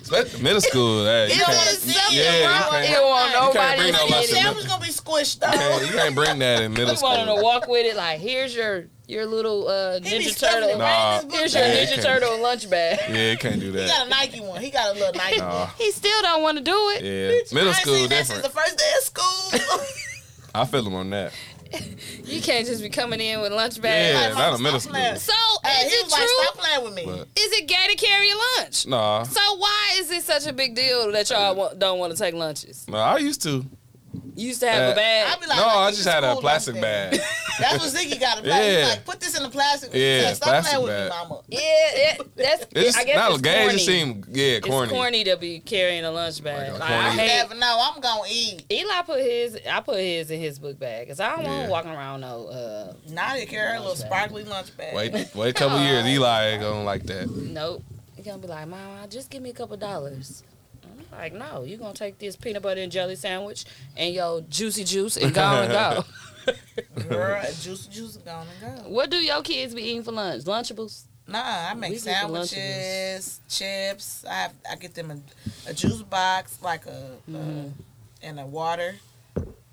Especially middle school. Hey, you don't can't- wanna you- see it, yeah, bro. you He can't- don't want You can't nobody bring to no see lunch it. in That middle- was gonna be squished you though. can't- You can't bring that in middle He wanted to school. walk with it like, here's your your little uh, He be Ninja stuffing it Turtle. Nah. right in his Here's book your Yeah, bag. okay. Ninja Turtle lunch bag. Yeah, you can't He do got that. a Nike one. He got a little Nike one. He still don't want to do it. Yeah, I middle ain't school seen that since different. the first day of school. I feel him on that. You can't just be coming in with lunch bags. Yeah, Like, not Mama, a middle stop school. playing. So hey, is he it was like, stop true? playing with me. But Is it gay to carry a lunch? nah, So why is it such a big deal that Uh, y'all wa- don't want to take lunches? no, I used to. You used to have a Uh, bag. I'd be No, like, I like, just this had a school plastic lunch bag. That's what Ziggy got a plastic. Yeah. He's like, put this in the plastic. Yeah, Yeah, stop plastic playing with me, bag. Mama. Yeah, yeah, that's. It's I guess not it's gay. It corny. just seemed yeah, It's corny. corny to be carrying a lunch bag. Like a Like, I corny- You hate. never know. I'm gonna eat. Eli put his. I put his in his book bag because I don't want Yeah. him walking around no. Uh, Nadia carry her little sparkly lunch bag. Wait, wait a couple years. Eli ain't gonna like that. nope. He gonna be like, Mom, just give me a couple dollars. I'm Like, no, you're gonna take this peanut butter and jelly sandwich and your juicy juice and go and go. Girl, juice, juice, gone and go. What do your kids be eating for lunch? Lunchables? Nah, I make We eat the lunch of sandwiches, chips. I have, I get them a, a juice box, like a, Mm-hmm. uh and a water,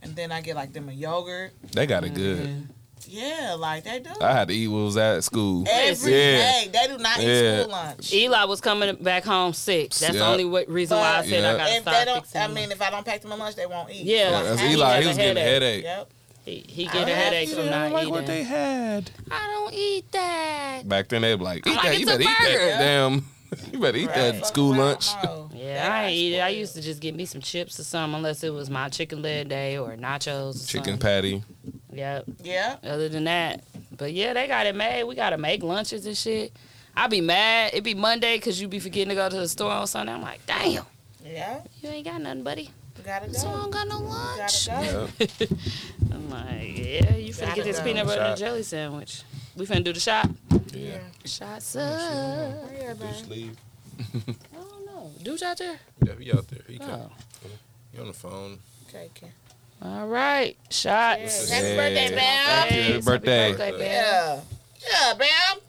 and then I get like them a yogurt. They got Mm-hmm. it good. Yeah, like they do. I had to eat what was at school. Every day yeah. they do not eat Yeah. school lunch. Eli was coming back home sick. That's the Yeah. only wa- reason why I said I Yeah. gotta If they stop don't, fixing. I mean, if I don't pack them a lunch, they won't eat. Yeah, Yeah, that's he Eli. has He was a getting a headache. Yep. he, he get a headache from not eating. had. I don't eat that. Back then they'd be like, eat like, that. You it's a better eat burger. that damn. You better eat that Right. school lunch. No. Yeah, I ain't eat it. I used to just get me some chips or something, unless it was my chicken leg day or nachos. Or Chicken something. patty. Yep. Yeah. Other than that, but yeah, they got it made. We gotta make lunches and shit. I be mad. It be Monday because you be forgetting to go to the store on Sunday. I'm like, damn, Yeah. you ain't got nothing, buddy. You gotta So I go. don't got no You lunch. gotta go. Yeah. I'm like, yeah, you finna Gotta get this go. peanut butter and Shot. jelly sandwich. We finna do the shot. Yeah. Shots up. Hurry up, babe. Leave. I don't know. Dude's out there. Yeah, he out there. He Oh. can. He on the phone. Okay, Ken. All right. Shots. Happy birthday, Bam. Happy Happy birthday. Bam. Yeah. Yeah, Bam.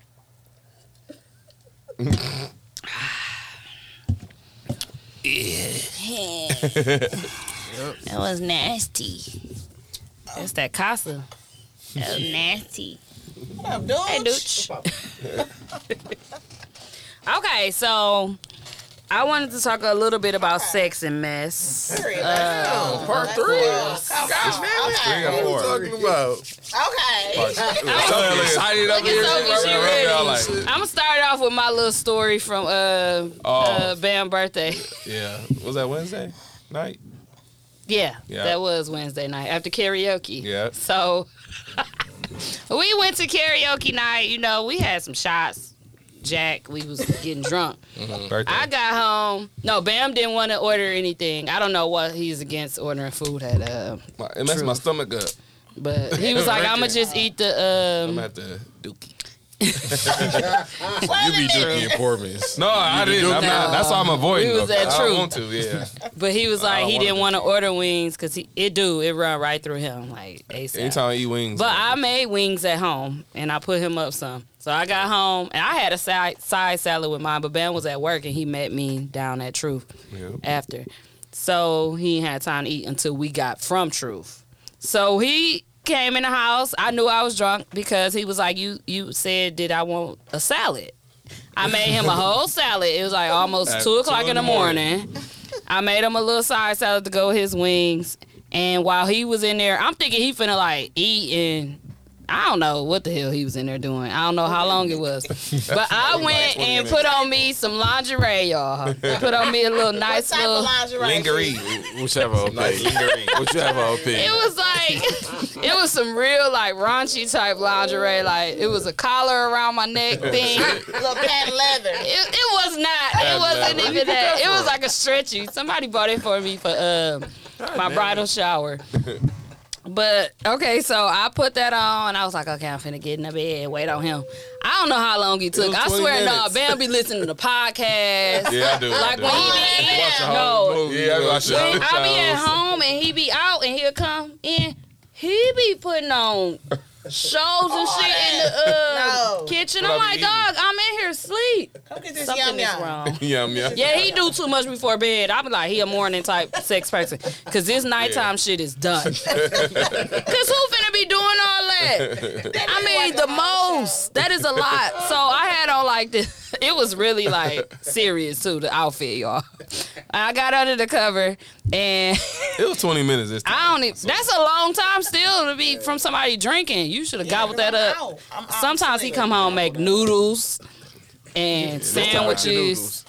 That was nasty. That's that Casa. That was nasty. What up, dude? Hey, Dooch. Okay, so I wanted to talk a little bit about sex and mess. Period. Let's go. Uh, Part three. Let's go. Three Okay. What are we talking about? Okay. I'm excited up here. Sophie, she ready. Y'all like, I'm gonna start off with my little story from uh, Oh. uh Bam birthday. yeah. Was that Wednesday night? Yeah, Yeah. that was Wednesday night after karaoke. Yeah. So we went to karaoke night. You know, we had some shots. Jack, we was getting drunk. Birthday. I got home. No, Bam didn't want to order anything. I don't know what he's against ordering food at. Uh, my, it messed my stomach up. but he was like, Right "I'm gonna there. just eat the." I'm Um, at the dookie. You be dookie apartments. No, I didn't. I'm not. That's why I'm avoiding. We was them. at I don't True. want to. Yeah. but he was like, don't he wanna didn't do want to order wings because he it do it run right through him like ASAP. Anytime I eat wings. But I made wings at home and I put him up some. So I got home and I had a side, side salad with mine, but Ben was at work and he met me down at Truth Yeah. after. So he ain't had time to eat until we got from Truth. So he came in the house. I knew I was drunk because he was like, You you said did I want a salad? I made him a whole salad. It was like almost At two o'clock in the morning. I made him a little side salad to go with his wings. And while he was in there, I'm thinking he finna like eat and I don't know what the hell he was in there doing. I don't know how long it was. But I went and put on me some lingerie, y'all. Put on me a little nice Type little of lingerie. Lingerie. Whichever OP. Whichever it OP. was like it was some real like raunchy type lingerie. Like it was a collar around my neck thing. It, Little patent leather. it was not. It wasn't even that. It was like a stretchy. Somebody bought it for me for um my bridal shower. But okay, so I put that on and I was like, okay, I'm finna get in the bed, wait on him. I don't know how long he took. was I 20 swear, no, minutes. Bam be listening to podcasts. Yeah, I do. Like when he be eating, no, Yeah, I watch when it. I be at home and he be out and he'll come in, he be putting on shows and shit in the uh, No. kitchen. What I I'm be like, eating? dog, I'm in here asleep. Come get this yum Something is yum. wrong. Yum yum. Yeah, he do too much before bed. I'm like, he a morning type sex person. Cause this nighttime shit is done. Cause who finna be doing all that? I mean, the most. That is a lot. So I had on like this. It was really like serious too. The outfit, y'all. I got under the cover and. It was 20 minutes this time. I don't even. That's a long time still to be from somebody drinking. You should have gobbled that up. Ow, I'm out Sometimes he today. come home make noodles and noodles. sandwiches,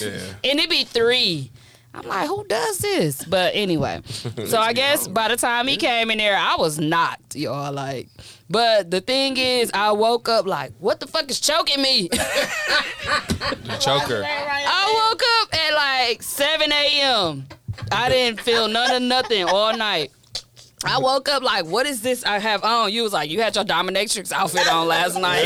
Yeah. and it be three. I'm like, who does this? But anyway, so I guess by the time he came in there, I was knocked, y'all. Like, but the thing is, I woke up like, what the fuck is choking me? The choker. I woke up at like 7 a.m. I didn't feel none of nothing all night. I woke up like, what is this I have on? You was like, you had your dominatrix outfit on last night.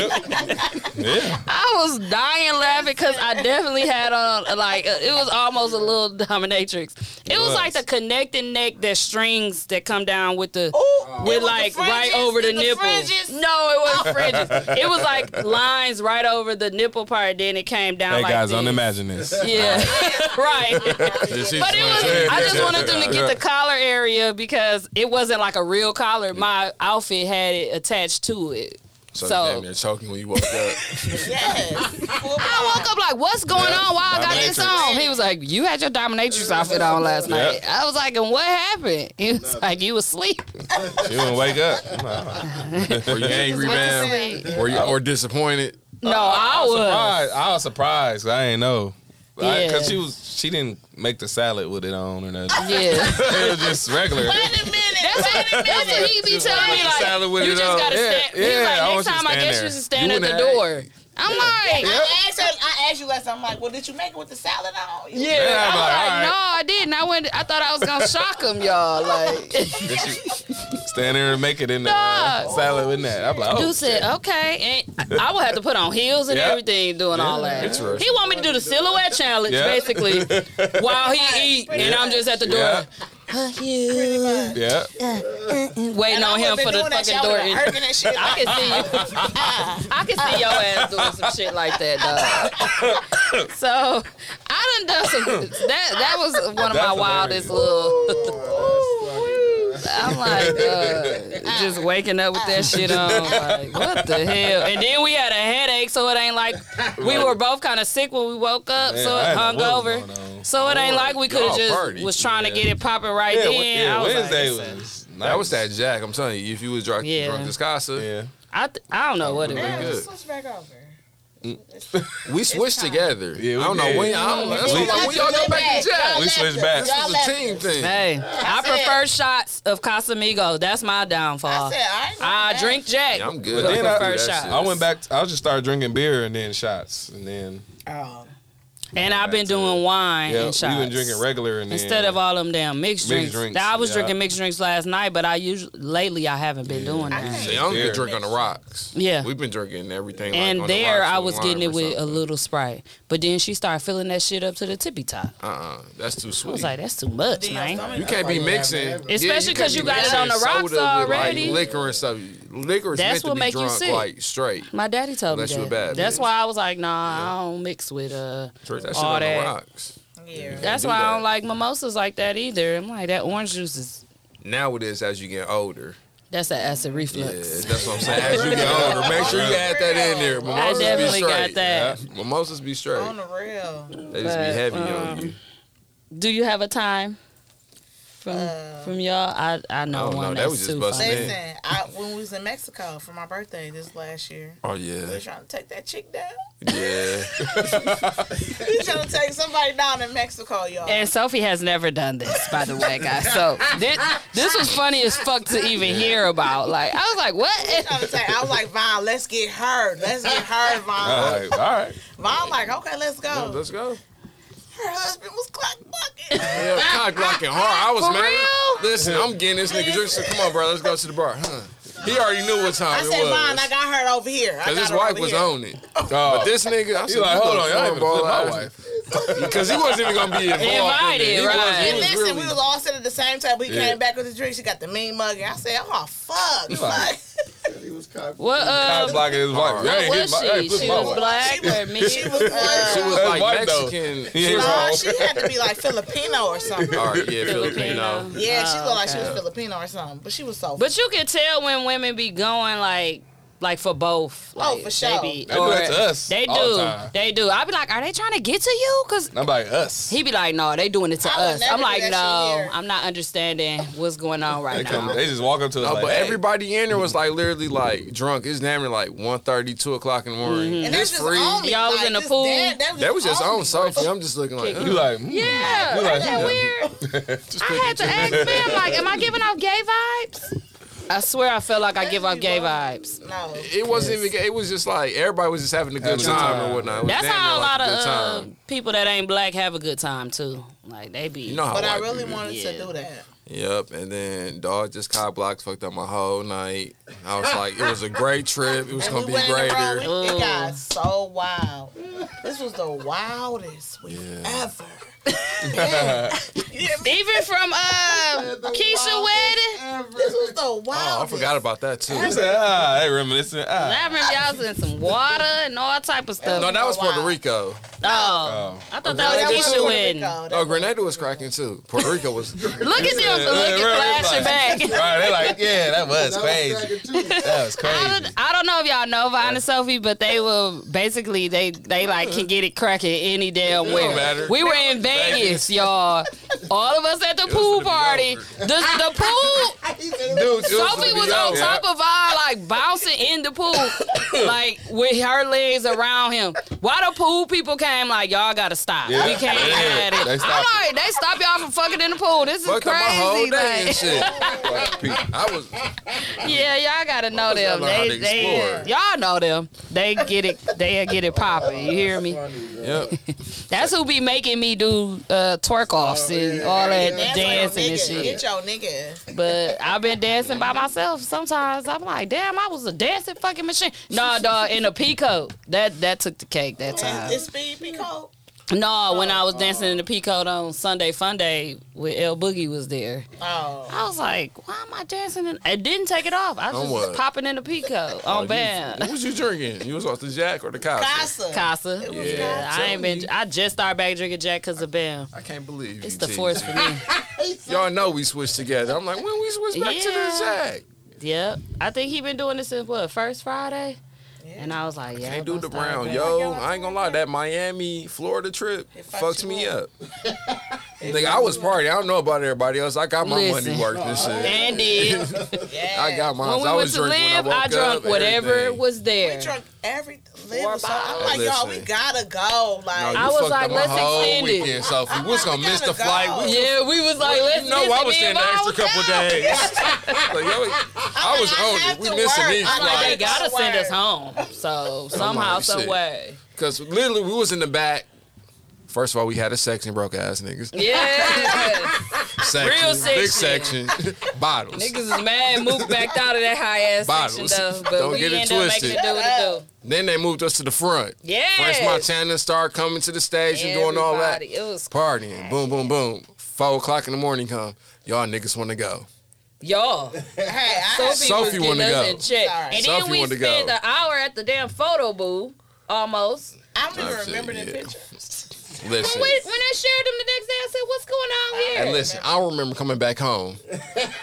Yeah. I was dying laughing because I definitely had on like uh, it was almost a little dominatrix. It was was. like the connecting neck, that strings that come down with the Oh! with like right over the, nipple. fringes? No, it wasn't fringes. It was like lines right over the nipple part. Then it came down. Hey like guys, this. unimagine this. Yeah, right. This is But it was. I just wanted them to get the collar area because it wasn't like a real collar. My outfit had it attached to it. So, so- damn near choking when you woke up. Yes. Full I woke up like, what's going on? Why I got this Dominatrix. on? He was like, you had your dominatrix outfit on last Yeah. night. I was like, and what happened? He was like, you was asleep. She wouldn't wake up. Were you angry, man? Asleep. Or, you, or disappointed? No, I was. Uh, Surprised. I was surprised. 'cause I ain't know. Yeah. Because she was, she didn't make the salad with it on or nothing. Yeah. it was just regular. Wait a minute. That's what, that's what he be telling me. Like, Salad with you it just on. gotta Yeah, stand. He was yeah, I like, want next you to time, I stand guess there. you should stand You at the wouldn't have- door. I'm like, I asked her. I asked you last time. I'm like, well, did you make it with the salad on? You- yeah. Yeah, I I'm was like, like, all right. no, I didn't. I went. I thought I was gonna shock him, y'all. Like, Then she stand there and make it in the Dog. uh, salad with that. I'm like, oh, Dude said, okay, and I would have to put on heels and Yeah. everything doing all that. Interesting. He want me to do the silhouette challenge Yeah. basically while he eat, and I'm just at the door yeah, Pretty much. yeah. waiting on him for the fucking door. and And irking and shit. I can see you. I can see your ass doing some shit like that, dog. So I done done some. That that was one of my That's wildest hilarious. little. I'm like, uh, just waking up with that shit on. Like, what the hell? And then we had a headache, so it ain't like we were both kind of sick when we woke up, Man, so I it didn't hung know what was over. going on. So it ain't like we could y'all have just party. was trying to get it popping right Yeah, then. we- yeah, I was Wednesday like, was. nice. That was that Jack. I'm telling you, if you was drunk, Yeah. drunk as Casa, Yeah. I, th- I don't know what it Yeah. was. Good. Mm. Switch back over. we switched together. Yeah, we I don't know did. when. I don't, that's why I'm like, when y'all go back to Jack. We switched back. This was a team thing. Hey, I prefer shots of Casamigo. That's my I downfall. said, I ain't I going drink Jack. Yeah, I'm good. But then I- do that First shit. I went back. To, I just started drinking beer and then shots, and then back. Oh. and I've been doing wine yeah, and shots. we been drinking regular and then, Instead of all them damn mixed, drinks. Mixed drinks, I was yeah. drinking mixed drinks last night, but I usually lately I haven't been doing that. See, I don't Beer. get drink on the rocks. Yeah. We've been drinking everything. like, And on the there rocks I with was lime getting or it with a something. little Sprite. But then she started filling that shit up to the tippy top. Uh-uh. That's too I sweet. was like, that's too much, man. you can't be mixing. Oh, yeah, Especially 'cause can't you be got it mixing on the soda rocks with, like, already. liquor and stuff. Liquor is That's meant to what be make you drunk sick. like straight. My daddy told me Unless you that. a bad That's bitch. why I was like, nah, I don't mix with uh Drink that shit all on the that. rocks. Yeah. That's do why I that. don't like mimosas like that either. I'm like that orange juice is Nowadays, as you get older, that's an acid yeah, reflux. that's what I'm saying. As you get older, make sure you add that in there. I Mimosas definitely be straight. got that. Mimosas be straight. On the real. They just be But, heavy Uh-huh. on you. Do you have a time from Uh, Mm. from y'all? I I know I don't one know. That that's was just too busting funny. Man. Listen, I, when we was in Mexico for my birthday this last year, Oh we yeah, were trying to take that chick down. yeah. We trying to take somebody down in Mexico, y'all. And Sophie has never done this, by the way, guys. So this, this was funny as fuck to even hear about. Like I was like, what? trying to take, I was like, Vaughn, let's get her. Let's get her, Uh-huh. all Vaughn. right, all right. Vaughn like, okay, let's go. Let's go. Her husband was clock blocking. Yeah, cock blocking hard. I was Ah, For mad. real? Listen, I'm getting this nigga drink. So come on, bro. Let's go to the bar. Huh? He already knew what time I it said, Vaughn, I was. got her over here. I Cause got his her wife over was here. on it. Oh, But this nigga, I he said, like, hold on, y'all ain't ball even my out. wife. Because he wasn't even gonna be involved. Invited, in it. He right. was- he And was listen, really- we was all sitting at the same table. He Yeah. came back with his drink. She got the mean mug, and I said, "Oh fuck!" like- He was cocky. What? I Uh, was blocking his wife. Y'all ain't what hit was my, y'all she? ain't push She my was wife. black or she mixed? was, uh, She was That's like white, though. Mexican. He ain't no, wrong. she had to be like Filipino or something. All right, yeah, Filipino. Filipino. Yeah, she Oh, looked like she okay. was Filipino or something, but she was so. But you can tell when women be going like like for both. Oh, Like, for sure. They, be, They do that to us They do. all the time. They do. I be like, are they trying to get to you? Cause I'm like us. he be like, no, they doing it to I would us. never I'm do like, that shit no, here. I'm not understanding what's going on they right come. now. They just walk up to us. No, like, Uh, but hey. everybody in there was like literally like drunk. It's damn near like 1.30, 2 o'clock in the morning. and that's It's just free. on me. Y'all was like, in the this pool? dad- That was, That was just on me. Sophie. I'm just looking like, You huh. like, Yeah, mm. You ain't that like, yeah. weird? Just I put had to ask man, like, am I giving off gay vibes? I swear, I feel like I give off gay vibes. No, It wasn't even. It was just like everybody was just having a good Having a good time, time. or whatnot. It was That's damn how a near lot like of good uh, time. people that ain't black have a good time too. Like they be. You know how but I white really people do. wanted Yeah. to do that. Yep, and then dog just cop blocks fucked up my whole night. I was like, it was a great trip. It was And gonna we be went in the road, greater. we- It got so wild. This was the wildest week ever. Even from uh, Keisha Wedding. This was the Oh, I wildest. forgot about that too. You said, ah, they reminiscent. Ah. I remember y'all was in some water and all type of stuff. No, that was Puerto Rico. Oh, I thought Oh, that that was was Keisha Puerto Wedding. Rico. Oh, Grenada was cracking too. Puerto Rico was. Look at them, Yeah, look right, at flashing back. right. Right, they're like, yeah, that was That was crazy. cracking too. That was I crazy. don't, I don't know if y'all know Vine and Sophie, but they were basically they they like can get it cracking any damn where. matter. We were in Vegas, y'all. All of us at the finna pool be party. The, the pool. Dude, Sophie was on top of I like bouncing in the pool, like with her legs around him. Why the pool people came like y'all gotta stop. Yeah. We can't Yeah. have it. They I'm stopped like they stop y'all from fucking in the pool. This is Fucked up my whole crazy. day and Like, shit. I was. yeah, y'all gotta know Motherfuckers them. know how They, to they, explore. y'all know them. They get it. They will get it popping. You hear me? Yep. That's who be making me do uh, twerk offs and all that That's why your dancing and nigga, shit. get your nigga. But I've been dancing by myself. Sometimes I'm like, damn, I was a dancing fucking machine. Nah, dog, in a peacoat. That that took the cake that time. It's Speed Pico. No, when I was dancing in the peacoat on Sunday Fun Day with El Boogie was there. Oh. I was like, why am I dancing? In? I didn't take it off. I was On just what? popping in the peacoat on What band. was you drinking? You was off the Jack or the Casa? Casa. Casa. was Yeah, I ain't been. I just started back drinking Jack because of Bam. I can't believe It's you, the T. force for me. Y'all know we switched together. I'm like, when we switched back to the Yeah. Jack? Yep. I think he been doing this since what first Friday, and I was like, yeah. Can't I'm do gonna the start brown, back. yo. I ain't gonna lie, that Miami, Florida trip fucks fucked you me up. Nigga, I was partying. I don't know about everybody else. I got my Listen. money worth and shit. And did. Yeah. I got mine. when we I went was to drinking when I live, woke I, drank up, whatever everything. was there. We drunk every Four live. So I'm bottles. like, y'all, we Listen. gotta go. No, Like, you I was fucked like, up my let's whole extend it. weekend, Sophie. We was gonna miss gotta the go. flight. We- yeah, we was like, let's You know, I was in the extra couple days. Like, yo, I was I on have it. We to missing work. these I'm like, Like, they flights. gotta send us home. So somehow, on, some shit. way. Cause literally, we was in the back. First of all, we had a section, broke ass niggas. Yeah. Section, Real big section, bottles. Niggas is mad. Mook backed out of that high ass section Bottles. though. But Don't we get it end up making twisted. it do what it do. Then they moved us to the front. Yeah. First, Montana started coming to the stage and doing all that. Everybody. It was Partying, boom, boom, boom. Four o'clock in the morning come. Y'all niggas want to go. y'all. hey, I Sophie, was Sophie getting wanna us go. in check. Sorry. And Sophie then we wanna go. spent an hour at the damn photo booth almost. I don't even Type shit, remember the yeah. picture. Listen. When, when I shared them the next day, I said, "What's going on here?" And listen, I don't remember coming back home.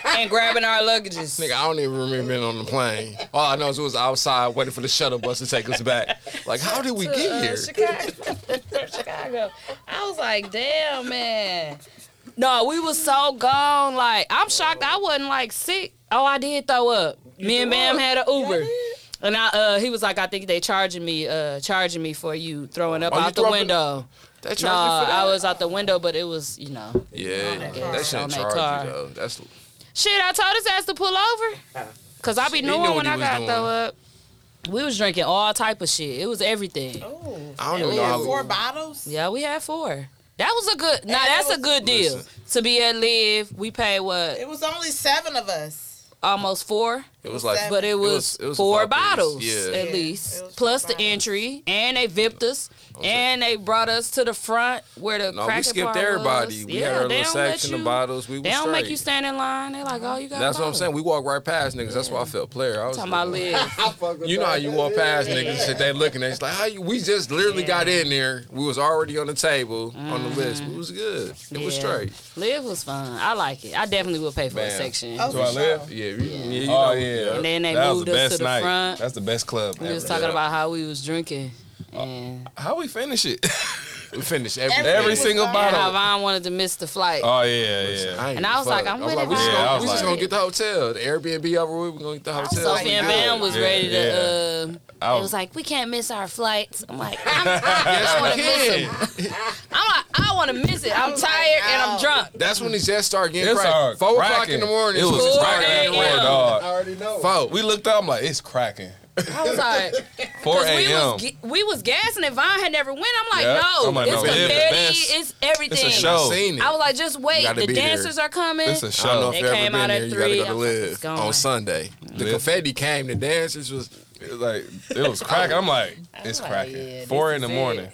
and grabbing our luggages. Nigga, I don't even remember being on the plane. All I know is it was outside waiting for the shuttle bus to take us back. Like, how did we Uh, get here? Chicago. Chicago. I was like, damn, man. No, we was so gone. Like, I'm shocked I wasn't like sick. Oh, I did throw up. me and Bam had an Uber. And I, uh, he was like, I think they charging me, uh, charging me for you throwing up Oh, you out the threw up in- window. That No, I was out the window, but it was, you know, Yeah, car. that shouldn't On that charge car. you though. That's Shit, I told his ass to pull over. Cause I be knew knowing what when I Ah. he was got doing. though up. We was drinking all type of shit. It was everything. I don't even We know had how four bottles. Yeah, we had four. That was a good. Now And it that's a was- good deal Listen. to be at live. We paid what It was only seven of us. almost four, it was like. but it was, was- it was four five piece. bottles Yeah. at Yeah, least, it was plus four the bottles. entry, and they vipped us, and they brought us to the front where the no, we cracking skipped part everybody. was. yeah, We had our they little don't let section of you- bottles. We was They don't straight. make you stand in line. They like, oh, you got. a That's what I'm bottle. saying. We walked right past niggas. That's why I felt player. I was Talking about live. I fuck with You know how that. you walk past niggas and shit. They looking at you like, how you, we just literally got in there. We was already on the table on the list. It was good. It was Mm. Yeah. straight. live was fun. I like it. I definitely would pay for a Man. section. Oh, Do I for live? sure. Yeah, we- yeah. you know, Oh yeah. And then they that was moved the us best to the night. front. That's the best club. We ever. was talking about how we was drinking. And how we finish it. We finished every, Every Every was single fun. and how bottle. Vine wanted to miss the flight. Oh yeah, yeah. ain't And I was fuck. like, I'm with it, we just Vine. gonna, Yeah, I was we just like- gonna get the hotel. The Airbnb over with. We gonna get the hotel. Sophie and Bam was Yeah, Oh. ready to. I Uh, it was- was like we can't miss our flights. I'm like, I'm, I want to miss them. I'm like, I want to miss it. I'm tired and I'm drunk. That's when these jets start getting It's cracked. hard. Four o'clock cracking. in the morning. It was it's cracking cracking. everywhere, dog. I already know. Four. We looked up. I'm like, it's cracking. I was like, 4 we a.m. was, ge- we was gassing and Vine had never went. I'm like, Yeah. no, I'm like, it's no, the it is the Betty, best. it's everything. It's a show. Seen it. I was like, just wait, gotta the be there. dancers are coming. It's a I don't know show. if They you ever came been out at there. You three. gotta go to I'm like, it's live gone. on Sunday. The confetti came. The dancers was It was like it was cracking. I'm like, it's like, cracking. yeah, this Four in the is it. morning,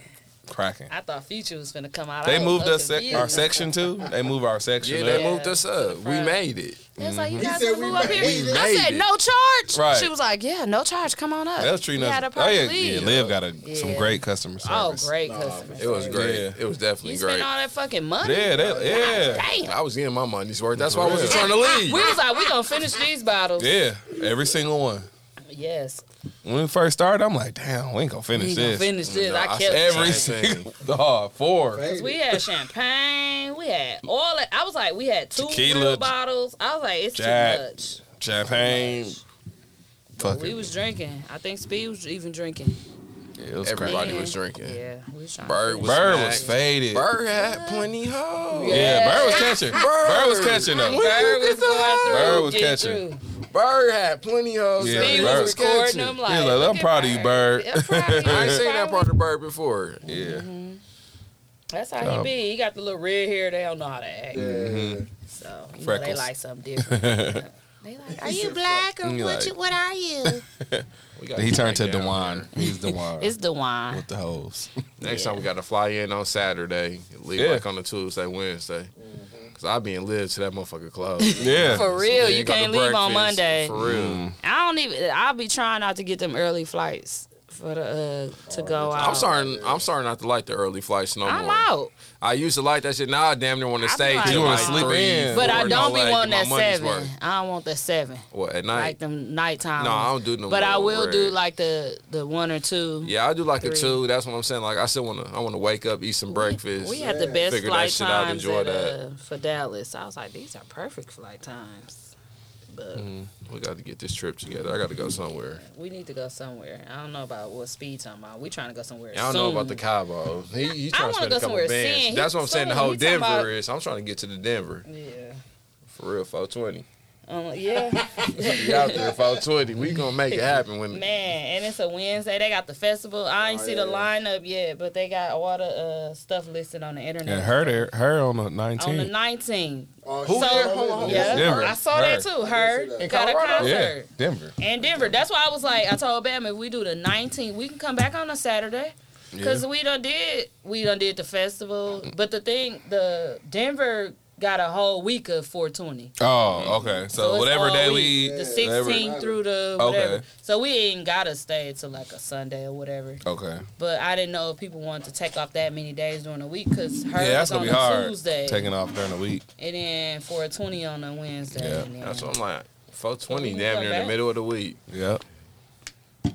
cracking. I thought Future was gonna come out. I They was moved so us sec- our confused. section too. They moved our section. yeah. up. They moved us up. We front. made it. It was like, you Mm-hmm. He guys said wanna we move up made here. it. I said, Made it. no charge. Right. She was like, yeah, no charge. Come on up. They was treating We us. had a oh yeah, private lead. yeah, Liv got a, some great customer Oh, service. great customer. It was great. Yeah. It was definitely You great. spent all that fucking money. Yeah, they, yeah, Damn. I was getting my money's worth. That's why I wasn't Yeah. trying to leave. We was like, we gonna finish these bottles. yeah. Every single one. Yes. When we first started, I'm like, damn, we ain't gonna finish We gonna this. finish this. No, I I kept said Every Same thing. single dog four. Baby. We had champagne. We had all that. I was like, we had two Tequila. real bottles. I was like, it's Jack. too much. Champagne. Fuck We it. was drinking. I think Speed was even drinking. Yeah, it was crazy. Everybody Man. was drinking. Yeah, we was trying. Bird was Bird smacked. was faded. Bird had plenty hoes. Yeah, Bird was catching. Bird, was catching though. Bird was going through. Bird was get catching. through. Bird had plenty hoes. Yeah, Speed was Bird was recording catching. them like, He was like, look I'm at proud of you, Bird. I'm proud of you. I ain't seen that part of Bird before. Yeah. Mm-hmm. That's how Um, he be. He got the little red hair. They don't know how to act. Mm-hmm. So you know, they Freckles. like something different. they like, are you black or You what? like- you, what are you? We gotta He get turned to back down Dewan. He's Dewan It's Dewan. with the hoes. there. Next time we got to fly in on Saturday, leave Yeah. like on a Tuesday, Wednesday. Cause I be in live to that motherfucker close. Yeah. For real, Yeah, you go to can't leave on breakfast. Monday. Mm. For real. I don't even. I'll be trying not to get them early flights for the uh, to go out. I'm starting. I'm starting not to like the early flights no I'm more. out. I used to like that shit. Now I damn near want I to be stay. like, till You wanna like sleep three, in. But I four, don't and be like, wanting get that my money's seven. worth. I don't want that seven. What at night? Like them nighttime. No, I ones. don't do no But I more will red. do like the the one or two. Yeah, I do like a Three. two. That's what I'm saying. Like I still wanna, I wanna wake up, eat some breakfast. We had the best Figure that flight shit out, times enjoy at, that. uh, for Dallas. I was like, these are perfect flight times. But We got to get this trip together. I got to go somewhere. we need to go somewhere. I don't know about what speed talking about. We trying to go somewhere. I don't know soon. about the Cabo. He, he I trying to wanna spend go a couple somewhere bands. seeing. That's He- what I'm saying. The someone- whole he talking Denver about- is. I'm trying to get to the Denver Yeah. for real. 420. Um, yeah. We out there 420. We gonna make it happen when. Man, and it's a Wednesday. They got the festival. I ain't see Oh, the lineup yet, but they got all the uh, stuff listed on the And internet. her there, her on the on the 19th. 19th. Oh, Who she- there? Hold on, hold on. Yeah, Denver. I saw that too. Her In got a Colorado? concert. yeah, Denver. And Denver. That's why I was like, I told Bam, if we do the 19th, we can come back on a Saturday. Cause we done did, we done did the festival. But the thing, the Denver got a whole week of 420. Oh, okay. So, it's whatever all day we week, the whatever- 16th through the Okay. whatever. So we ain't gotta stay till like a Sunday or whatever. Okay. But I didn't know if people wanted to take off that many days during the week because her yeah, that's was gonna on be a hard. Tuesday Taking off during the week. and then for a twenty on a Wednesday. Yeah, and then, That's what I'm like. 420 We can damn come near in back. the middle of the week. Yeah.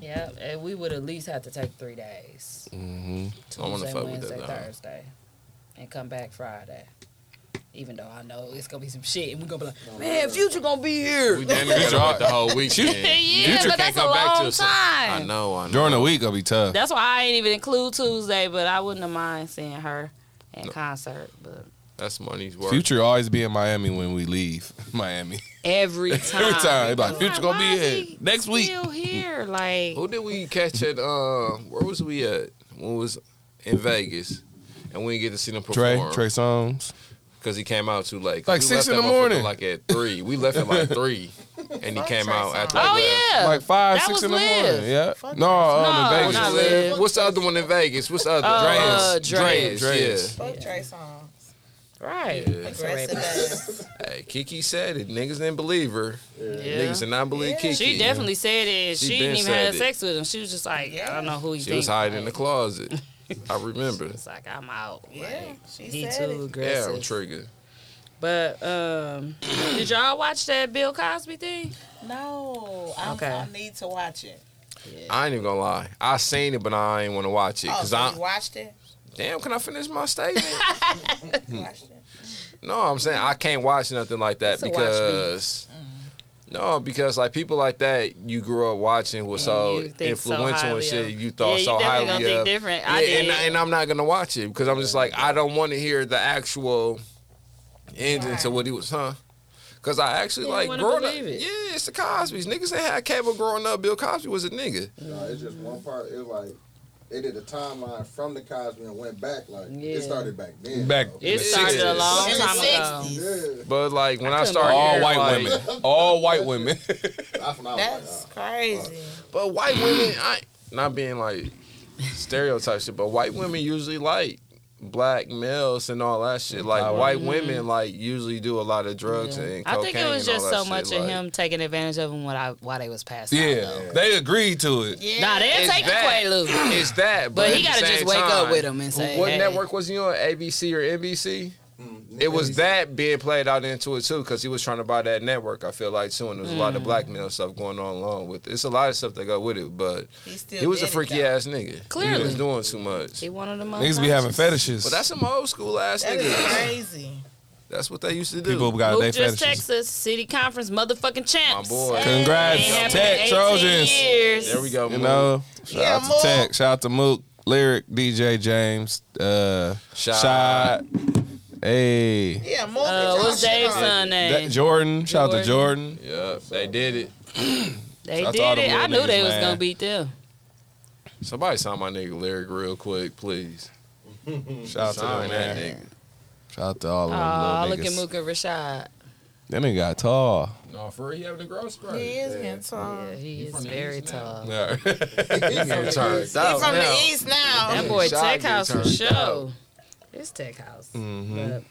yeah, and we would at least have to take three days: Mm-hmm. I wanna Tuesday, fuck with that Wednesday, though. Thursday, and come back Friday. Even though I know it's gonna be some shit, and we're gonna be like, man, Future gonna be here. We damn near gotta wait the whole weekend. yeah, but that's a long us. I time. know. I know. During the week, gonna be tough. That's why I ain't even include Tuesday, but I wouldn't have mind seeing her at concert. But That's money's worth. Future always be in Miami when we leave Miami. every time, Every time, he be like I'm Future gonna why is be here he next week. Still here, like Who did we catch at? Uh, where was we at? When we was in Vegas, and we didn't get to see them Trey, perform Trey Songz. because he came out too late. 'Cause Like we six left in that the motherfucker morning. Like at three, we left at like three, and he came out after. Oh I left. yeah, Like five, That six was in the Liv. morning. Yeah. No, um, No, in What's, not Vegas. the other- Liv. what's the other one in Vegas? What's the other? Uh, Dreas. Dreas. Dreas, Fuck Trey songs. Right. Yeah. Aggressive ass. yeah. Hey, Kiki said it. Niggas didn't believe her. Yeah. Niggas did not believe Yeah. Kiki. She definitely said it. She, She didn't been even have said it. sex with him. She was just like, I don't know who he She was hiding in the closet. I remember. It's like I'm out. Yeah, Like, she he said too it. Yeah, aggressive. I'm triggered. but um, did y'all watch that Bill Cosby thing? No, I'm, Okay. I need to watch it. I ain't even gonna lie. I seen it, but I ain't want to watch it Oh, because so I you watched it? damn. Can I finish my statement? Hmm. You watched it. no, I'm saying I can't watch nothing like that It's a watch because Mm. No, because like people like that you grew up watching was so you think so influential and highly shit. of. You thought Yeah, you so definitely highly gonna think of. different. Yeah, I and, did. and I'm not gonna watch it because I'm just like I don't want to hear the actual ending to what he was, huh? Because I actually You don't like wanna growing up. believe it. Yeah, it's the Cosby's. Niggas ain't had cable growing up. Bill Cosby was a nigga. Nah, it's just one part. It like they did a timeline from the Cosby and went back. Like Yeah. it started back then. Back- though. It started a long In the Um, time ago. 60s. Yeah, But like when I, couldn't started All hearing, white like- women. All white women. that's Oh, when I was That's like, crazy. But white women, I not being like stereotype shit, but white women usually like black males and all that shit. Like white women like usually do a lot of drugs and I cocaine. think it was and just all that so shit, much of like- him taking advantage of him when I while they was passing. yeah, they agreed to it. Yeah. Nah, they're It's taking that. Quaalude, It's that, but, but at he the gotta just same wake up time, with him and say, What hey. network was he on? ABC or NBC? mm, It was NBC. that being played out into it too, because he was trying to buy that network. I feel like too, and there's a lot of Mm. blackmail stuff going on along with it. It's a lot of stuff that go with it, but He still he was a did it, freaky though. ass nigga. he Clearly. was doing too much. He wanted them. Niggas be having fetishes. But that's some old school ass That is niggas. crazy. That's what they used to do. People got their Move just fetishes. Texas City Conference, motherfucking My champs. boy. Congrats, Ain't happened in Tech 18 Trojans. Years. There we go. You Mook. know, shout Yeah, out to Mook. Tech, shout out to Mook, Lyric, DJ James, uh, Shot. Shot, hey, Yeah, more Uh, what's Dave's son that, name? Jordan, shout out to Jordan. Yeah, they did it. They Shout out did to all them it. I little knew they niggas, was man. gonna beat them. Somebody sign my nigga lyric real quick, please. Shout out to them, Sign that man. nigga. Shout out to all of them Oh, little look at niggas. Mook and Rashad. That nigga got tall. No, for real, he having a growth He spurt. is getting tall. Yeah, he is very tall. He's He from the east now. That boy Tech Rashad getting House for turned sure. It's Tech House. But,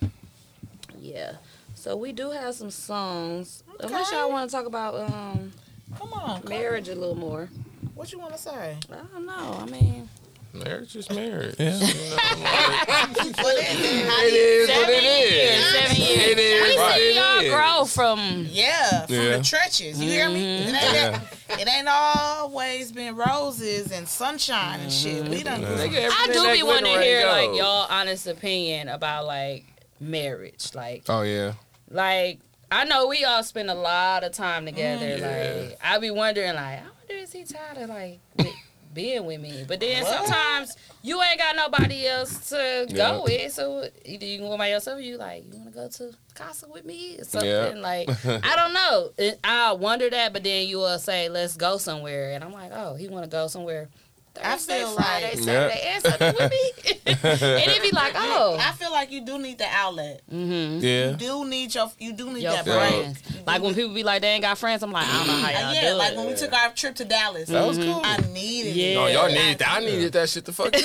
yeah. So we do have some songs. Unless y'all want to talk about um, Come on, come- marriage a little more. What you want to say? I don't know. I mean, Marriage is marriage. Yeah. What is it? How do It you- is what seven it years. is. Seven years. It is We what see it y'all is. grow from. Yeah, from Yeah. the trenches. You hear me? It ain't, Mm-hmm. it ain't always been roses and sunshine and shit. We done Mm-hmm. grew- Nigga, I everything do that be wanting to glitter hear ain't like gold. y'all honest opinion about like marriage. Like, Oh yeah. like I know we all spend a lot of time together. Mm-hmm. Like, I be wondering like, I wonder is he tired of like be- being with me? But then sometimes you ain't got nobody else to Yeah. go with, so either you can go by yourself, or you like you want to go to Casa with me or something. Yeah. Like, I don't know. It- I wonder that, but then you will say, let's go somewhere, and I'm like, oh, he want to go somewhere. I Thursday, feel Friday, like- Saturday, and Sunday with me, and it be like, oh, I feel like you do need the outlet. mm-hmm. Yeah. You do need your you do need your that break. friends. Like when people be like, they ain't got friends. I'm like, I don't know how y'all yeah, do like it. when we took our trip to Dallas, That was cool. I needed Yeah. it. No, y'all needed that. I needed that shit to fuck you.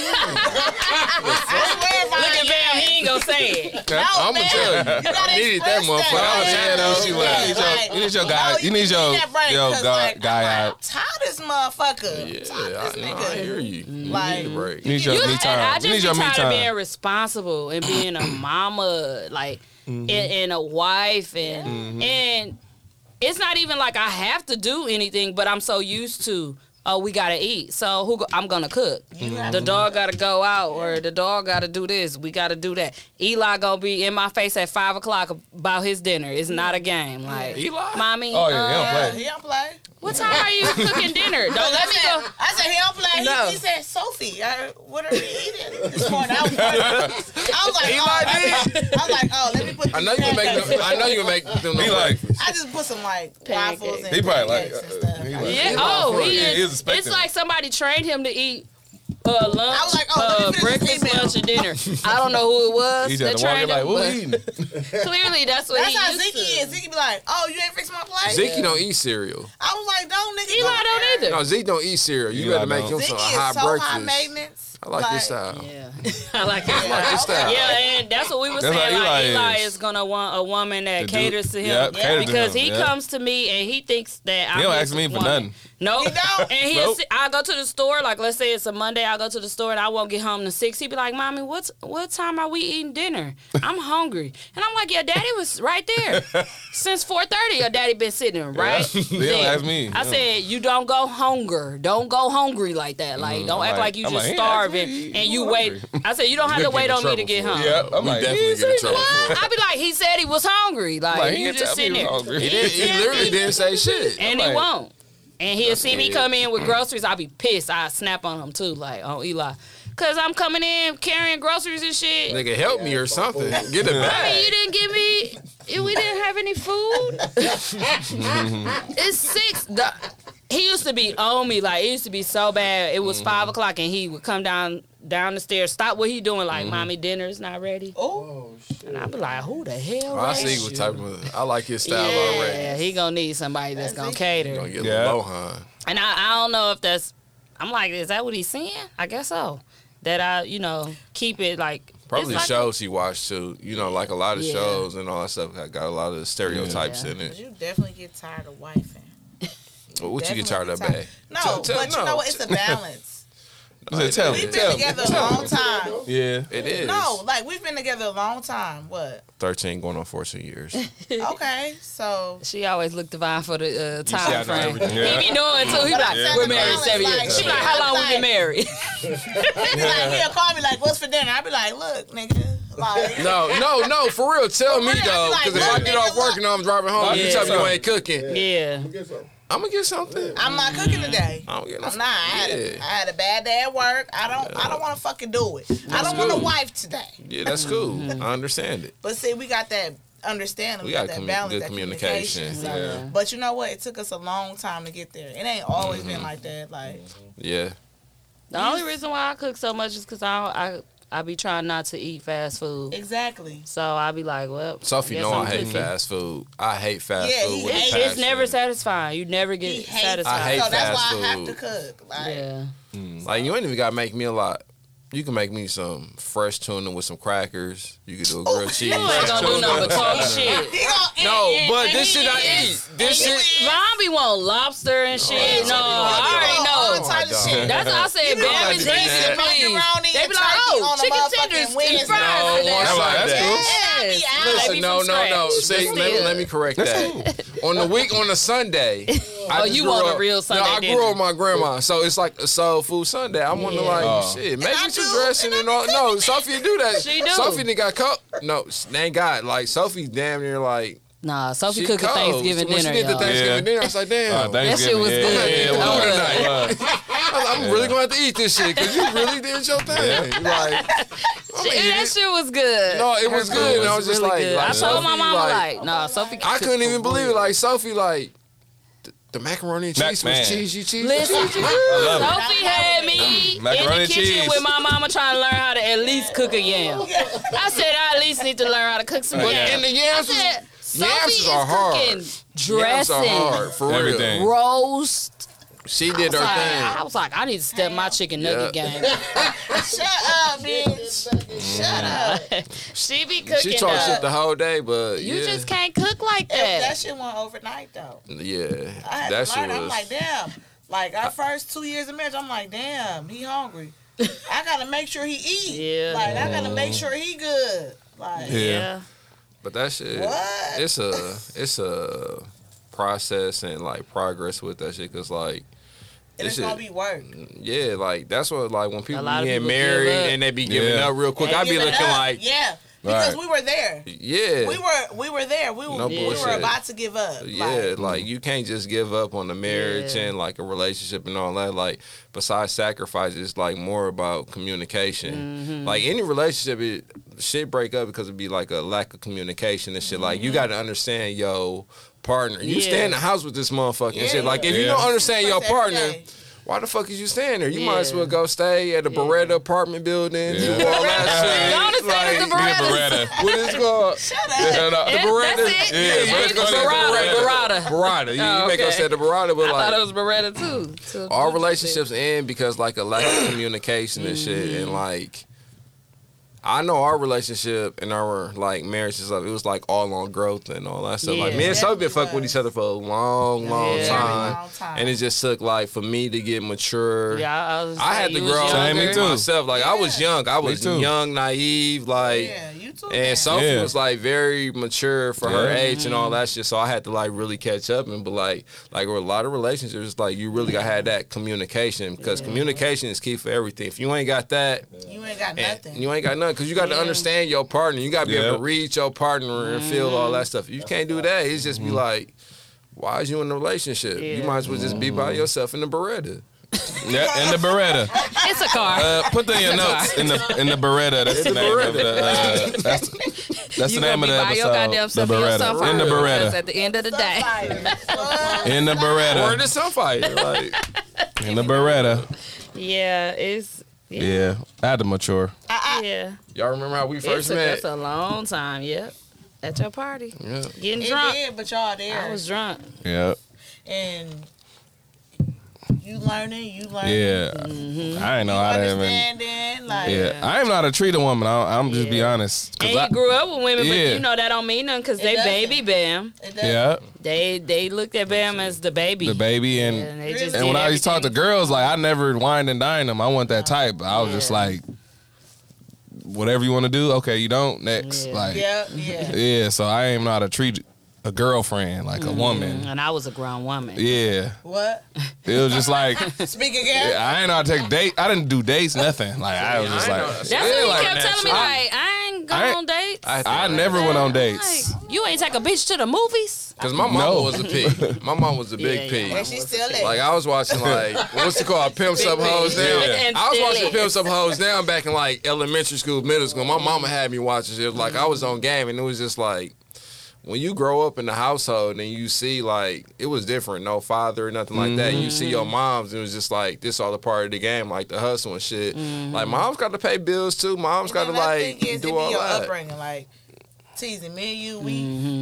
I swear if I Look at Bam, he ain't gonna say it. I'm gonna tell you. gotta I needed that express motherfucker. that. I was Yeah, had though. You that shit need like- your- like, you need your guy. no, You need your that break, your 'cause, guy like, guy I'm out. like, Tired this motherfucker. Yeah, Tired I, this no, nigga. I hear you. You Like- need a break. You need your You, me and I time. You need just your be me tired of being time. responsible and being a mama, like, Mm-hmm. and, and a wife, and and it's not even like I have to do anything, but I'm so used to. Oh, we gotta eat. So who? Go- I'm gonna cook. Mm-hmm. The dog gotta go out, or the dog gotta do this. We gotta do that. Eli gonna be in my face at five o'clock about his dinner. It's not a game. Like Eli? mommy. Oh yeah, uh, he Yeah, don't he play. don't play. What time are you cooking dinner? Don't I let me go. said, I said he don't play. He- No. He, said, Sophie, uh, what are we eating this morning? I was like, I was like, oh, I was like, oh, let me put. I know you can these make. crackers- Them, I know you can make them. He no like break. I just put some like waffles and Pancakes. he probably like. pancakes and uh, stuff. he like- Yeah. Oh, he Yeah, he was is. expecting It's it. like somebody trained him to eat uh, lunch, I was like, oh, let me uh, finish breakfast, this email. lunch, and dinner. I don't know who it was He that just walking trained like, him, what but we eating? clearly that's what That's he how used Zeke to. is. Zeke be like, oh, you ain't fixing my plate. Zeke don't eat cereal. I was like, don't nigga. Eli don't either. No, Zeke don't eat cereal. You Eli better make don't. him Zeke some is high so breakfast. high maintenance. I like this style. Yeah, I like it. I like this style. Yeah, and that's what we were That's saying. Like, how Eli, Eli is. is. gonna want a woman that To do- caters to him Yep, cater to because him, he yeah. comes to me and he thinks that He I'm don't his ask me for woman. nothing. No, don't? and he'll Nope. sit- I'll go to the store. Like let's say it's a Monday, I'll go to the store and I won't get home to six. He'd be like, "Mommy, what's what time are we eating dinner? I'm hungry." And I'm like, "Your daddy was right there since four thirty. Your daddy been sitting there, right?" Yeah. They don't there." ask me. I Yeah. said, "You don't go hunger. Don't go hungry like that. Like don't I'm act like, like- you I'm just like, he ain't ask starving and you wait. I said, you don't have We'll to get wait in on me to trouble get for it. hungry. Yeah, I'm We like, definitely "Is he get in trouble for it." I be like, he said he was hungry. Like, Like, he you didn't just tell me he sitting was there. hungry. He didn't- he literally didn't say shit. And I'm he like, won't. And he'll see me scared. come in with groceries. I'll be pissed. I snap on him too, like on Eli, cause I'm coming in carrying groceries and shit. Nigga, help me or something. Get it I mean, back. you didn't give me. We didn't have any Mm-hmm. food. it's six. The, he used to be on me like it used to be so bad. It was five Mm-hmm. o'clock and he would come down down the stairs, stop what he doing, Mm-hmm. like, "Mommy, dinner is not ready." Oh, and I'd be like, "Who the hell?" Oh, I raised see what you?" type of. I like his style Yeah, already. he gonna need somebody that's gonna cater. Gonna get Yeah. Lohan. And I, I don't know if that's. I'm like, is that what he's saying? I guess so. That I, you know, keep it like Probably it's like- shows he watched too. You know, like a lot of Yeah. shows and all that stuff. Got, got a lot of stereotypes Yeah. in it. you definitely get tired of wifing. Well, what you get tired of, Definitely babe? No, Tell- tell- but you no. know what? It's a balance. I said, tell me. We've Tell been me. together a Tell me. long time. Yeah. It is. No, like we've been together a long time. What? 13 going on 14 years. Okay, so She always looked divine for the uh, see, I time know frame. everything. He be knowing too. He be like, Yeah. we're married seven years. She be like, how long we been married? he be like, he'll call me like, "What's for dinner?" I be like, "Look, nigga, like." No, no, no, for real. Tell me real, though, like, because if I look, get nigga, off work and I'm driving home, Yeah. you tell me you ain't cooking. yeah. I'm gonna get something. I'm not cooking today. I don't get no. I'm not. I had, a, I had a bad day at work. I don't. I don't want to fucking do it. I don't want a good. wife today. Yeah, that's cool. Mm-hmm. I understand it. But see, we got that understanding. We We, got got, that commu- balance, good that communication. communication. so- But you know what? It took us a long time to get there. It ain't always Mm-hmm. been like that. Like Yeah, The only reason why I cook so much is because I don't- I I be trying not to eat fast food. exactly. So I be like, well, Sophie, guess know I'm I hate cooking. fast food. I hate fast Yeah, food. he With a hates- It- passion. it's never satisfying. You never He get hates it. satisfied. I hate so that's fast why I have to food. cook. Like Yeah. Like you ain't even gotta make me a lot. You can make me some fresh tuna with some crackers. You can do a grilled cheese. Oh, You ain't gonna do nothing but talk shit. he gonna eat No, it. but And this he shit I is- eat. This shit. Zombie want lobster and shit. No, Oh, I all already know. type of dog. shit. That's what I said. Bambi's do that. dressing, please. Macaroni They and be like, turkey oh, on a chicken motherfucking tenders Wednesday. and fries. No, today. I'm like, that's cool. Yes. They Listen, be no, from no, no. scratch. See, But let, me- still. let me correct that. On the week, on a Sunday. I Oh, just you grew want a up- real Sunday No, I dinner. grew up with my grandma, so it's like a soul food Sunday. I want to like Oh. shit, I maybe some do, dressing and all. No, Sophie do that. She do. Sophie didn't got cooked. No, thank God. Like Sophie, damn near like Nah, Sophie she cooking cold. Thanksgiving when dinner. She did the y'all. Thanksgiving Yeah. dinner. I was like, damn. Uh, That shit was Thanksgiving, yeah, good. yeah, That it was was. good. It was. I was like, I'm really gonna have to eat this shit because you really did your Shit, thing. Like, I'm gonna eat that it. shit was good. No, it Her was food good, and I was just like- like, I told my Sophie, mama like- like, nah, Sophie. I cook couldn't for even believe real. it. Like Sophie, like the, the macaroni and Mac cheese man. was cheesy, cheesy. Listen, cheesy. Sophie had me in Macaroni the and kitchen cheese. with my mama trying to learn how to at least cook a yam. I said I at least need to learn how to cook some But yams. and the yams was- I said, yams Sophie are is hard. cooking Yams are dressing, hard for Everything. real. roast. She did her Like, thing. I was like, I need to step my chicken nugget game. Shut up, bitch. Shut up. she be cooking. uh, She talked though. shit the whole day, but you yeah, just can't cook like If that. that shit went overnight though. yeah, I had that to shit learn. I'm was. like, damn. Like our first two years of marriage, I'm like, damn, he hungry. I gotta make sure he eat. Yeah. Like I gotta make sure he good. Like yeah. But that shit, What? it's a it's a process and like progress with that shit. Cause like and this it's shit, gonna be work. yeah, like that's what like when people lot be of getting people give married up. and they be giving Yeah. up real quick. I be Giving looking up. like, yeah, because Right. we were there. yeah, We were we were there. We were No we were bullshit. about to give up. Yeah, Like, like, you can't just give up on the marriage mm. Yeah. and like a relationship and all that. Like besides sacrifice, it's like more about communication. Mm-hmm. Like any relationship, it shit break up because it'd be like a lack of communication and shit. Like you got to understand yo partner. You Mm-hmm. Yeah. stay in the house with this motherfucker and shit. Like if you Yeah. don't understand your That's every partner. day. Why the fuck is you staying there? You might as Yeah. well go stay at a Beretta apartment building, do Yeah. all that shit. Don't stay with the Like, Yeah, Beretta. what is called? Yeah, no, the Yeah, Beretta. that's it. Yeah, Yeah, but it's gonna say Beretta, Beretta. Beretta. You, you Oh, make us okay. say the Beretta, but I thought it like was Beretta too. So- Mm-hmm. all relationships end because like a lack of communication and shit, and like I know our relationship and our like marriage is up. It was like all on growth and all that stuff. like Yeah. me and Sophie been fucking with each other for a long, long, Yeah. time. Long time. and it just took like for me to get mature. Yeah, I, was I saying had to you was grow younger. Same, me too. myself. Like I was young, I was too. young, naive, like. Yeah, you too. man. And Sophie Yeah. was like very mature for her Yeah. age and all that shit. So I had to like really catch up and be like, like with a lot of relationships, like you really gotta have that communication because communication is key for everything. If you ain't got that, you ain't got and nothing. you ain't got nothing because you got to understand your partner. You got to be Yeah. able to read your partner and feel all Mm-hmm. that stuff. If you can't do that, it's Mm-hmm. just be like, why is you in a relationship? You Yeah. might as well just be Mm-hmm. by yourself in the Beretta. Yeah, in the Beretta. It's a car. Uh, put that in your notes in the in the Beretta. That's the the name of the. Uh, that's that's the you name gonna of be the by your goddamn episode. self The and yourself Beretta. In the first, because Beretta. At the end of the day, In the Or Beretta. in the Sunfire. Like, In the Beretta. yeah, it's yeah, Yeah, I had to mature. yeah. y'all remember how we It first took met? us a long time. Yep, at your party, Yeah. getting It drunk. did, but y'all there. I was drunk. Yeah, and you learning, you learning. yeah. Mm-hmm. I ain't know You how to even. understanding, like Yeah, I ain't know how to treat a woman. I, I'm just be Yeah. honest. 'Cause And you I- grew up with women, Yeah. but you know that don't mean nothing because It they doesn't. baby Bam. it does- yeah, They they looked at Bam as the baby. the baby and. And, they just And And did when I used to talk to everything. Uh-huh. girls, like I never whined and dined them. I want that type. I was just Yeah. like, whatever you want to do, okay. You don't next. Yeah. Like, yeah, yeah. yeah. So I ain't know how to treat a girlfriend like Mm-hmm. a woman. Mm, and I was a grown woman. Yeah, What? it was just like Speak again. I ain't know how to take date. I didn't do dates, nothing. Like I was just like, That's what yeah, he like, kept telling me. Like I ain't I going ain't- on dates. I never went on dates. Like, you ain't take a bitch to the movies. Because my mama No. was a pig. My mom was a big Yeah, yeah. pig. And she still there. Like I was watching like what's it called? Pimps up hoes Pig. down. Yeah. And I was still watching is. Pimps up hoes down back in like elementary school, middle school. My mama had me watching shit. Like I was on game, and it was just like when you grow up in the household and you see like it was different, no father or nothing like that. You see your Mm-hmm. moms, and it was just like this all a part of the game, like the hustle and shit. Mm-hmm. Like mom's got to pay bills too. Mom's got to And my like thing is, it do be all your that. upbringing, like teasing me and you.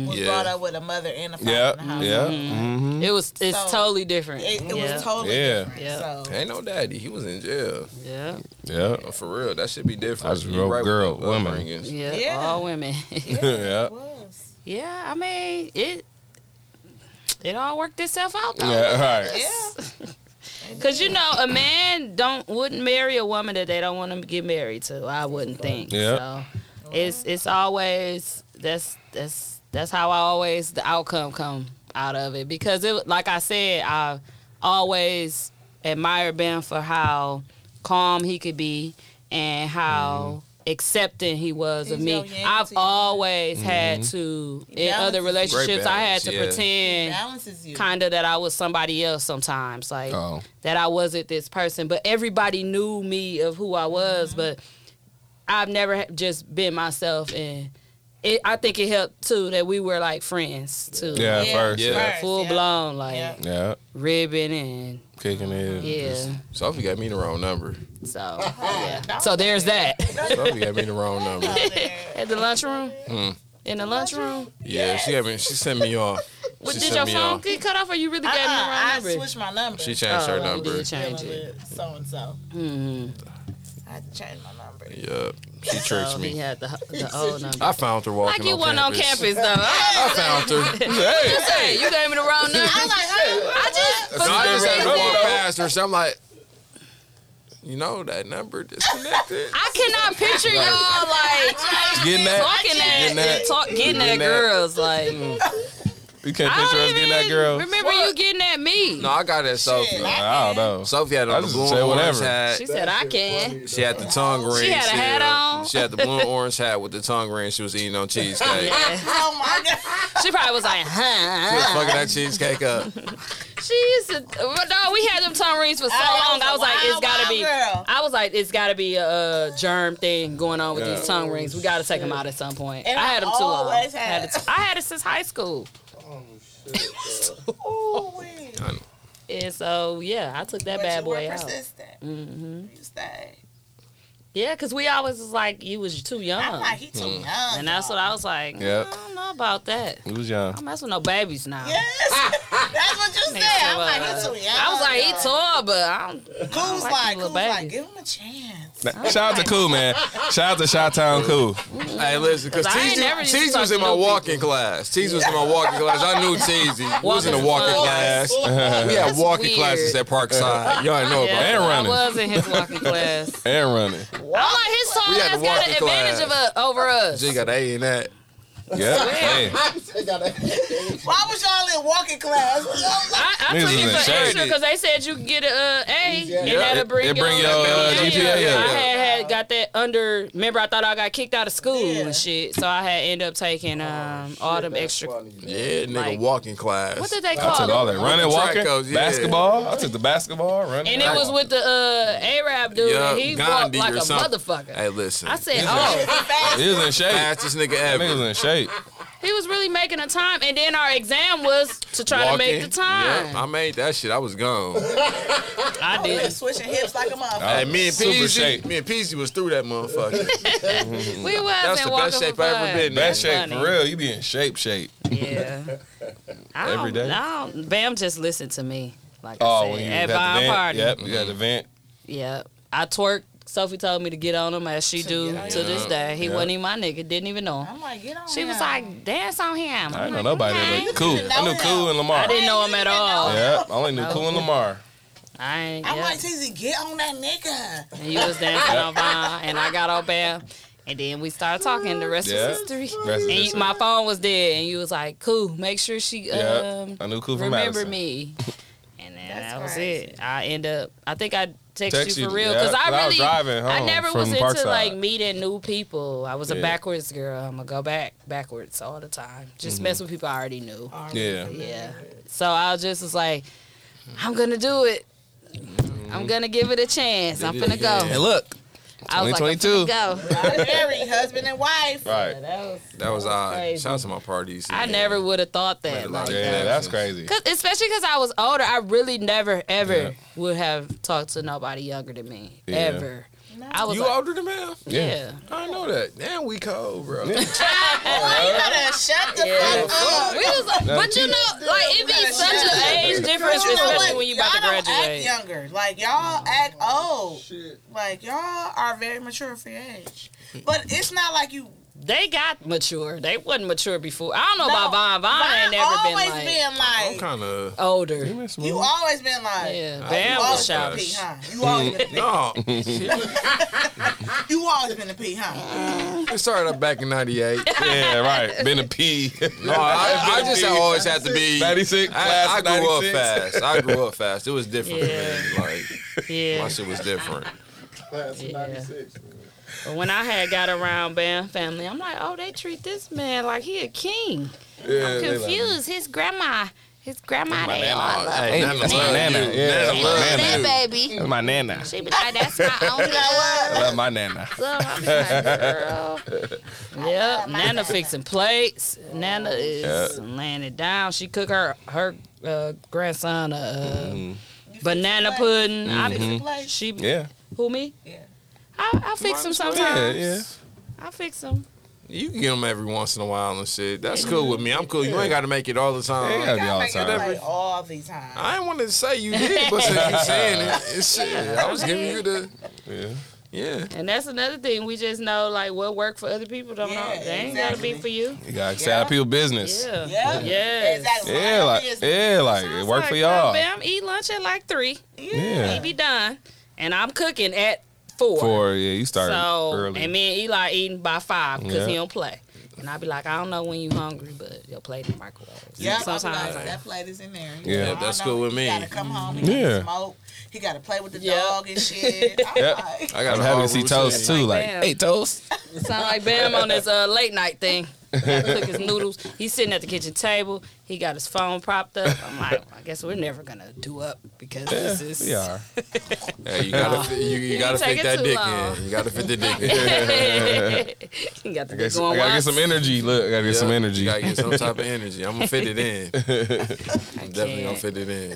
We was Yeah. brought up with a mother and a father yeah, in the house. yeah, hmm It was it's So, totally different. It, it yeah. was totally Yeah. different. Yeah. So Ain't no daddy. He was in jail. yeah, yeah, But for real, that should be different. I just You wrote with girl, the women. upbringings. yeah, Yeah. all women. yeah. it was. yeah, I mean it. It all worked itself out though. Yeah, right. Yeah. Cause you know a man don't wouldn't marry a woman that they don't want to get married to. I wouldn't think. Yeah. So it's it's always that's that's that's how I always the outcome come out of it because it like I said I always admire Ben for how calm he could be and how accepting he was of He's me. your yang I've to your- always had to in balances other you. relationships I had balance, to yeah. pretend Balances you. kind of that I was somebody else sometimes, like Oh. that I wasn't this person. But everybody knew me of who I was, but I've never ha- just been myself. And it, I think it helped too that we were like friends too, Yeah, Yeah. first, yeah, Yeah. full Yeah. blown like Yeah. yeah. ribbon and kicking it. yeah. Just- Sophie got me the wrong number. So yeah. so there's that Sophie got me the wrong number. at the lunchroom. Mm. In the lunchroom, Yeah, she got me. She sent me off. what, She did sent your me phone off. get cut off, or you really Uh-uh, got I me the wrong number? switched my number. She changed her Oh, you number. did change it. So and so. Mm-hmm. I changed my number. Yeah, she So tricked he me. had the, the old number. I found her walking Oh, Like you on wasn't on campus. campus though. I I found her. hey, was saying, you gave me the wrong number. I oh, just for so some I just had to reason, walk past her. So I'm like, you know that number disconnected. I cannot picture y'all like Getting that, talking Getting that. at talk, getting at Getting that. girls like. you can't I picture don't us even getting that girl. remember you getting at me. No, I got that Sophie. I don't know. Sophie had I on the just blue said and orange whatever. hat. She said I can. She had the tongue ring. had a hat on. She had the blue and orange hat with the tongue ring. She was eating on cheesecake. Oh my god. She probably was like, She was huh? fucking that cheesecake up. She used to. well, No, we had them tongue rings Oh, for so long. I was like, it's gotta be. Girl. I was like, it's gotta be a, uh germ thing going on with these tongue rings. We gotta take them out at some point. And I had them too long. always had Had it- I had it since high school. Ooh-wee. And so, yeah, I took that But bad you were boy Hmm? out. Mm-hmm. persistent. You stayed. Yeah, because we always was like, you was too I'm young. like, he too young. Oh. Hmm. And that's what I was like, "Mm, Yep. I don't know about that. He was young. I'm messing with no babies now. Yes. that's what you said. I'm like, he too young. I was like, he tall, but I don't. Cool's like like, little Cool's like, babies. give him a chance. Oh Shout out to Cool, man. Shout out to Shot Town Cool. Hey, listen, because 'Cause I ain't never used to Teasy talk was in to my no walking class. Teasy was in my walking class. I knew Teasy. We was in a Walking walking class. class. We had That's walking Oh, weird. classes at Parkside. Y'all ain't know about And that. I running. was in his walking class. And running. I'm like, his tall We had ass got an the walking advantage of class. us over us. She got an A in that. Yeah. Hey. They got that. Why was y'all in walking class? I, I took Niggas was in it for shape. extra because they said you could get a uh, A and Yeah, that'll it- bring, it bring your, your, uh, Yeah, GPA up. I had, had got that under. Remember, I thought I got kicked out of school Yeah. Oh, and shit, so I had end up taking um all them extra. Yeah, nigga, Like- walking class. What did they I call took all it? that. Running, Track walking, goes, yeah. basketball. I took the basketball, running. And it was with the uh, Arab dude, and Yeah, he Gandhi walked like or a something. motherfucker. Hey, listen. I said, oh, He was in shape. fastest nigga That ever. nigga was in shape. he was really making a time. And then our exam was to try to make the Walking. time. Yeah, I made that shit. I was gone. I They did. switching hips like a motherfucker. hey, me and Super Peasy, shape. me and Peasy was through that motherfucker. We was That's in the best walking shape for I ever fun. been in. Bad shape funny. for real. You be in shape, shape. Yeah. I Every don't- day. I don't- Bam just listened to me. Like Oh, I when said, you at had Vine the vent. Party. Yep, you had the vent. Yeah. I twerked. Sophie told me to get on him as she do to this day. He wasn't even my nigga. Didn't even know. him. I'm like, get on. She was now. like, dance on him. I I'm didn't know like, nobody okay. but cool. I knew cool and Lamar. I didn't know him at all. Yep, I only knew cool and Lamar. I ain't. I'm Yeah. like, Tizzy, get on that nigga. And you was dancing on Vine, and I got on Bam. And then we started talking. The rest Yeah. is history. Rest is and you, history. my phone was dead, and you was like, "Cool, make sure she Yep, um, I knew cool from remember Madison. me. And then That's that was crazy. it. I end up. I think I text, Text you you, for real yeah, because 'cause I I was really, driving I home never from was into Parkside. like meeting new people. I was a Yeah. backwards girl. I'm gonna go back backwards all the time. Just Mm-hmm. mess with people I already knew. Oh, Yeah. Yeah. So I just was like, I'm gonna do it. I'm gonna give it a chance. I'm finna go. And look, I was like, I'm 2022. finna go. Married husband and wife. right. That was- That was I. crazy. Shout out to my parties. I never would have thought that. Like, Yeah, that's crazy. Cause especially because I was older, I really never ever would have talked to nobody younger than me Yeah. ever. I was You like, older than me? yeah. I didn't know that. Damn, we cold, bro. You better shut the fuck up. We was like, but you know, like it be such an age difference, You know especially what? when you about to Y'all don't Act graduate. younger, like y'all act old. Like y'all are very mature for your age, but it's not like you. They got mature. They wasn't mature before. I don't know No, about Von. Von ain't never been always like been I'm like. kind of older. you always been like. Yeah, You Bam was always shallow. been a P, huh? You always been a P. no. You always been a P, huh? It started up back in '98. Yeah, right. Been a P. No, I, I just always had to be. 96, class I, I of grew up 96. fast. I grew up fast. It was different. Yeah. Man. Like my Yeah. shit was different. Class of Yeah. 96. But when I had got around Bam family, I'm like, oh, they treat this man like he a king. Yeah, I'm they like- confused. His grandma, his grandma, they all love Hey, Nana that's my love nana. you. Yeah, Nana that's love my you. nana. that baby. That's my nana. She be like, that's my only I love my nana. love. I be like, girl. Yep, Nana fixing plates. Nana is laying it down. She cook her her uh, grandson a uh, banana pudding. I be- Like she Mm-hmm. Yeah. who me? Yeah. I, I fix them Yeah, sometimes. yeah. I fix them. You can get them every once in a while and shit. That's cool with me. I'm cool. You ain't got to make it all the time. Yeah, I y'all make it time. like all the time. I didn't want to say you did, but since you saying it, it's shit. I was giving you the Yeah. yeah. And that's another thing. We just know like what work for other people don't Yeah, know. They ain't gotta be exactly. for you. You gotta accept people business. Yeah. Yeah. Yes. Exactly. Yeah, like yeah, like I it was worked for like, "Well, y'all. Bam, eat lunch at like three. Yeah. Be done. And I'm cooking at four. For yeah, you started so early. and me and Eli eating by five because he Yeah. don't play. And I be like, I don't know when you hungry, but your plate in the microwave. Yeah, sometimes. sometimes that plate is in there. Yeah, I that's know cool with he me. He gotta come home. He yeah. Yeah. gotta smoke. He gotta play with the Yep. dog and shit. I'm Yep. like, I got I'm happy a to hard see rule toast set. too. Like, Bam. hey toast. Sound like Bam on his uh, late night thing. He cook his noodles. He's sitting at the kitchen table. He got his phone propped up. I'm like, I guess we're never gonna do up because this is. We are. Hey, you gotta you, you gotta take fit it that too dick long. in. You gotta fit the dick in. he got the I big gotta going get once. some energy. Look, I gotta get some Yeah, energy. You gotta get some type of energy. I'm gonna fit it in. I'm definitely gonna can't. fit it in.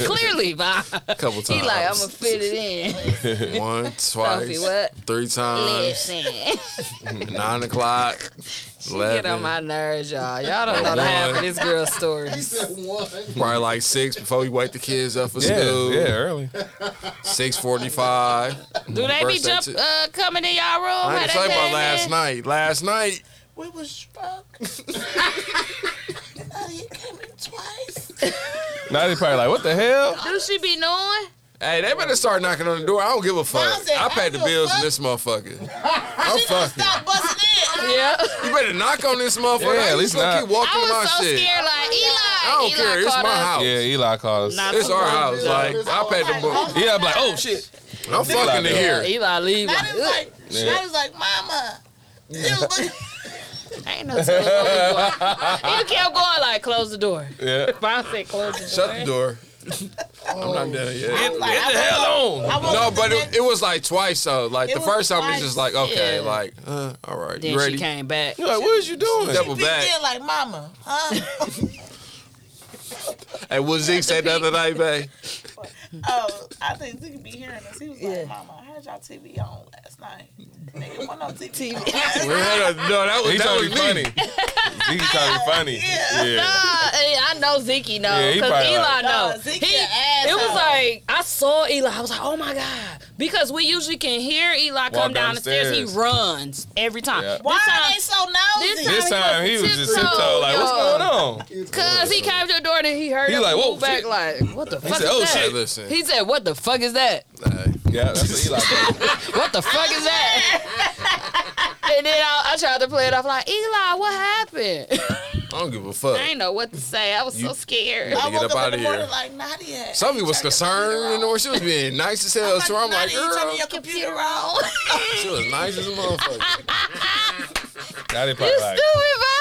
A Clearly, Bob. couple times. He like, I'm gonna fit it in. One, Sophie, twice, what? three times, Listen, nine o'clock, get on eleven, my nerves, y'all. Y'all don't know the half of this girl's stories. probably like six before we wake the kids up for yeah, school. yeah, early. Six forty-five. Do they be Burst jump into- uh, coming in y'all room? I How ain't that talking about thing last is? night. Last night. We was struck. Nutty came in twice. Now they probably like, what the hell? Do she be knowing? Hey, they better start knocking on the door. I don't give a fuck. Mom said, I "I paid the don't bills fuck." in this motherfucker. I'm fucking. Stop busting in. Yeah. You better knock on this Yeah, motherfucker. I at ain't least gonna knock. keep walking I was my so shit. scared, like Eli. I don't Eli care. It's caught my us. house. Yeah, Eli calls. Nah, It's our Yeah, house. Like I paid the bill. Yeah, I'm like, oh shit. I'm fucking to here. Eli leave. I was like, Yeah. I was like, Mama. It was like, Ain't no telling where we going. You kept going like close the door. Yeah. Brown said close the door. Shut the door. I'm not done I yet. was like, I The hell on. I want No, the but next- it, it was like twice though. Like It the was first time, twice. it's just like okay, Yeah. like uh, all right, Then you she ready? came back. You're like, what is you doing? Double She back. did like mama, huh? Hey, what Zeke said the other night, babe? oh, I think he could be hearing us. He was like, Mama, I heard y'all TV on last night. Nigga, went on TV. We had a- No, that was He that trying to be was me. funny. He trying to be funny. Yeah. Yeah. Nah, eh, I know Zeke know Yeah, he because probably Eli like- know. Nah, Zeke he, an asshole. it was like I saw Eli. I was like, oh my god, because we usually can hear Eli come Walk down the stairs. He downstairs. runs every time. Yeah. Why This are time, they so nosy? this This time he was just Tiptoe, tiptoe, like, what's yo. going on? cause he came to the door and he heard He him like, move whoa, back shit. like, what the fuck said, is oh, that? Hey, listen. He said, what the fuck is that? Yeah, that's what Eli did. What the fuck is that? and then I, I tried to play it off like, Eli, what happened? I don't give a I fuck. didn't know what to say. I was so scared. I to get woke up up, outta in the morning here. like Nadia. Somebody was turn your computer concerned, and off. she was being nice as hell. So I'm like, Nadia, you girl, turning your computer on. she was nice as a motherfucker. Now they You probably like, stupid bastard.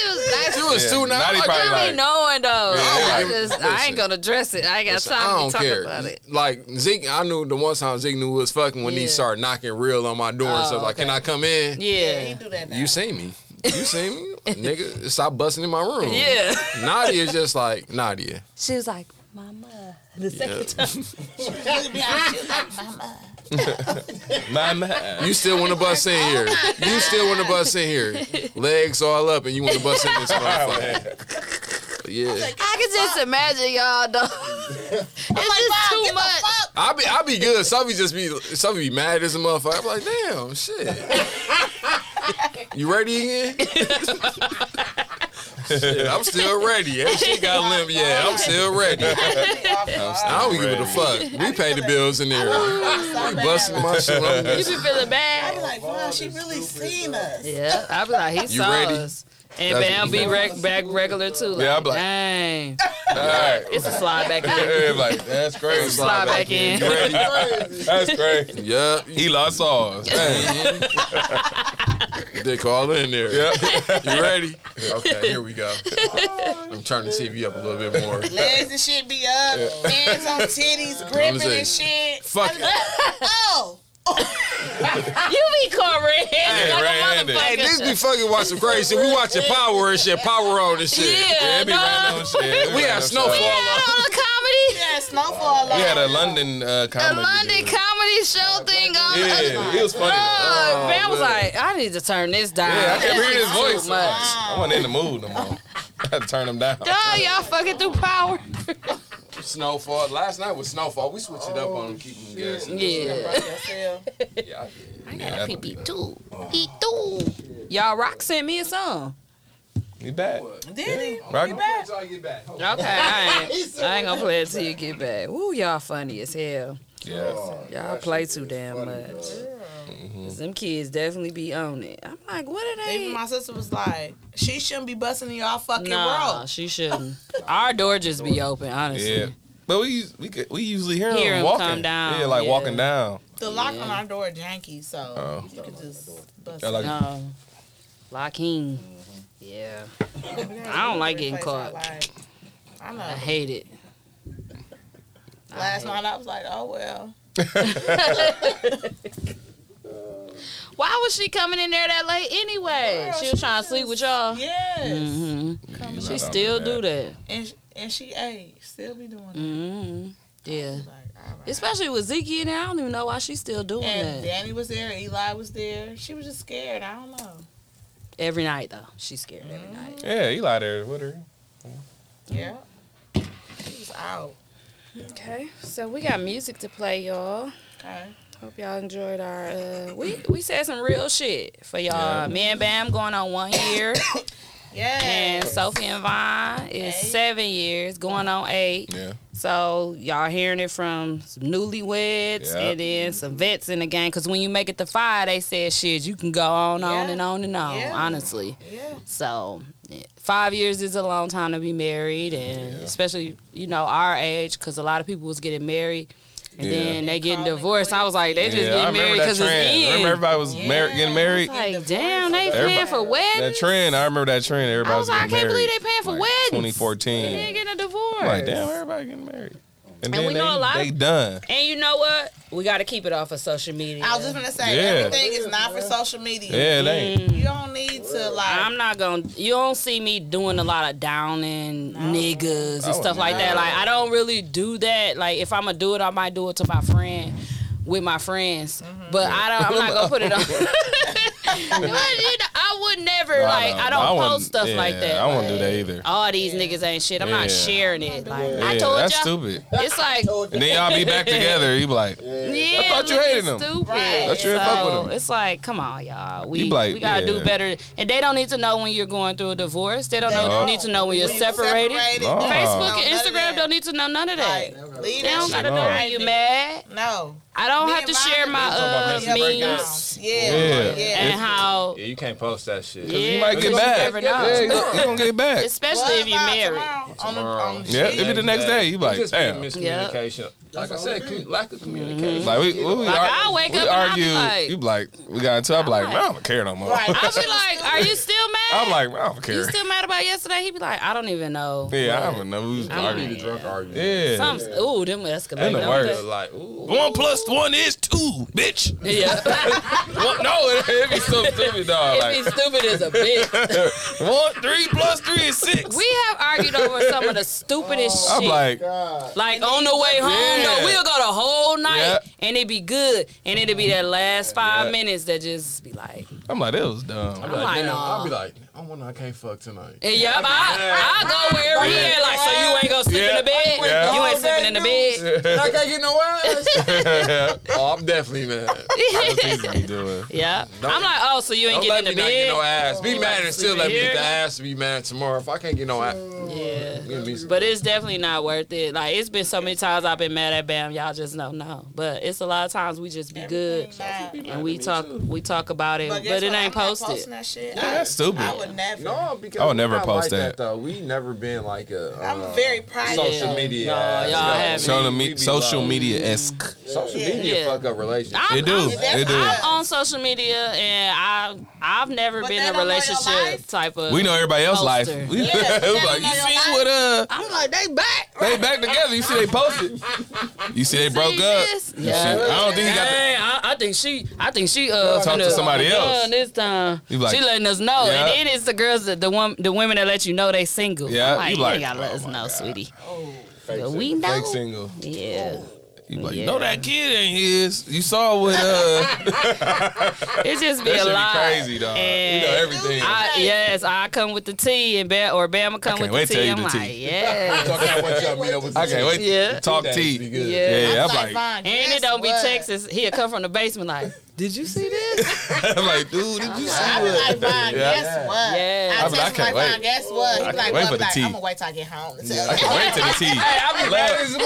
You was nice. She was Yeah, too now nice. they Like, probably girl, Really like- knowing though. Yeah, I, like, just, I listen. ain't gonna dress it. I ain't got Listen, time I don't to talk care. about it. Like Zeke, I knew the one time Zeke knew it was fucking when he Yeah. started knocking real on my door and Oh, stuff. Like, okay. can I come in? yeah, he Yeah. do that now. You see me? You see me, nigga? Stop busting in my room. Yeah. Nadia's just like Nadia. She was like, Mama. The second time. She be out, she was like, Mama. nah, nah. You still want to bust in here? You still want to bust in here? Legs all up, and you want to bust in this motherfucker? Yeah. I could just imagine y'all though. it's Mom, just too get much. the fuck. I be I be good. Some be just be some be mad as a motherfucker. I'm like, damn, shit. you ready again? Shit, I'm still ready. That shit got limp. Yeah, I'm still ready. I don't give a fuck. We pay the bills in there. Oh, So bad. Busting my shit. I'm You be feeling I'm bad. like, wow, she really seen us. Yeah. I be like, he You saw ready? us. And That's- Bam be reg- back regular too. Like, Yeah, I be like- dang. All right. It's a slide back in. Everybody like, that's crazy. slide back in. You ready? That's crazy. Yeah. Eli saw us. Hey, Dick all in there. yeah. You ready? Okay, here we go. I'm turning the TV up a little bit more. Legs and shit be up, hands on titties, gripping and shit. Fuck it. Oh, You be correct. Yeah, like a right-handed. motherfucker. Hey, this be fucking watching crazy. We watching Power and shit, Power on and shit. Yeah, Every random shit. We had snowfall. We had all the comedy. yeah, snowfall. We had alert. a London uh, A comedy. London comedy show thing on. Yeah, it was funny. though. Uh, Bam was like, I need to turn this down. Yeah, I can't This hear is his too voice. Much. I wasn't in the mood no more. I had to turn him down. Duh, y'all fucking through power. Snowfall. Last night was Snowfall. We switched it up on them, keeping them guessing. Yeah. Yourself. Yeah, I- Pee too. Pee too. Y'all rock sent me a song. He back. Did he? Rock- Until I get back. Hold Okay, I ain't, I ain't gonna play it till you get back. Ooh, y'all funny as hell. Yes. Y'all play too damn much. Mm-hmm. 'Cause them kids definitely be on it. I'm like, what are Even they? my sister was like, she shouldn't be busting in y'all fucking Nah, row. she shouldn't. Our door just be open, honestly. Yeah. But we we could- we usually hear, Hear him, him walking come down, Yeah, like yeah. walking down. The lock on our door janky, so Uh, Oh. you could just bust. Yeah, like- it. No. Lock him. Mm-hmm. Yeah. I don't like getting Replace our caught. lives. I know. I hate it. Last Uh-huh. night I was like, oh well. Why was she coming in there that late anyway? she was trying to sleep with y'all. Yes. hmm He's She not on still that. do that. And sh- and she ate. Still be doing it. hmm Yeah. Like, all right. Especially with Zeke in there, I don't even know why she's still doing that. And Danny was there. Eli was there. She was just scared. I don't know. Every night though, she's scared every Mm-hmm. night. Yeah, Eli there with her. Mm-hmm. Yeah. She was out. Okay, so we got music to play, y'all. Okay. Hope y'all enjoyed our. Uh, we we said some real shit for y'all. Yeah. Me and Bam going on one year, and Yeah. Sophie and Vine is seven years, going on eight. Yeah. So y'all hearing it from some newlyweds Yep. and then some vets in the game. Cause when you make it to five, they said shit. You can go on, on Yeah. and on and on. Yeah. Honestly. Yeah. So yeah, five years is a long time to be married, and especially you know our age, because a lot of people was getting married. And Yeah. then they getting divorced. I was like, they just I getting remember married that because it's trend. in. Remember everybody was mar- getting married? like, damn, they Everybody- paying for That weddings. trend, I remember that trend. Everybody I was, was like, Oh, I getting can't believe married. they paying for like weddings. 2014. They ain't getting a divorce. I'm like, damn, everybody getting married. And, And then we they, know a lot they of- done. And you know what? We got to keep it off of social media. I was just gonna say Yeah. everything is not for social media. Yeah, it ain't. You don't need to like. I'm not gonna. You don't see me doing a lot of downing niggas I and stuff wouldn't like that. do that. Like I don't really do that. Like if I'm gonna do it, I might do it to my friend, with my friends. But I don't. I'm not gonna put it on. But, you know, I would never No, like. I don't wouldn't- post stuff like yeah, that. I Like, wouldn't do that either. All these niggas ain't shit. I'm not Yeah. sharing it. Like Yeah, I told that's y'all, stupid. it's like And then y'all be back together. You be like, yeah, I thought you look, hated it's him. Stupid. Thought you didn't fuck with So, him. It's like, come on, y'all. We You like, we gotta do yeah. better. And they don't need to know when you're going through a divorce. They don't know- don't. need to know when you're When you separated. No. they don't Facebook know and none of Instagram that. don't need to know none of that. Like, leave They don't that gotta shit know No. when alone. you mad. No. I don't have to Leave share my uh, Talking about mental memes Yeah. Yeah. Yeah. and how. Yeah, you can't post that shit. Yeah, you might get back. never Yeah, know. you gon- you gonna get back. Especially What if you're about married. tomorrow? On the, Tomorrow. on the Yeah, shit? it'd be the next day. You be like, It's just damn. being miscommunication. Like I said, commu- lack of communication. Like we, we, we Like, ar- I wake we up and I argue. be like- you be like, we got into. I'm like, man, I don't care no more. Right. I'll be like, "Are you still mad? I'm like, man, I don't you care. still mad about yesterday?" He'd be like, "I don't even know." Yeah, I don't know. We was I'm arguing. like, Drunk argument. Yeah. Some, ooh, them escalate. And the don't worst. they? Like, ooh. One plus one is two, bitch. Yeah. One, no, it, it be so stupid, dog. If he's Like, stupid as a bitch. one, three plus three is six. We have argued over some of the stupidest Oh. I'm shit. like, God. Like, on the way home, Yeah. though, we'll go the whole night Yeah. and it'd be good. And it'd be that last five Yeah. minutes that just be like, I'm like, that was dumb. I'm like, damn, nah. I'll be like, I wonder I can't fuck tonight. and yep, I, I go wherever he at. Like, so you ain't gonna sleep in Yeah. the bed? Yeah. You ain't sleeping in the bed? I can't get no ass. oh, I'm definitely mad. That's what he be doing. Yeah. I'm like, oh, so you ain't Don't let getting in the me not get bed? no ass. Be mad and still let me here. get the ass to be mad tomorrow. If I can't get no ass, yeah. give me some. But it's definitely not worth it. Like it's been so many times I've been mad at Bam. Y'all just don't know. But it's a lot of times we just be good Nah. and we talk we talk about it, but, guess it what? ain't I'm not posted. posting that shit. Yeah, that's stupid. I, I would never. No, because I would we never not post like that. that. though. We never been like a uh, I'm very private. social media. ass. y'all No, haven't. Social, we me- be social low. media esque. Social Yeah. media Yeah. fuck up relationships. I'm, It do. I'm- It I'm do. on social media and I I've never But they been don't a know your relationship life. type of We know everybody else's life. Poster. We Yeah, we you like, never you know see your what uh I'm like they back. they back together. You see they posted. You see they broke up. this? You see- I don't think he got the Dang, I, I think she, I think she uh Talk to finna- somebody uh, else. this time. You like- she letting us know, Yeah. and then it's the girls, that, the one, the women that let you know they single. Yeah, I'm like, you you like, ain't gotta let oh us know, my Oh, sweetie. Fake shit. But we know. fake single. Yeah, You like, Yeah. no, that kid ain't his. You saw what uh it just be that a should be lot. crazy, dog. You And know everything. I, yes, I come with the tea, and Bam or Bama come can't with wait the till tea. you I'm do like, tea. yes. Talking about what y'all meet up with. I can't wait Yeah. to talk Days be tea. good. Yeah. Yeah, I'm Like, like, fine, And guess it don't be what? Texas. He'll come from the basement like, did you see this? I'm like, dude, did you see I be what? like, Vaughn, Yeah. guess what? Yeah. I I'm like, I text him can't like, Vaughn, wait. guess what? He be like, wait well, for the like, tea. I'm gonna wait till I get home. to tell I you. can't wait till the tea. I'm glad this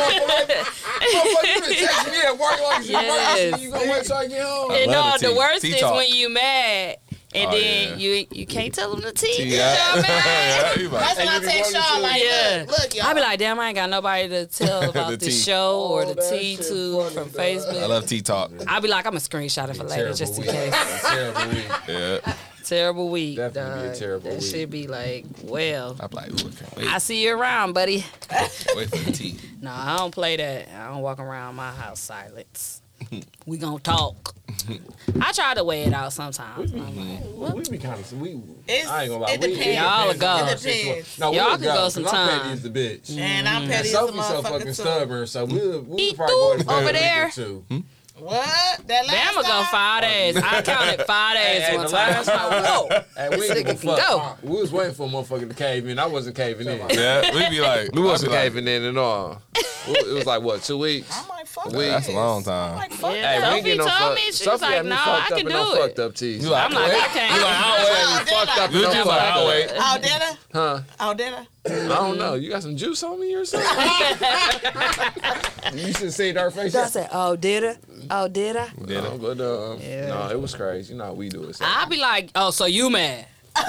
motherfucker. Motherfucker, you done text me at work like it's Yes. emergency. You gonna wait till I get home? And no, love the the tea. worst Tea is talk. when you mad and Oh, then yeah. you you can't tell them the tea. You know Yeah. what I mean? Yeah, you like, That's when I text Sean like, Yeah. look, look, y'all. I be like, damn, I ain't got nobody to tell about The the tea. show or Oh, the that tea shit to funny, from dog. I Facebook. love tea talk. I'll be like, I'm gonna screenshot it for later just in case. Terrible week. Yeah. Terrible week. Definitely be a dog. terrible that week. should be like, well, I'm like, ooh, I can't I wait. see you around, buddy. Wait for the tea. No, I don't play that. I don't walk around my house silence. we gonna talk. I try to weigh it out sometimes. We be kind of we. It's- I ain't gonna lie. it we, depends. Y'all depends on go. It our depends. situation. Y'all No, we'll can go go 'cause sometime. I'm petty as the bitch. and mm, I'm And petty as a Sophie's so motherfucker fucking too. stubborn, so we'll we'll Eat probably go through to bed over a week there. or two. What? That last Bama go time? five days. I counted five days Hey, one the time. I was last like, whoa. Hey, we ain't nigga gonna can fuck. We was waiting for a motherfucker to cave in. I wasn't caving in. Yeah, we be like, We I be wasn't like, caving in at all. It was like what, two weeks? I'm like, fuck Weed. That's a this. long time. I'm like, fuck Yeah. that. Hey, Sophie told me, she was like, had me "No, fucked I up can and do I'm it." fucked up teasy. You like, I'm like, I wait. can't. You like, Oh, I'll did fucked I? up and I'm Just fucked like, up. I'll wait. Oh, did I? Huh? Oh, did I? I don't know. You got some juice on me or something? you should see our face. I said, oh, did I? Oh, did I? wait. No, but um, no, it was crazy. You know how we do it. so- I'll be like, oh, so you mad?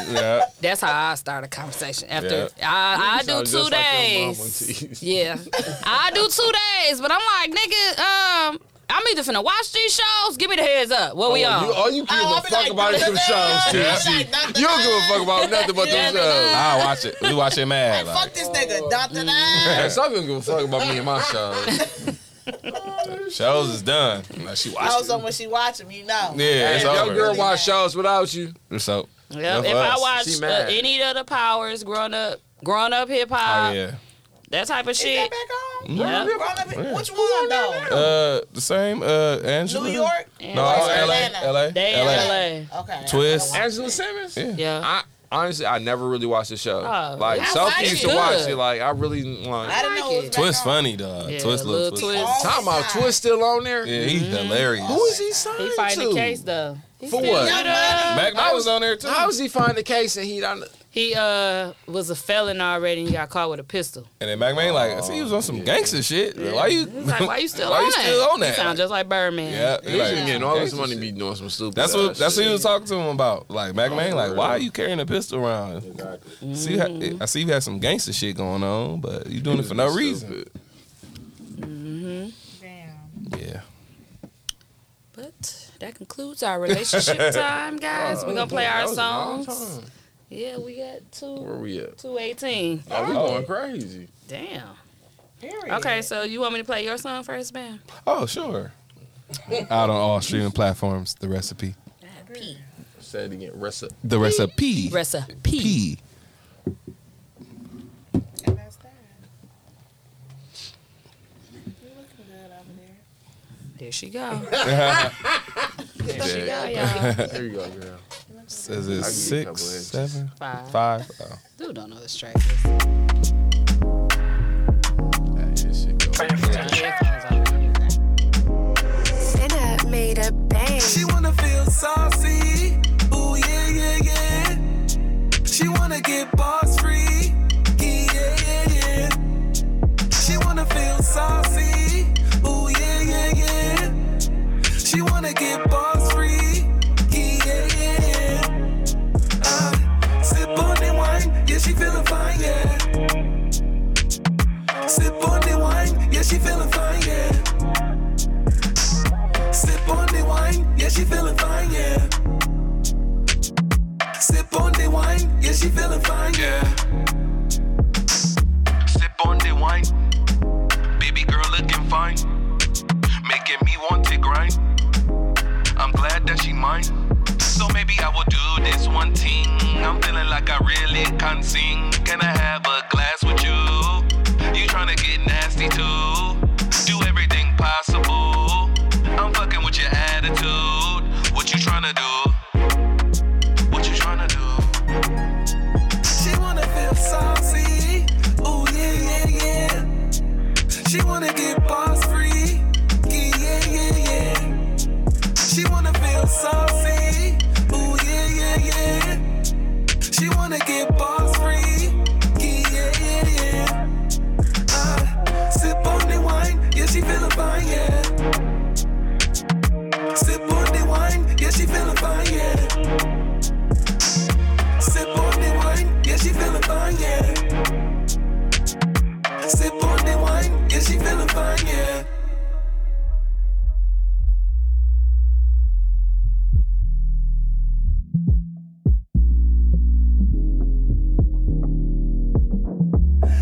Yeah. That's how I start a conversation. After I, I do Sound two just like your mama, days. T. yeah, I do two days, but I'm like, nigga, um, I'm either finna watch these shows. Give me the heads up. What we on? You, all you give Oh, I a be fuck like, about is them "Nothing." shows, I be T. like, "Nothing." You don't give a fuck about nothing but them shows. I'll watch it. We watch it mad. Like, Fuck this nigga. Dot da da. Hey, Some people give a fuck about me and my shows. shows is done. Like, she Oh, watched so it. when she watch him, you know. Yeah, If it's your girl over. watch shows without you, It's over. Yep. Enough If of I us. watched She uh, mad. any of the powers growing up, growing up hip hop, Oh, yeah. that type of Is that shit. back on? Yeah. Mm. Grown up- Which one though? Uh, the same. Uh, Angela. Mm. New York. Oh, No, LA, Atlanta. LA, They in LA. LA. Okay. Twist. Angela Simmons. Yeah. Yeah. I honestly, I never really watched the show. Oh, like I Sophie like used it. to watch Good. it. Like I really like. I didn't know it was back Twist on. funny, dog. Yeah, twist, Lil little twist. Twist. Talking about Twist still on there. Yeah, he's hilarious. Who is he signed He fighting to? the case though. He For still what? with her. Mac Mike was on there too. How is he finding the case and he don't? He uh was a felon already. and He got caught with a pistol. And then Mac Main like, I see he was on some gangster shit. Why you? He's like, why you still why on you that? still on that? He sound just like Birdman. yeah, he He's like, getting all this gangster money, shit. be doing some stupid. That's what. ass That's what he shit. was talking to him about. Like Mac Main, like, why are you carrying a pistol around? Exactly. See, you ha- I see you had some gangster shit going on, but you doing it for no reason. Damn. Yeah. But that concludes our relationship time, guys. Oh, We're gonna play our That was a long songs. time. Yeah, we got two Where we at? two eighteen. Oh, we going crazy. Damn. Period. Okay, so you want me to play your song first, man? Oh sure. Out on all streaming platforms. The recipe. Say it again. Rest up. The recipe. Recipe. P. And that's that. You looking good over there. There she go. Yeah. y'all. There you go, girl. Is it I'll give you a couple six, inches. seven, Five. five? Oh. Dude don't know this track. This Hey, this shit go. headphones on. It made a bang. She wanna feel saucy. Ooh, yeah, yeah, yeah. She wanna get boss free. Yeah, yeah, yeah. She wanna feel saucy. Ooh, yeah, yeah, yeah. She wanna get boss free. Yeah, yeah, yeah. Uh, sip on the wine. Yeah, she feeling fine, yeah. Sip on the wine. Yeah, she feeling fine, yeah. Sip on the wine, yeah, she feeling fine, yeah. Sip on the wine, yeah, she feeling fine, yeah. Sip on the wine, baby girl looking fine, making me want to grind. I'm glad that she mine. So maybe I will do this one thing. I'm feeling like I really can sing. Can I have a glass with you? You tryna get nasty too? Do everything possible. I'm fucking with your attitude. What you tryna do? What you tryna do? She wanna feel saucy. Ooh yeah yeah yeah. She wanna get boss free. Yeah yeah yeah yeah. She wanna feel saucy. Ooh, yeah, yeah, yeah. She wanna get boss free. Yeah, yeah, yeah, yeah. Uh, sip on the wine. Yeah, she feeling fine, yeah. Sip on the wine. Yeah, she feeling fine, yeah. Sip on the wine. Yeah, she feeling fine, yeah. Sip on the wine. Yeah, she feeling fine, yeah.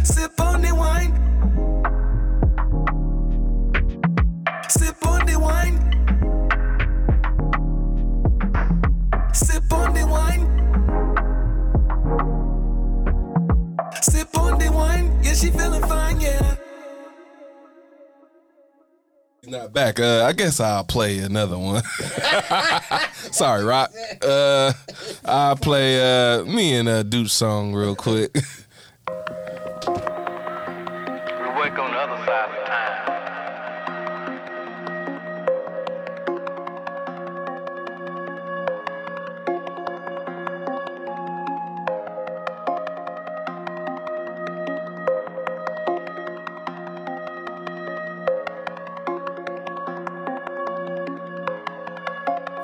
Sip on the wine. Sip on the wine. Sip on the wine. Sip on the wine. Yeah, she feeling fine, yeah. He's not back. Uh, I guess I'll play another one. Sorry, Rock. Uh, I'll play uh, me and uh, Dude's song real quick. We work on the other side of time.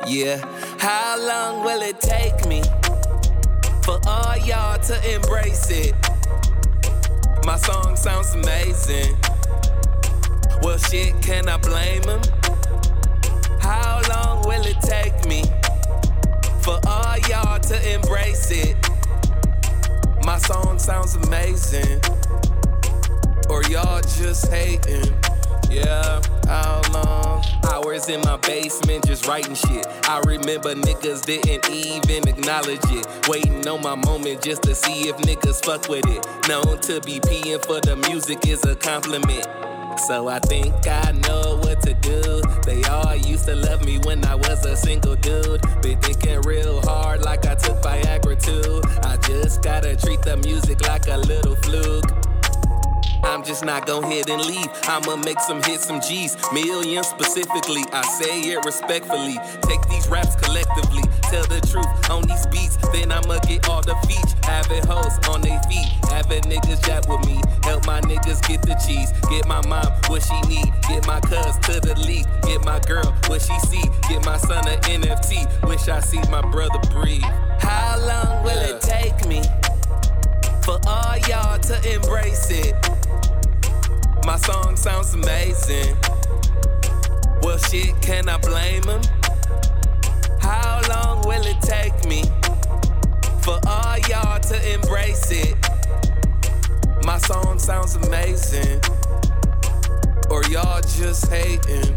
Yeah. How long will it take me for all y'all to embrace it? My song sounds amazing. Well, shit, can I blame him? How long will it take me for all y'all to embrace it? My song sounds amazing. Or y'all just hating. Yeah, how long? Hours in my basement just writing shit. I remember niggas didn't even acknowledge it. Waiting on my moment just to see if niggas fuck with it. Known to be peeing for the music is a compliment. So I think I know what to do. They all used to love me when I was a single dude. Been thinking real hard like I took Viagra too. I just gotta treat the music like a little fluke. I'm just not gon' hit and leave. I'ma make some hits, some G's, millions specifically. I say it respectfully. Take these raps collectively. Tell the truth on these beats, then I'ma get all the feats. Having hoes on their feet, having niggas jab with me. Help my niggas get the cheese. Get my mom what she need. Get my cuz to the league. Get my girl what she see. Get my son a NFT. Wish I see my brother breathe. How long will it take me for all y'all to embrace it? My song sounds amazing. Well, shit, can I blame him? How long will it take me for all y'all to embrace it? My song sounds amazing. Or y'all just hating.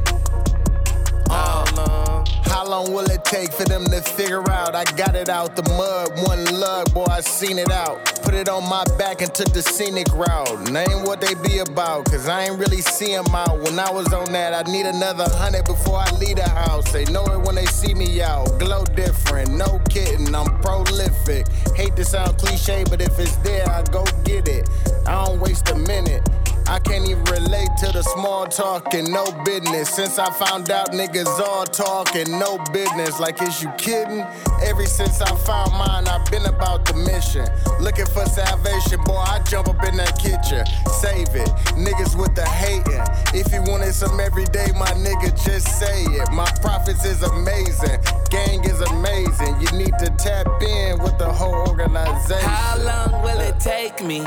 Uh, How long will it take for them to figure out? I got it out the mud, one lug, boy, I seen it out. Put it on my back and took the scenic route. Name what they be about, cause I ain't really see 'em out. When I was on that, I need another hundred before I leave the house. They know it when they see me out. Glow different, no kidding, I'm prolific. Hate to sound cliche, but if it's there, I go get it. I don't waste a minute. I can't even relate to the small talk and no business. Since I found out niggas all talk and no business, like is you kidding? Ever since I found mine, I've been about the mission. Looking for salvation, boy, I jump up in that kitchen. Save it, niggas with the hating. If you wanted some everyday, my nigga, just say it. My profits is amazing, gang is amazing. You need to tap in with the whole organization. How long will it take me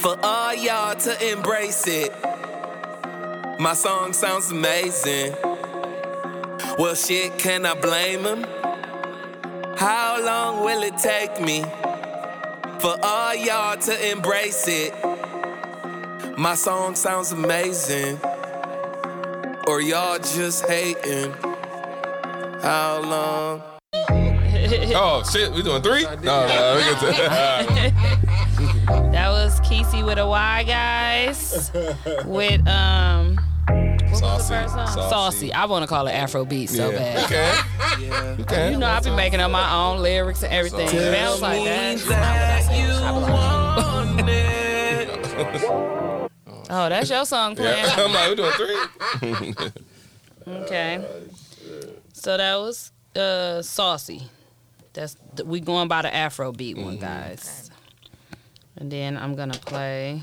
for all y'all to embrace it? My song sounds amazing. Well, shit, can I blame him? How long will it take me for all y'all to embrace it? My song sounds amazing. Or y'all just hating? How long? oh shit, we doing three? No, no, we get to. That was Kesey with a Y, guys. With um, what was the first song? Saucy. I want to call it Afrobeat so Yeah. bad. Okay. You, can. know, I've been making up my own lyrics and everything. Saucy. Sounds like that. Oh, that's your song playing. Yeah. I'm like, we doing three? Okay. So that was uh saucy. That's th- we going by the Afrobeat one, guys. And then I'm gonna play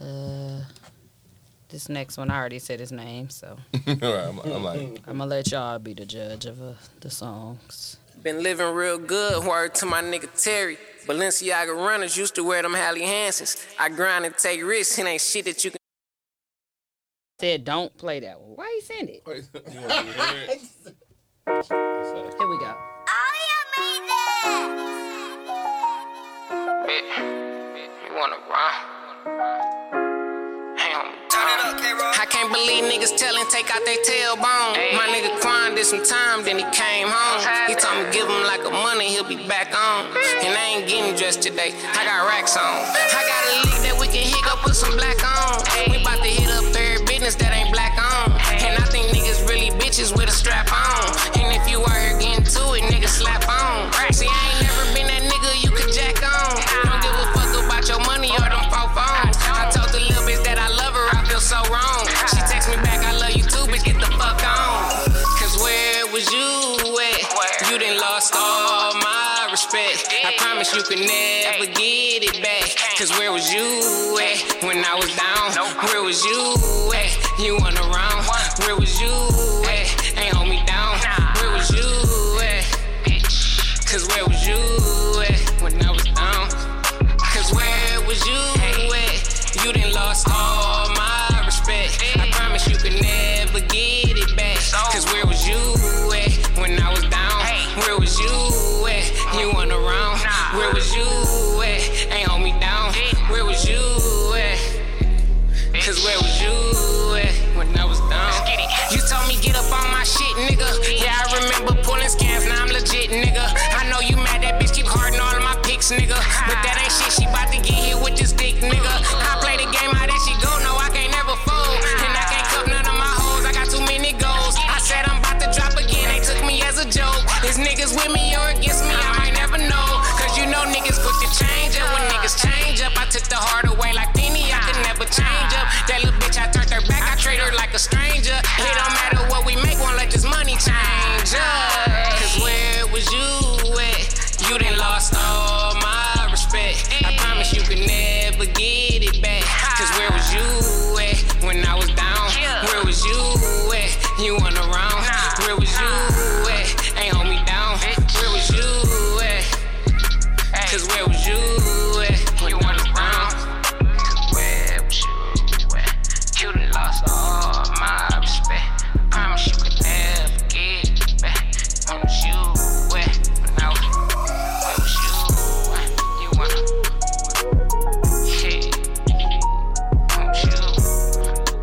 uh this next one. I already said his name, so All right, I'm, I'm like, I'm gonna let y'all be the judge of uh, the songs. Been living real good, word to my nigga Terry. Balenciaga runners used to wear them Halle Hansons. I grind and take risks, it ain't shit that you can. Said don't play that one. Why you send it? Here we go. You wanna rhyme? I can't believe niggas telling take out their tailbone. My nigga Quan did some time, then he came home. He told me give him like a money, he'll be back on. And I ain't getting dressed today, I got racks on. I got a leak that we can hit up with some black on. We bout to hit up every business that ain't black on. And I think niggas really bitches with a strap on. And if you out here getting to it, nigga slap on. See, I ain't never been that nigga you could jack on. Don't give a fuck about your money or them four phones. I told the little bitch that I love her, I feel so wrong. She text me back, I love you too, bitch, get the fuck on. Cause where was you at? You done lost all my respect. I promise you can never get it back. Cause where was you at when I was down? Where was you at? You on the round. Where was you at? Ain't hold me down. You weren't around. Where was you at? Ain't hold me down. Where was you at? Cause where was you at when I was down? You told me get up on my shit, nigga. Yeah, I remember pulling scams, now I'm legit, nigga. I know you mad, that bitch keep harding all of my pics, nigga. But that ain't shit, she bout to get hit with this dick, nigga. I play the game how that she go, no, I can't never fold. And I can't cup none of my hoes, I got too many goals. I said I'm about to drop again, they took me as a joke. Is niggas with me or against me? I might never know. Cause you know niggas put the change up when niggas change up. I took the heart away like Penny, I could never change up. That little bitch, I turned her back, I treat her like a stranger. It don't matter what we make, won't let this money change up. Cause where was you at? You done lost all my respect. I promise you can never get it back. Cause where was you at when I was down? Where was you at? You weren't around. Where was you at? Ain't hold me down. Where was you at? Cause where was you at? You weren't around. Where was you at? You done lost all my respect. Promise you could never get it back. Where was you at? When I was, where was you at? You wanna, shit. Where was you?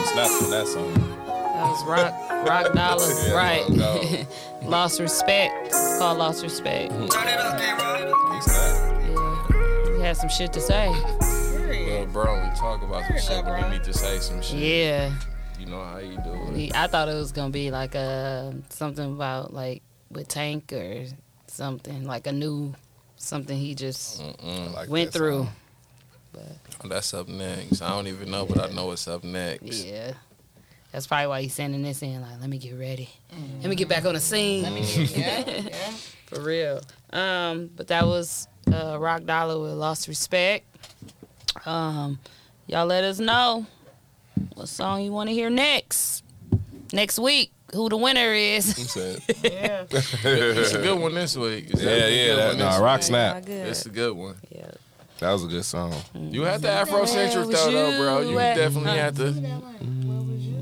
It's not from that song. That was rock, rock dollars, Yeah, right? Rock Dollars. lost respect. It's called lost respect. Yeah, he had some shit to say. Well, uh, bro, we talk about some shit, but we need to say some shit. Yeah. You know how you do it. He- I thought it was gonna be like uh something about like with Tank or something like a new something he just Mm-mm. Like went that through. That's up next. I don't even know, but I know it's up next. Yeah. That's probably why he's sending this in. Like, let me get ready. Let me get back on the scene. For real. Um, but that was uh, Rock Dollar with Lost Respect. Um, y'all let us know what song you want to hear next. Next week, who the winner is. yeah. it's a good one this week. It's Yeah, definitely a yeah, good that- one nah, this Rock week. Snap. It's a good one. That was a good song. You had the Afrocentric though, though, bro. You definitely had to.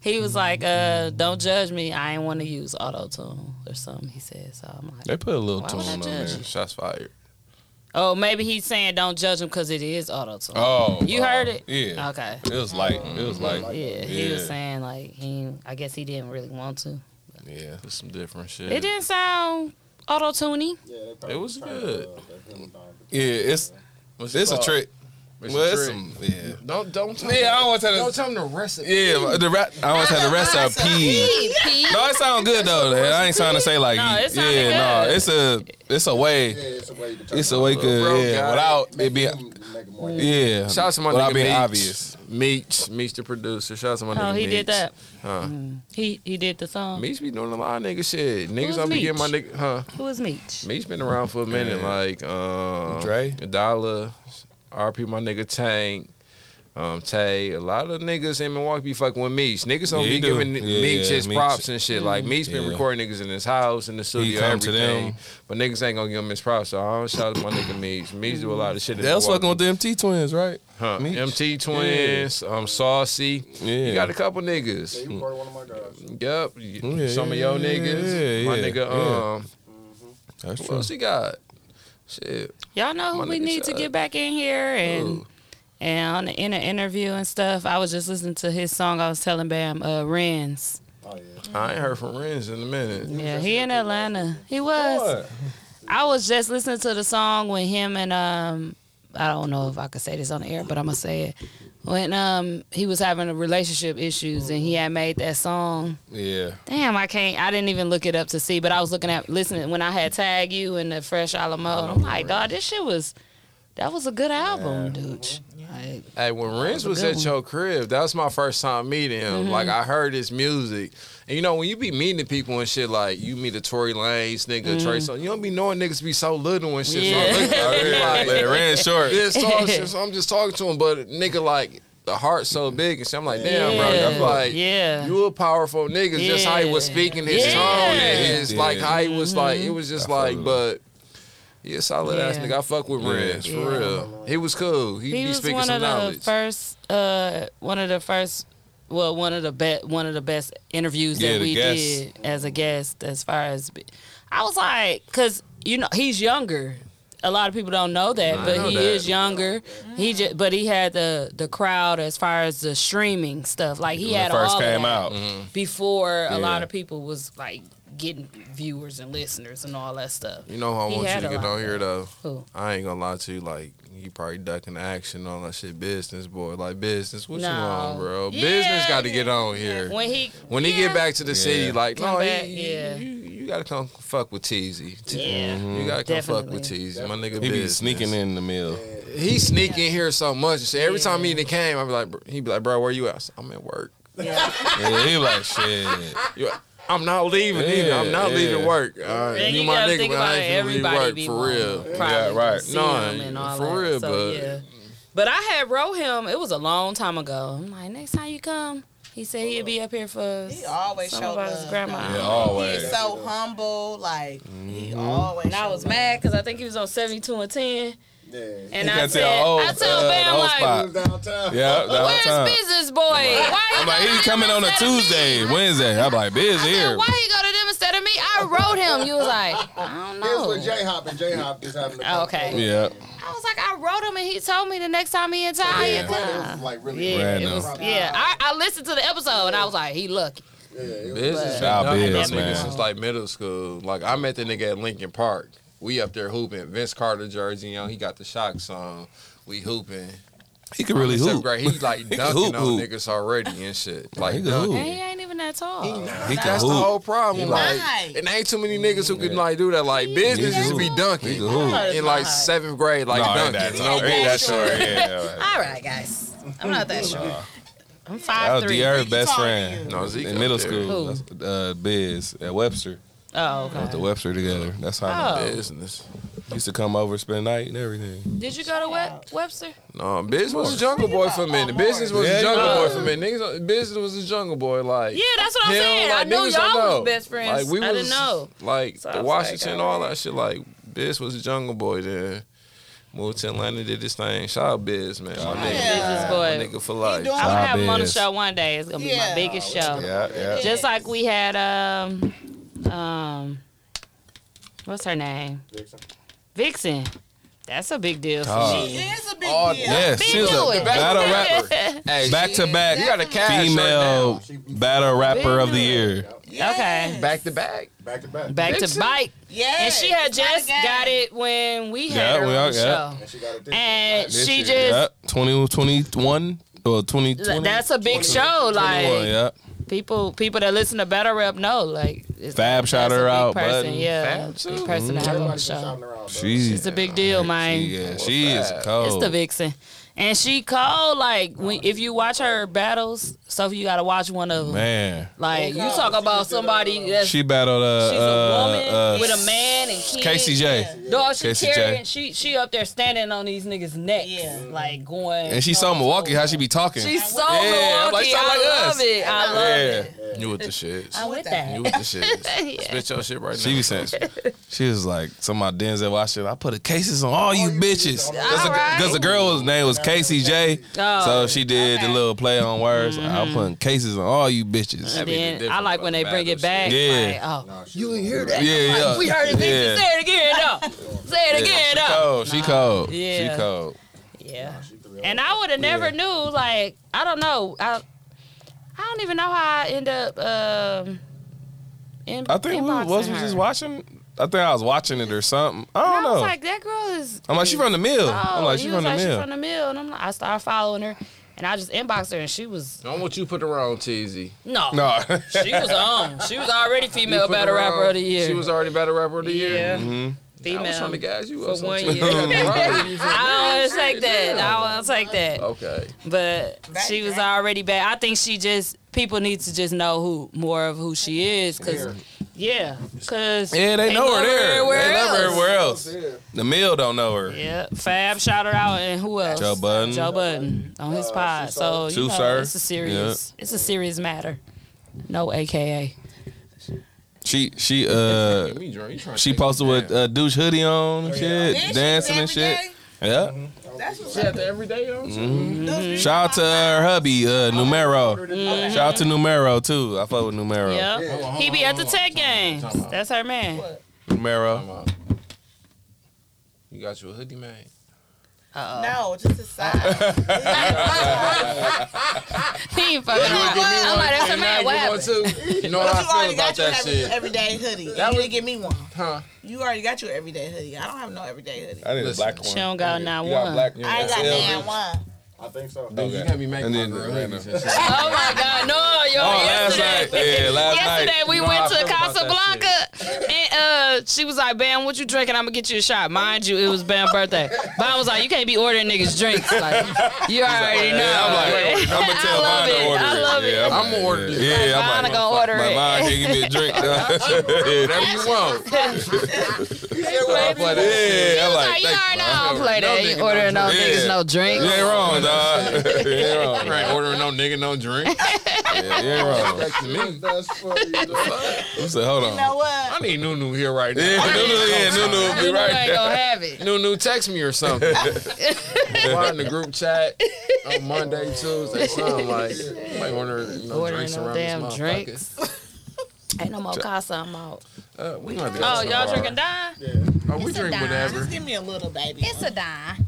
He was like, uh, "Don't judge me. I ain't want to use auto tune or something." He said, "So I'm like, They put a little Why would I tune on judge there. you? Shots fired. oh, maybe he's saying don't judge him because it is auto tune." Oh, you oh, heard it? yeah. Okay. It was light. It was light. Yeah, he was Yeah. saying like he. I guess he didn't really want to. Yeah, it's some different shit. It didn't sound auto tuney. It was good. Yeah, it's What's it it's a called? trick. It's well, a it's trick. some yeah. Don't don't. Tell Yeah, I don't want to tell Don't the- tell him the recipe. Yeah, the rap. I always had the rest of P. No, it sound good though. man. I ain't trying to say like No, it sounded yeah, no. good. It's a it's a way. It's a way Bro, good. Yeah, got without it being yeah. Shout out to my without nigga being Meech. obvious. Meech, Meech the producer. Shout out to my nigga Oh, he Meech. did that. Huh. He he did the song. Meech be doing a lot of nigga shit. Niggas, Who's I be getting my Meech? nigga. Huh. Who is Meech? Meech been around for a minute. Like um, Dre? Dollar, RP, my nigga Tank. Um, Tay, a lot of niggas in Milwaukee be fucking with Meech. Niggas don't Yeah, be he do. giving Yeah, Meech his Meech. props and shit. Like Meech been Yeah. recording niggas in his house, in the studio, come to everything. them. But niggas ain't gonna give him his props. So I don't shout out to my nigga Meech. Meech do a lot of shit. in That was Milwaukee. fucking with the MT twins, right? Huh. Meech. MT Twins, um, Saucy. Yeah. Oh, You got a couple niggas. Yep. y- Yeah, Some of your yeah, niggas. yeah, My yeah, nigga, yeah. um, That's who true. else he got? Shit. Y'all know My who we nigga need to Chad. get back in here and and on the inner interview and stuff. I was just listening to his song. I was telling Bam, uh, Renz. I ain't heard from Renz in a minute. Yeah, he in Atlanta. He was. I was just listening to the song when him and um, I don't know if I could say this on the air, but I'm gonna say it. When um, he was having a relationship issues and he had made that song. Yeah. Damn, I can't. I didn't even look it up to see, but I was looking at listening when I had tag you and the fresh Alamo. I'm like, God, this shit was. That was a good album, dude. Like, Hey, when Renz a good was at one. Mm-hmm. your crib, that was my first time meeting him. Like I heard his music, and you know when you be meeting people and shit, like you meet a Tory Lanez nigga, Trey, so you don't be knowing niggas be so little and shit. So Mm-hmm. Yeah. I look at him, Yeah, like, but it ran short. Yeah, so I'm, just, so I'm just talking to him, but nigga, like the heart so big and shit. I'm like, damn, bro. Yeah. I'm like, Yeah. you a powerful nigga. Just how he was Yeah. speaking his Yeah. tone and his Yeah. like how he was like. It was just like, but. Yeah, solid ass Yeah. nigga. I fuck with Renz for Yeah. real. He was cool. He, he be was speaking one some of knowledge. the first, uh, one of the first, well, one of the best, one of the best interviews Yeah, that the we guest. did as a guest. As far as, be- I was like, cause you know he's younger. A lot of people don't know that, I but know he that. is younger. He just, but he had the the crowd as far as the streaming stuff. Like he When it had first all of came that out. Mm-hmm. before Yeah. a lot of people was like getting viewers and listeners and all that stuff. You know who I He want you had to a get lot on of here that. though. Who? I ain't gonna lie to you, like you probably ducking the action and all that shit. Business boy, like business. What No. you on, bro? Yeah. Business got to get on here. When he when he get back to the city, like Come no, he- back, he- yeah. you, you gotta come fuck with Teasy. Yeah. Mm-hmm. you gotta come fuck with Definitely. Teasy, my nigga. He be business. sneaking in the mill. He sneak in here so much. So every time he done came, I be like, bro- he be like, bro, where you at? I said, I'm at work. Yeah, he like shit. You- I'm not leaving Yeah, either. I'm not yeah. leaving work. All right. And You you my gotta nigga, think but about I it. ain't finna Everybody leave be work for real. wanting probably to see him and No, all for that. real, So, but yeah. But I had wrote him. It was a long time ago. I'm like, next time you come, he said he'd be up here for. He always some show of us love, grandma. Yeah, always. He's so humble, like Mm-hmm. he always. And I was mad because I think he was on 72 and 10. And He I got to said, your old, I told uh, Bam, old like, spot. Yeah, where's downtown. business boy? Why he I'm like, he's coming on a Tuesday, Wednesday. I'm like, biz here. Why he go to them instead of me? I wrote him. You was like, I don't Here's know. what J Hop and J Hop is having. Oh, okay. Yeah. I was like, I wrote him, and he told me the next time he in town, he Yeah. in It town. was like really. Yeah, it Random. was- Yeah, I, I listened to the episode, and I was like, he lucky. business. Nah, I've been biz, that nigga man. since like middle school. Like I met the nigga at Lincoln Park. We up there hooping. Vince Carter jersey on. He got the shocks on. We hooping. He could really I'm in seventh hoop. Grade. He like He could dunking hoop, on hoop. niggas already and shit. Like he could dunking. hoop. And he ain't even that tall. He can That's hoop. the whole problem. He Like, nice. and ain't too many niggas who can like do that. Like business can is be hoop. He dunking can hoop. in like seventh grade. Like No, ain't dunking. that no tall. Ain't that bullshit. short. Yeah, All right, guys. I'm not that sure. I'm That five was three. Dr. best friend No, Zeke in up middle there. school. That's, Uh, biz at Webster. Oh, Went to okay. Webster together. That's how I met Oh. business. Used to come over, spend the night and everything. Did you go to Web- Webster? No, business was a jungle boy for a minute. Business was Yeah, a you jungle know. boy for a minute. Niggas, business was a jungle boy. Like Yeah, that's what I'm hell, saying. I like, knew niggas don't y'all was know. best friends. Like we was I didn't know. like So I the was Washington, like, all that shit. Like Biz was a jungle boy. Then moved to Atlanta, did this thing. Shout out Biz, man. My nigga, Business my boy. nigga for life. I'm gonna have him on the show one day. It's gonna be my biggest show. Yeah, yeah. Just like we had um um what's her name? Vixen. That's a big deal for Dog. me. She is a big deal. Yes, Big she's deal. a battle rapper. Hey, Back to back You got a cash right female battle rapper of the year. Okay. Back to back. Back to back. Back to Vixen? bike. Yeah. And she had just got it when we had Yeah, her we on are- the yeah. show. And This she year. just yeah, 20, 21 or 20, Th- that's a big show. Like 21, yeah. people, people that listen to Battle Rap know, like it's Fab shot her big out, person, bud. yeah, big person to have on the show. It's a big deal, man. Yeah, Oh. she is cold. It's the vixen, and she cold. Like when if you watch her battles, so you got to watch one of them. Man, Like you talk about somebody that's she battled uh, she's a uh, woman uh, with a man and kids. KCJ. Dog, she KCJ. carrying, she she up there standing on these niggas' necks, yeah. like going. and she's so Milwaukee how she be talking. She's so Yeah, I'm like, Milwaukee. sound I like love us. it. I love it. yeah. You with the shits. I'm with that. You with the shits. Yeah. Spit your shit right She now. was saying, she was like, some of my Denzel Washington, I put a cases on all you bitches. Because Alright. the girl's name was Casey J. Oh. Mm-hmm. so she did the little play on words. I'm putting cases on all you bitches. And then I like when they bring it back. Like, Yeah. oh, you didn't hear Yeah, that? I'm like, yeah. We heard it. bitch. yeah. Say it again, though. Say it Yeah, again, She though. cold. She cold. Yeah. She cold. Yeah. And I would have never knew. Like I don't know. I I don't even know how I end up. Um, in, I think we inboxing was we her. just watching. I think I was watching it or something. I And don't I know. was like, that girl is. I'm like, she from the mill. Oh, I'm like, she he was from the like, She mill. from the mill, and I'm like, I started following her, and I just inboxed her, and she was Don't want you put her on TZ. no, No. she was on. She was already You female put battle her rapper on. of the year. She was already battle rapper of the year. Mm-hmm. Yeah. I female was trying to gas you up for one sometime. year. I want to take that. I want to take that. Okay. But she was already bad. I think she just people need to just know who more of who she is, cause yeah, cause Yeah, they ain't know her nobody there. everywhere they love her else. everywhere else. The mill don't know her. Yeah, Fab shout her out, and who else? Joe Budden. Joe Budden on Uh, his pod. So you Sue know, Surf. it's a serious, Yeah. it's a serious matter. No AKA. She she uh she posted with uh, douche hoodie on and shit, dancing and shit. Yeah. Mm-hmm. That's what she had the everyday on. Mhm. Shout out to her Mm-hmm. hubby, Oh, uh, Numero. Shout out to Numero too. I fuck with Numero. Yep. He be at the tech games. That's her man. Numero. You got you a hoodie, man. No, just a side. he ain't fucking around. I'm like, that's her man. What happened? You know how I you feel already about got your that every, shit. everyday hoodie. you didn't give me one. Huh? You already got your everyday hoodie. I don't have no everyday hoodie. I need a black one. She don't got not You got one. black- I ain't got Yeah. man one. I think so. Dude, you got me making And my then girl Atlanta. hoodies and shit. Oh my God, no, yo! Oh, last yesterday, night. Yeah, last yesterday night. we You know how I went to feel about that Casablanca, and uh, she was like, "Bam, what you drinking? I'm gonna get you a shot." Mind you, it was Bam's birthday. Bam was like, "You can't be ordering niggas drinks." Like, you already know. Yeah, I'm like, I'm gonna tell love mine to it. order I love it. Yeah, it. I'm gonna order it. Yeah, I'm Mine like, gonna order my it. mind can give me a drink. Whatever you want. Yeah, I'm like, you already know I don't No play nigga, that. You no ordering no drink. niggas Yeah. no drinks. you ain't wrong, dog. you ain't wrong. You ain't ordering no nigga no drink. Yeah, you ain't wrong. Back to me. That's funny. You said, hold on. know what? I need Nunu here right now. Yeah, I need Nunu, yeah, something. Nunu be right ain't there. gonna have it. Nunu, text me or something. We're in the group chat on Monday, Tuesday, something like. I might order you know, Ordering drinks no around damn this motherfucker. drinks. Ain't no more casa. I'm out. Uh, we might be Oh, y'all drinking dime? Oh, we drink whatever. Just give me a little baby. It's a dime.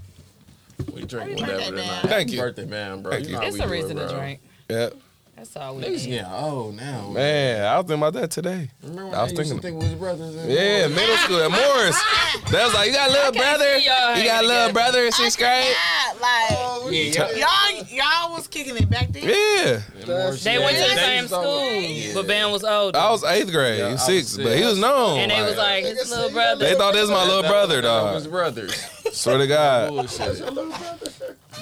We drink whatever tonight. Thank you. Birthday man, bro. Thank You you. know how It's we a do reason it, to bro. drink. Yeah. That's all we Niggas need. getting old now. Man, I was thinking about that today. Remember I was when I used to thinking. think we was brothers? and- Yeah, middle school at Morris. That was like, you got a little brother. y'all You got a little brother in sixth grade. God, Oh, like y'all, y'all was kicking it back then. Yeah. They went to the same school, but Ben was Oh, older. I was eighth grade, sixth, but he was known. And they was like, his little brother. they thought this was my little brother, That was dog. brothers. Swear to God. Bullshit.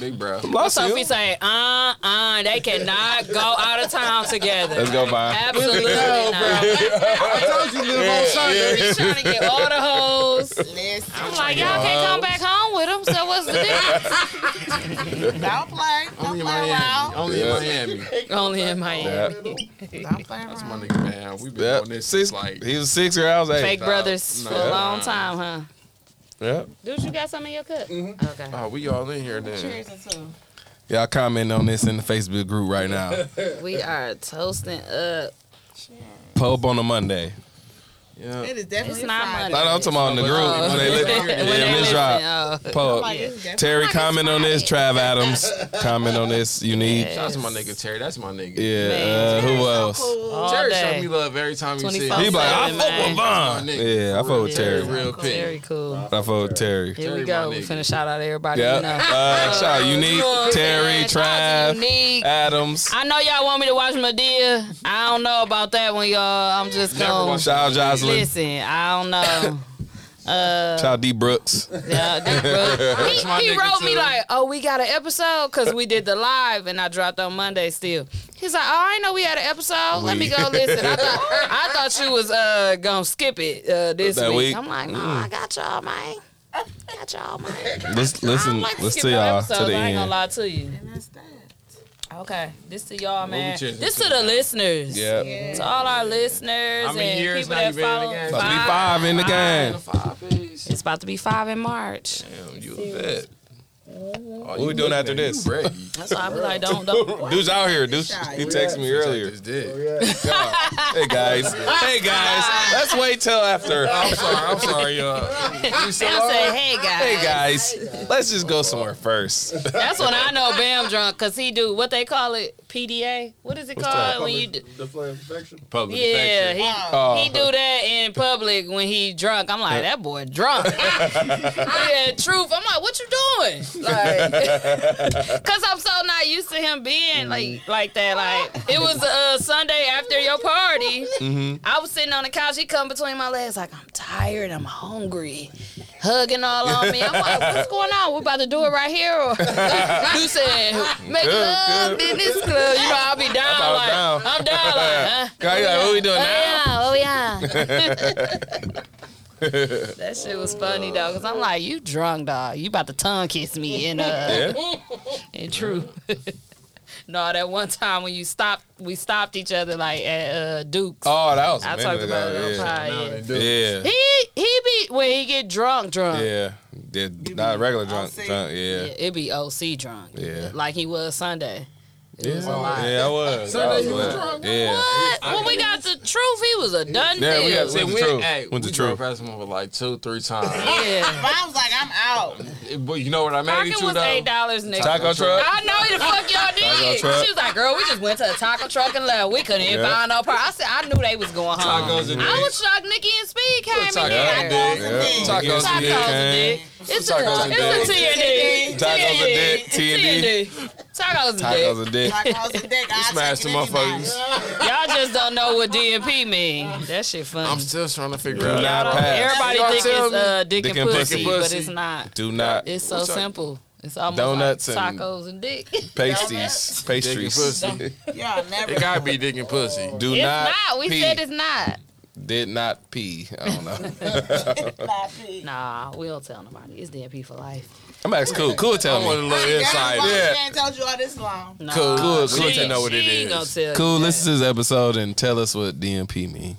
Big bro. Bless you. Sophie say, uh, uh, they cannot go out of town together. Let's go by. Absolutely not. Oh, I told you live on Sunday. He's trying to get all the hoes. Listen, I'm like, y'all can't come back home with them, so what's the difference? don't play, don't Only in play Miami. around. Only in Miami. Only in Miami. Don't play That's around. my nigga, man. We've been on Yep. this Six, since like. he was six or I was eight. Fake brothers nah. for a long time, huh? Yep. Dude, you got some in your cup? Okay. Oh, we all in here then. Cheers and two. Y'all comment on this in the Facebook group right now. We are toasting up. Pope on a Monday. Yeah. It is definitely It's not Friday. No, no, I'm talking about in the group uh, when they look When when they this listen, drop. oh. Pope. Like, it's definitely- Terry, comment on this. Trav Adams, comment on this. Unique. Shout out to my nigga Terry. That's my nigga. Yeah. Uh, who else? Cool. All Terry day. show me love every time he see 24. He me. be like, I Seven, fuck man. with Von. Yeah, I fuck with Terry. Real Very pig. cool. I fuck with Terry. Here we Terry, go. my We nigga. finna shout out everybody. Yeah. You know. Uh, shout out You Unique, know what I'm Terry, saying? Shout out to Trav, Unique. Adams. I know y'all want me to watch Medea. I don't know about that one, y'all. I'm just Never gonna watched Shout out Jocelyn. listen. I don't know. Shout out D Brooks. Yeah, that bro- he, my he nigga, wrote me too. like, "Oh, we got an episode because we did the live and I dropped on Monday." Still, he's like, "Oh, I know we had an episode. Let me go listen." I thought I thought you was uh gonna skip it uh, this That week. week? I'm like, "No, I got y'all, man. Got y'all, man. Let's I listen. don't like to Let's skip to no y'all episodes. to I the ain't gonna end. lie to you. And that's that. Okay, this to y'all, man. cheers This to the listeners. Yeah. To all our listeners How many and years people now that you been in the follow. game? About to be five in the game. Five piece. It's about to be five in March. Damn, you a vet. What we doing after this? You ready. That's why I be like, don't don't. Dude's out here. Dude, he texted me earlier. Just did. Hey guys. Hey guys. Let's wait till after. I'm sorry. I'm sorry, y'all. Bam said, "Hey guys." Hey guys. Let's just go somewhere first. That's when I know Bam drunk because he do what they call it PDA. What is it called when you? Do, The flame infection. Public yeah, affection. he, he do that in public when he drunk. I'm like, that boy drunk. yeah, truth. I'm like, what you doing? Like, cause I'm so not used to him being Mm-hmm. like like that. Like it was uh, Sunday after your Mm-hmm. party. I was sitting on the couch. He come between my legs like, I'm tired. I'm hungry. hugging all on me. I'm like, what's going on? We're about to do it right here. Or you said, make Good, love good. in this club. You know, I'll be down. I'm like, down. I'm down. Like, huh? God, you like, what we doing Oh, yeah. Oh, yeah. now? That shit was funny though, cause I'm like, you drunk dog, you about to tongue kiss me and uh, and true. no, that one time when you stopped, we stopped each other like at uh, Duke's. Oh, that was. a I minute talked ago, about it on yeah. pod, Yeah. He he be when he get drunk, drunk. Yeah, yeah, not regular drunk, drunk. Yeah, It be OC drunk, yeah, like he was Sunday. It yeah. was a lot. Yeah, I was. I was glad. Yeah, What? when we got the truth, he was a done Yeah, we deal. got- went to we, True. Hey, Went to we True. drove past him over like two, three times. yeah. I was like, I'm out. but you know what I made it Parking to was eight though? dollars, nigga. Taco truck? I know who the fuck y'all Taco did. truck? She was like, "Girl, we just went to a taco truck and left. We couldn't even Yeah. find no part." I said, "I knew they was going home." Tacos and I dick. was shocked. Nikki and Speed came Tacos in here. and dick. Yeah. Tacos and dick. and dick. It's a Tacos and it's a TND. dick. Tacos and dick, TND. Tacos and dick. Tacos and dick. Tacos and dick. Smash the motherfuckers. Y'all just don't know what DNP mean. That shit funny. I'm still trying to figure Do out. not pass. Everybody Y'all think tell it's me. uh, dick, and pussy, but it's not. Do not. It's so simple. It's almost Donuts like and tacos and dick. Pasties, pastries. Dick and pussy. Y'all never. It gotta be dick and pussy. Do it's not. not. We pee. said it's not. Did not pee. I don't know. nah, we don't tell nobody. It's DMP for life. I'm asking cool. Cool, tell me. I want a little That's why Yeah. she ain't told you all this long. Nah, Cool, cool, she cool. ain't- to know what she it ain't gonna is. tell you Cool. that. Listen to this episode and tell us what DMP mean.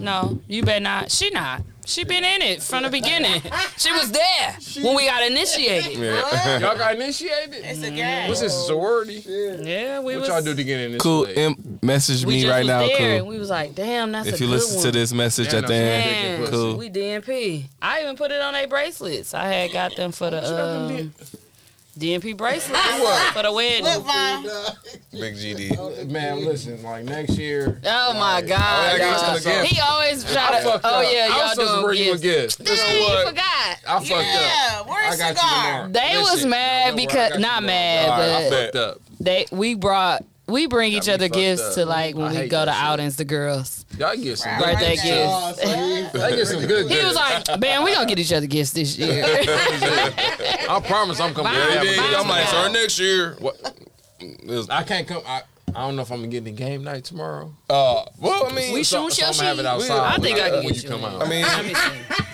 No, you better not. She not. She been in it from the beginning. She was there when we got initiated. Yeah. Y'all got initiated? It's Mm-hmm. a game. What's this, a sorority? Yeah, we What was. y'all do to get in this Cool. way? M- message we me just right was now. there Cool. and we was like, damn, that's if a you good listen one. to this message Yeah, at the end, Man, cool. We DNP. I even put it on their bracelets. I had got them for the um, DNP bracelets for the wedding. Big GD. Man, listen, like next year. Oh my I God! gotta y'all. get some He gifts. always try I to. fucked Oh up. yeah, I was y'all supposed to doing bring you a gifts. gift. Dang, Guess he what? forgot. I fucked up. I got you tomorrow. They Listen, was mad because not mad, All right, I but fucked up. they we brought we bring each Got me other fucked gifts up. to like when I we hate go to that shit. outings, the girls. Y'all get some good Birthday gifts. gifts. They get some good He gifts. was like, "Man, we gonna get each other gifts this year." I promise I'm coming. Bye, Yeah, he did. bye. I'm like, "Sir, next year. What? I can't come. I, I don't know if I'm gonna get in the game night tomorrow. Uh, well, I mean, We shoot your I'm gonna shit. I think I can get you in. I mean,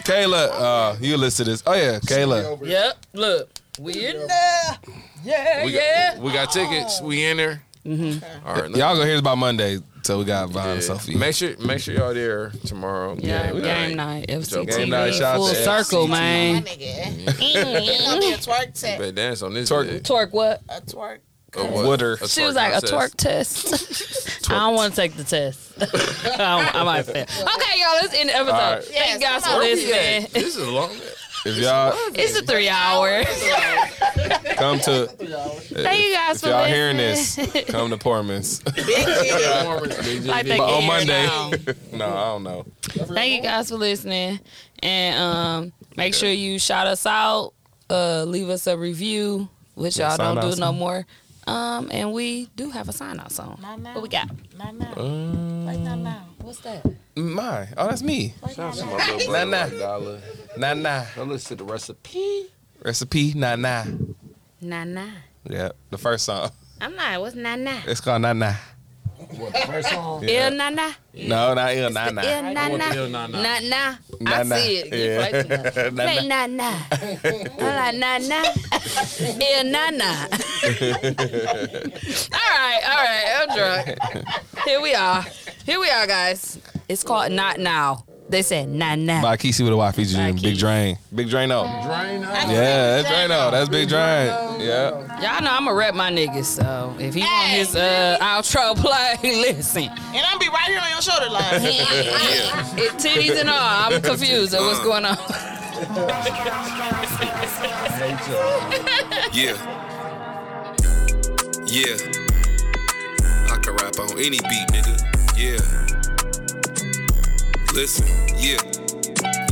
Kayla, uh, you listen to this. Oh yeah, Kayla. Yep. Look, we in there. Yeah, We got- yeah. We got tickets. We in there. Mm-hmm. All right, let- y'all gonna hear this by Monday. So we got Vine Yeah. and Sophie. Make sure, make sure y'all there tomorrow. Yeah, game night, So, FCTV, full shout out to circle, FCTV. man. Mm-hmm. It's gonna be a twerk test. Better dance on this. dick. Twerk what? A twerk. Or what? Wooder. A She was twerk like a contest. twerk test. I don't want to take the test. I, don't- I might fail. Okay, y'all, let's end the episode. All right. Thank y'all Where for we listening. at? This is long. If y'all It's a three hour. come to, Thank you guys if for y'all hearing this, listening. come to Portman's. Like they but on can Monday, hear no, I don't know. Thank you guys for listening. And um, make sure you shout us out. Uh, leave us a review, which y'all don't Sign do out no song. more. Um, and we do have a sign out song. What we got? Not now. Um, Like not Uh, now. What's that? my, oh, that's me. Shout out to my little Nah, brother, nah. one dollar. Nah, nah. Now listen to the recipe. Recipe, nah, nah. Nah, nah. Yeah, the first song. I'm not. What's nah, nah? It's called Nah Nah. What the first song? Yeah. Il, nah, nah. No, not ill, nah, The nah. Il, nah, nah. Nah, nah. Nah, I nah. see it. You Yeah. play too much. Nah, Play nah, nah. I'm like, nah, nah. Il, nah, nah. All right, all right. I'm drunk. Here we are. Here we are, guys. It's called Not Now. They said Not Now. By Kisi with a Y featuring Big Drain. Big Drain up. Drain up. Yeah, that's Drain up. That's Big Drain. Yeah. Y'all know I'm going to rep my niggas, so if he want his uh, outro play, listen. And I'm be right here on your shoulder line. It titties and all. I'm confused at what's going on. Yeah. Yeah. I can rap on any beat, nigga. Yeah. Listen, yeah.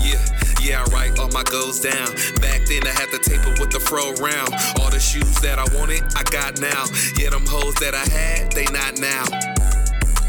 Yeah. Yeah, I write all my goals down. Back then, I had the taper with the fro round. All the shoes that I wanted, I got now. Yeah, them hoes that I had, they not now.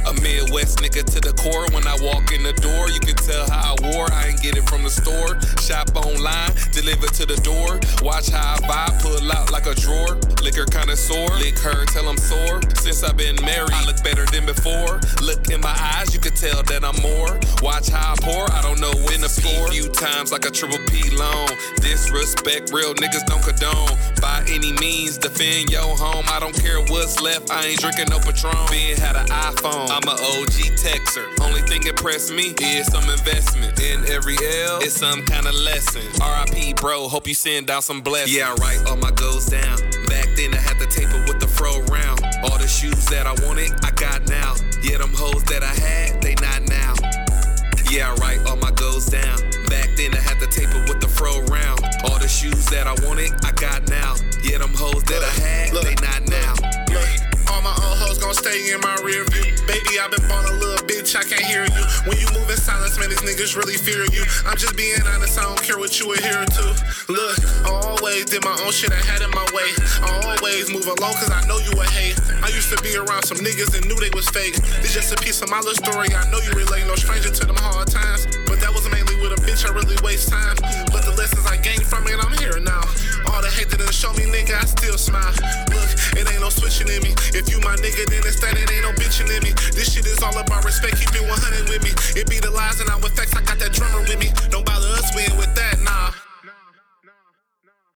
A A Midwest nigga to the core. When I walk in the door, you can tell how I wore. I ain't get it from the store. Shop online, deliver to the door. Watch how I vibe, pull out like a drawer. Liquor connoisseur, lick her till I'm sore. Since I've been married, I look better than before. Look in my eyes, you can tell that I'm more. Watch how I pour, I don't know when to score. Few times like a triple P loan. Disrespect, real niggas don't condone. By any means, defend your home. I don't care what's left, I ain't drinking no Patron. Ben had an iPhone, I'm a OG texter. Only thing impressed me is some investment. In every L, it's some kind of lesson. RIP, bro, hope you send down some blessings. Yeah, I write all my goals down. Back then, I had the taper with the fro round. All the shoes that I wanted, I got now. Yeah, them hoes that I had, they not now. Yeah, I write all my goals down. Back then I had the taper with the fro round. All the shoes that I wanted, I got now. Yeah, them hoes that I had, they not now. All my old hoes gon' stay in my rear view. Baby, i been born a little bitch, I can't hear you. When you move in silence, man, these niggas really fear you. I'm just being honest, I don't care what you adhere to. Look, I always did my own shit, I had it my way. I always move alone, cause I know you would hate. I used to be around some niggas and knew they was fake. This just a piece of my little story, I know you relate, no stranger to them hard times. But that was mainly with a bitch, I really waste time. But the lessons I gained from it, I'm here now. All the hate that it show me, nigga, I still smile. Look, it ain't no switching in me. If you my nigga, then it's that it ain't no bitching in me. This shit is all about respect, keep it 100